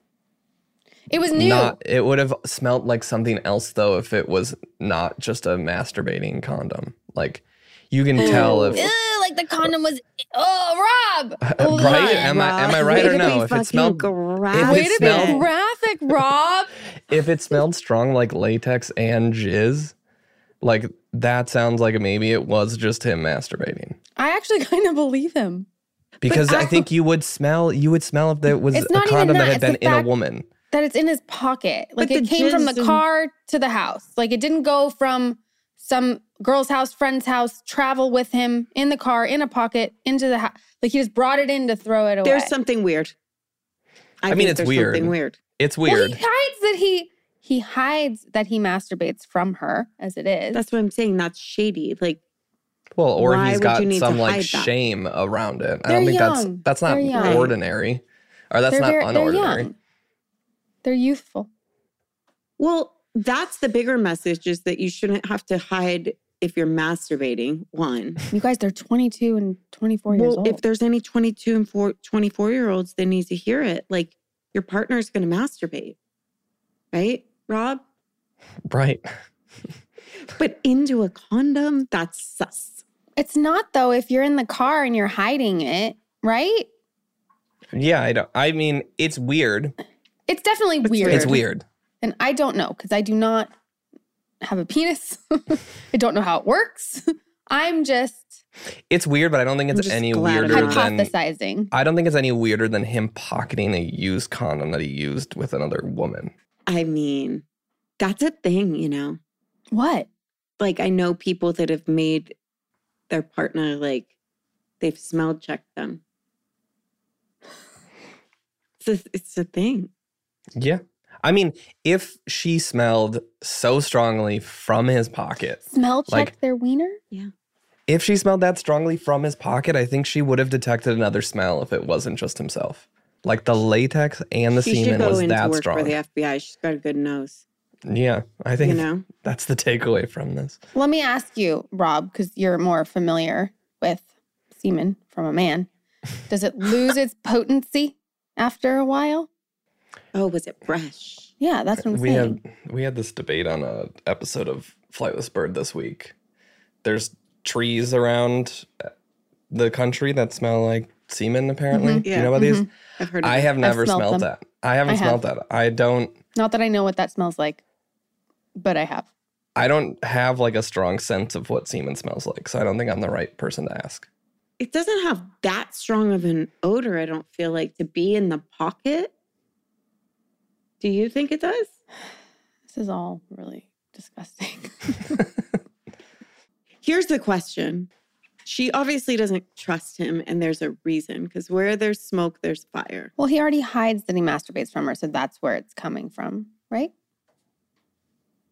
[SPEAKER 1] It was new.
[SPEAKER 7] not. It would have smelled like something else though if it was not just a masturbating condom. Like you can tell if.
[SPEAKER 1] Ew, like the condom was oh Rob.
[SPEAKER 7] right?
[SPEAKER 1] Ugh.
[SPEAKER 7] Am I am I right or no? If it smelled if
[SPEAKER 1] Way
[SPEAKER 7] it
[SPEAKER 1] to be
[SPEAKER 7] smelled-
[SPEAKER 1] graphic, Rob.
[SPEAKER 7] if it smelled strong like latex and jizz, like that sounds like maybe it was just him masturbating.
[SPEAKER 1] I actually kind of believe him.
[SPEAKER 7] Because I,
[SPEAKER 6] I-
[SPEAKER 7] think you would smell you would smell if there was
[SPEAKER 1] It's
[SPEAKER 7] a
[SPEAKER 1] not even
[SPEAKER 7] condom
[SPEAKER 1] that,
[SPEAKER 7] that, had
[SPEAKER 1] it's the
[SPEAKER 7] been in a
[SPEAKER 1] fact-
[SPEAKER 7] woman.
[SPEAKER 1] That it's in his pocket. Like
[SPEAKER 6] But
[SPEAKER 1] it
[SPEAKER 6] the
[SPEAKER 1] came from the
[SPEAKER 6] jizz and-
[SPEAKER 1] car to the house. Like it didn't go from some girl's house, friend's house, travel with him in the car, in a pocket, into the house. Like he just brought it in to throw it away.
[SPEAKER 6] There's something weird.
[SPEAKER 7] I mean,
[SPEAKER 6] think
[SPEAKER 7] it's
[SPEAKER 6] there's
[SPEAKER 7] weird.
[SPEAKER 6] Something weird.
[SPEAKER 7] It's weird.
[SPEAKER 1] Well, he hides that he he hides that he masturbates from her as it is.
[SPEAKER 6] That's what I'm saying. That's shady. Like,
[SPEAKER 7] Well, or
[SPEAKER 6] Why
[SPEAKER 7] he's
[SPEAKER 6] would you
[SPEAKER 7] got
[SPEAKER 6] need to
[SPEAKER 7] some like
[SPEAKER 6] hide that?
[SPEAKER 7] shame around it. I
[SPEAKER 1] They're
[SPEAKER 7] don't think
[SPEAKER 1] young.
[SPEAKER 7] that's that's not
[SPEAKER 1] They're young.
[SPEAKER 7] ordinary, or that's not
[SPEAKER 1] They're,
[SPEAKER 7] unordinary.
[SPEAKER 1] young. they're youthful.
[SPEAKER 6] well, that's the bigger message is that you shouldn't have to hide if you're masturbating. One.
[SPEAKER 1] You guys, they're 22 and 24 years
[SPEAKER 6] Well,
[SPEAKER 1] old.
[SPEAKER 6] if there's any 22 and four, 24 year olds that need to hear it, like your partner's going to masturbate, right, Rob?
[SPEAKER 7] Right?
[SPEAKER 6] But into a condom, that's sus.
[SPEAKER 1] it's not though. If you're in the car and you're hiding it, right?
[SPEAKER 7] Yeah, I don't. I mean, it's weird.
[SPEAKER 1] It's definitely weird.
[SPEAKER 7] It's weird.
[SPEAKER 1] and I don't know because I do not have a penis. I don't know how it works. I'm just
[SPEAKER 7] It's weird, but I don't think
[SPEAKER 6] I'm
[SPEAKER 7] it's
[SPEAKER 6] just
[SPEAKER 7] any
[SPEAKER 6] glad I'm
[SPEAKER 7] weirder
[SPEAKER 6] not-
[SPEAKER 7] than
[SPEAKER 1] Hypothesizing.
[SPEAKER 7] I don't think it's any weirder than him pocketing a used condom that he used with another woman.
[SPEAKER 6] I mean, that's a thing, you know.
[SPEAKER 1] What?
[SPEAKER 6] Like I know people that have made their partner like they've smell checked them. It's a, it's a thing.
[SPEAKER 7] Yeah. I mean, if she smelled so strongly from his pocket,
[SPEAKER 1] Smell check
[SPEAKER 7] Like-
[SPEAKER 1] their wiener?
[SPEAKER 7] if she smelled that strongly from his pocket, I think she would have detected another smell if it wasn't just himself. Like the latex and the
[SPEAKER 6] she should
[SPEAKER 7] semen
[SPEAKER 6] go
[SPEAKER 7] was
[SPEAKER 6] into
[SPEAKER 7] that
[SPEAKER 6] work for
[SPEAKER 7] strong.
[SPEAKER 6] the FBI. She's got a good nose.
[SPEAKER 7] Yeah, I think
[SPEAKER 6] You know,
[SPEAKER 7] that's the takeaway from this.
[SPEAKER 1] Let me ask you, Rob, because you're more familiar with semen from a man. Does it lose its potency after a while?
[SPEAKER 6] oh, was it fresh?
[SPEAKER 1] Yeah, that's what I'm
[SPEAKER 7] we
[SPEAKER 1] saying.
[SPEAKER 7] had we had this debate on a episode of Flightless Bird this week. There's trees around uh, the country that smell like semen. Apparently,
[SPEAKER 1] Mhm.
[SPEAKER 6] Mm-hmm.
[SPEAKER 7] Do
[SPEAKER 6] Yeah.
[SPEAKER 7] you know about these?
[SPEAKER 1] Mhm.
[SPEAKER 6] I've heard. Of
[SPEAKER 7] I
[SPEAKER 6] it.
[SPEAKER 7] have never
[SPEAKER 1] smelled
[SPEAKER 7] smelled,
[SPEAKER 1] them.
[SPEAKER 7] that. I haven't
[SPEAKER 1] I have.
[SPEAKER 7] smelled that. I don't.
[SPEAKER 1] Not that I know what that smells like, but I have.
[SPEAKER 7] I don't have like a strong sense of what semen smells like, so I don't think I'm the right person to ask.
[SPEAKER 6] It doesn't have that strong of an odor. I don't feel like to be in the pocket. Do you think it does?
[SPEAKER 1] This is all really disgusting.
[SPEAKER 6] Here's the question. She obviously doesn't trust him, and there's a reason because where there's smoke, there's fire.
[SPEAKER 1] well, he already hides that he masturbates from her, so that's where it's coming from, right?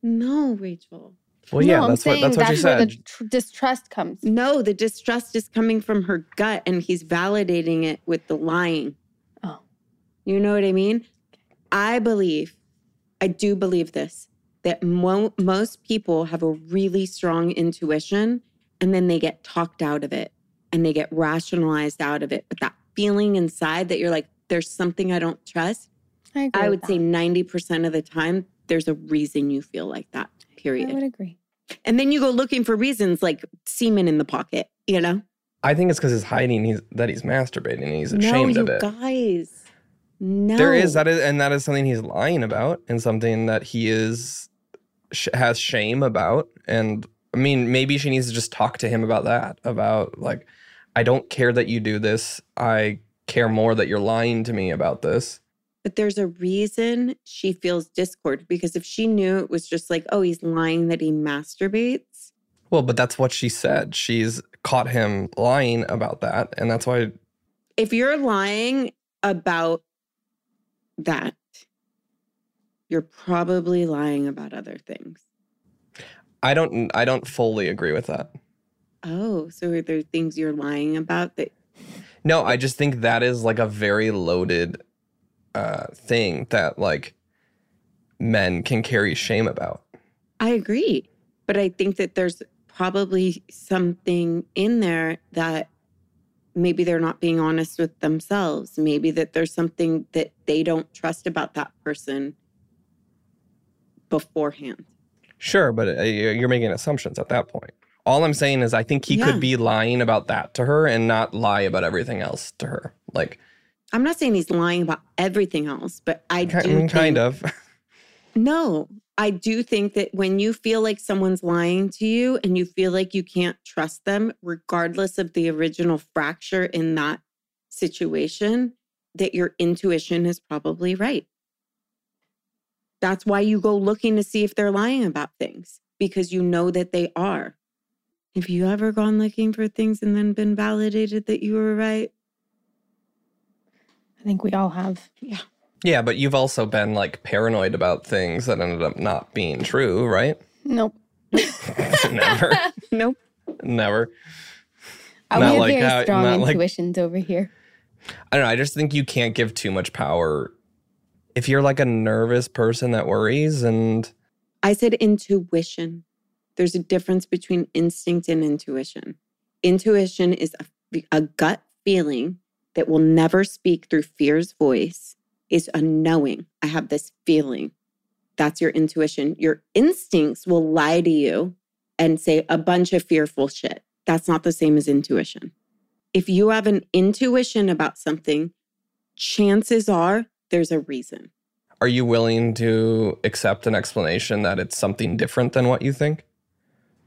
[SPEAKER 6] No, Rachel.
[SPEAKER 7] Well,
[SPEAKER 1] no,
[SPEAKER 7] yeah,
[SPEAKER 1] I'm
[SPEAKER 7] that's what
[SPEAKER 1] saying
[SPEAKER 7] that's what she
[SPEAKER 1] that's where
[SPEAKER 7] said.
[SPEAKER 1] the tr- distrust comes.
[SPEAKER 6] No, the distrust is coming from her gut, and he's validating it with the lying.
[SPEAKER 1] Oh.
[SPEAKER 6] You know what I mean? I believe, I do believe this, that mo- most people have a really strong intuition and then they get talked out of it and they get rationalized out of it. But that feeling inside that you're like, there's something I don't trust,
[SPEAKER 1] I agree.
[SPEAKER 6] I
[SPEAKER 1] with
[SPEAKER 6] would say
[SPEAKER 1] that.
[SPEAKER 6] 90% of the time, there's a reason you feel like that,
[SPEAKER 1] I
[SPEAKER 6] period.
[SPEAKER 1] would agree.
[SPEAKER 6] and then you go looking for reasons like semen in the pocket, you know?
[SPEAKER 7] I think it's because he's hiding he's, that he's masturbating and he's
[SPEAKER 6] no,
[SPEAKER 7] ashamed
[SPEAKER 6] you
[SPEAKER 7] of it.
[SPEAKER 6] guys. No.
[SPEAKER 7] There is that is, and that is something he's lying about, and something that he is sh- has shame about. And I mean, maybe she needs to just talk to him about that. About like, I don't care that you do this. I care more that you're lying to me about this.
[SPEAKER 6] But there's a reason she feels discord because if she knew it was just like, oh, he's lying that he masturbates.
[SPEAKER 7] Well, but that's what she said. She's caught him lying about that, and that's why.
[SPEAKER 6] If you're lying about that, you're probably lying about other things.
[SPEAKER 7] I don't. I don't fully agree with that.
[SPEAKER 6] Oh, so are there things you're lying about that
[SPEAKER 7] No, I just think that is like a very loaded uh thing that like men can carry shame about.
[SPEAKER 6] I agree. But I think that there's probably something in there that maybe they're not being honest with themselves. Maybe that there's something that they don't trust about that person beforehand.
[SPEAKER 7] Sure, but uh, you- you're making assumptions at that point. All I'm saying is I think he
[SPEAKER 6] Yeah.
[SPEAKER 7] could be lying about that to her and not lie about everything else to her. Like
[SPEAKER 6] I'm not saying he's lying about everything else, but I
[SPEAKER 7] ki- I
[SPEAKER 6] do
[SPEAKER 7] mean,
[SPEAKER 6] think-
[SPEAKER 7] kind of.
[SPEAKER 6] No, I do think that when you feel like someone's lying to you and you feel like you can't trust them, regardless of the original fracture in that situation, that your intuition is probably right. That's why you go looking to see if they're lying about things because you know that they are. Have you ever gone looking for things and then been validated that you were right?
[SPEAKER 1] I think we all have.
[SPEAKER 7] yeah, but you've also been like paranoid about things that ended up not being true, right?
[SPEAKER 1] Nope.
[SPEAKER 7] Never.
[SPEAKER 6] Nope.
[SPEAKER 7] Never.
[SPEAKER 1] Uh, we
[SPEAKER 7] Not
[SPEAKER 1] have
[SPEAKER 7] like
[SPEAKER 1] very
[SPEAKER 7] how-
[SPEAKER 1] strong
[SPEAKER 7] not like-
[SPEAKER 1] intuitions over here.
[SPEAKER 7] I don't know. I just think you can't give too much power. If you're like a nervous person that worries, and
[SPEAKER 6] I said intuition. There's a difference between instinct and intuition. Intuition is a, a gut feeling that will never speak through fear's voice, is a knowing. I have this feeling. That's your intuition. Your instincts will lie to you and say a bunch of fearful shit. That's not the same as intuition. If you have an intuition about something, chances are there's a reason.
[SPEAKER 7] are you willing to accept an explanation that it's something different than what you think?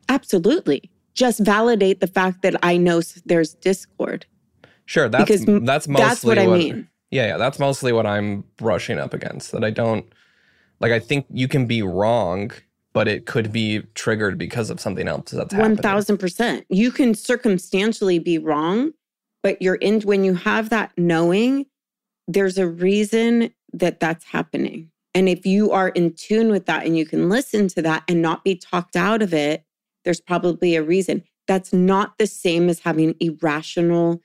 [SPEAKER 6] Absolutely. just validate the fact that I know s- there's discord.
[SPEAKER 7] Sure, that's
[SPEAKER 6] Because m-
[SPEAKER 7] that's mostly
[SPEAKER 6] That's what I mean.
[SPEAKER 7] Yeah, yeah, that's mostly what I'm brushing up against. That I don't like. I think you can be wrong, but it could be triggered because of something else that's
[SPEAKER 6] One
[SPEAKER 7] happening.
[SPEAKER 6] thousand percent. You can circumstantially be wrong, but you're in when you have that knowing. There's a reason that that's happening, and if you are in tune with that and you can listen to that and not be talked out of it, there's probably a reason. That's not the same as having irrational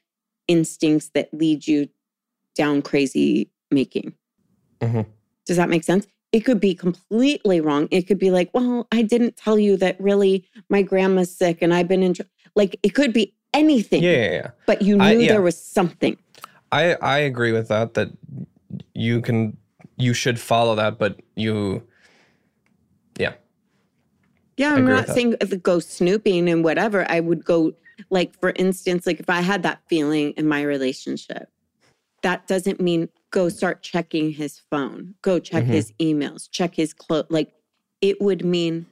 [SPEAKER 6] instincts that lead you down crazy making. Mm-hmm.
[SPEAKER 7] Mhm.
[SPEAKER 6] Does that make sense? It could be completely wrong. It could be like, well, I didn't tell you that really my grandma's sick and I've been in, tr-" like, it could be anything,
[SPEAKER 7] Yeah, yeah, yeah.
[SPEAKER 6] but you knew
[SPEAKER 7] I- yeah.
[SPEAKER 6] there was something.
[SPEAKER 7] I I agree with that that you can you should follow that, but you
[SPEAKER 6] Yeah,
[SPEAKER 7] I
[SPEAKER 6] I'm
[SPEAKER 7] agree
[SPEAKER 6] not
[SPEAKER 7] with that.
[SPEAKER 6] saying if it go snooping and whatever. I would go, like, for instance, like if I had that feeling in my relationship, that doesn't mean go start checking his phone, go check
[SPEAKER 7] Mhm.
[SPEAKER 6] his emails, check his clothes. Like, it would mean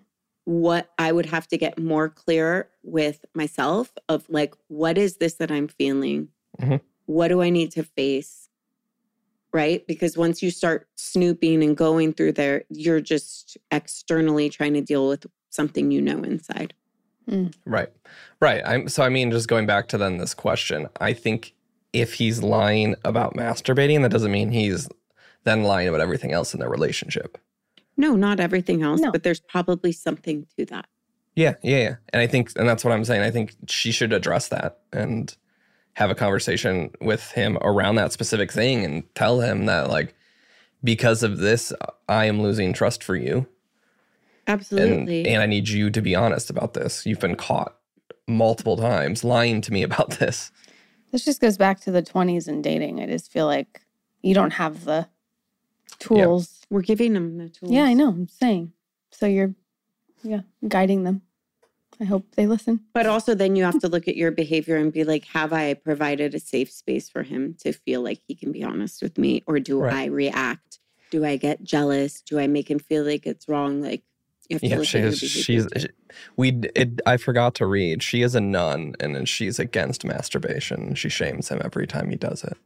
[SPEAKER 6] what I would have to get more clear with myself of like, what is this that I'm feeling?
[SPEAKER 7] Mhm.
[SPEAKER 6] What do I need to face? right? Because once you start snooping and going through there, you're just externally trying to deal with something you know inside.
[SPEAKER 7] right right. I'm so I mean just going back to then this question. I think if he's lying about masturbating, that doesn't mean he's then lying about everything else in their relationship.
[SPEAKER 6] No, not everything else,
[SPEAKER 1] No.
[SPEAKER 6] but there's probably something to that.
[SPEAKER 7] Yeah, yeah, yeah. And I think, and that's what I'm saying. I think she should address that and have a conversation with him around that specific thing and tell him that, like, because of this, I am losing trust for you. And,
[SPEAKER 6] Absolutely.
[SPEAKER 7] and I need you to be honest about this. You've been caught multiple times lying to me about this.
[SPEAKER 1] This just goes back to the 20s and dating. I just feel like you don't have the tools.
[SPEAKER 6] We're giving them the tools.
[SPEAKER 1] Yeah, I know. I'm saying. So you're, yeah, guiding them. I hope they listen.
[SPEAKER 6] But also, then you have to look at your behavior and be like, have I provided a safe space for him to feel like he can be honest with me? Or do
[SPEAKER 7] Right.
[SPEAKER 6] I react? Do I get jealous? Do I make him feel like it's wrong? Like, you have to
[SPEAKER 7] Yeah,
[SPEAKER 6] look
[SPEAKER 7] she
[SPEAKER 6] at your
[SPEAKER 7] is.
[SPEAKER 6] behavior
[SPEAKER 7] She's.
[SPEAKER 6] too.
[SPEAKER 7] She, we. d- It, I forgot to read. She is a nun, and then she's against masturbation. She shames him every time he does it.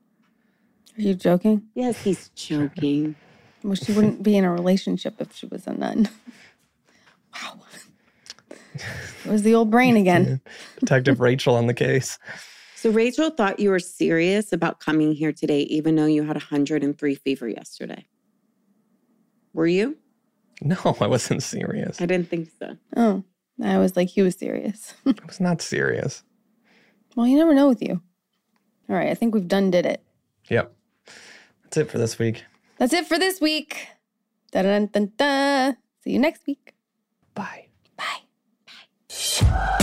[SPEAKER 1] Are you joking?
[SPEAKER 6] yes, he's joking.
[SPEAKER 1] Well, she wouldn't be in a relationship if she was a nun. wow. It was the old brain again.
[SPEAKER 7] Detective Rachel on the case.
[SPEAKER 6] So Rachel thought you were serious about coming here today, even though you had 103 fever yesterday. Were you?
[SPEAKER 7] No, I wasn't serious.
[SPEAKER 6] I didn't think so.
[SPEAKER 1] Oh, I was like, he was serious.
[SPEAKER 7] I was not serious.
[SPEAKER 1] well, you never know with you. All right, I think we've done did it.
[SPEAKER 7] Yep. That's it for this week.
[SPEAKER 1] That's it for this week. Dun-dun-dun-dun. See you next week.
[SPEAKER 7] Bye.
[SPEAKER 1] Bye.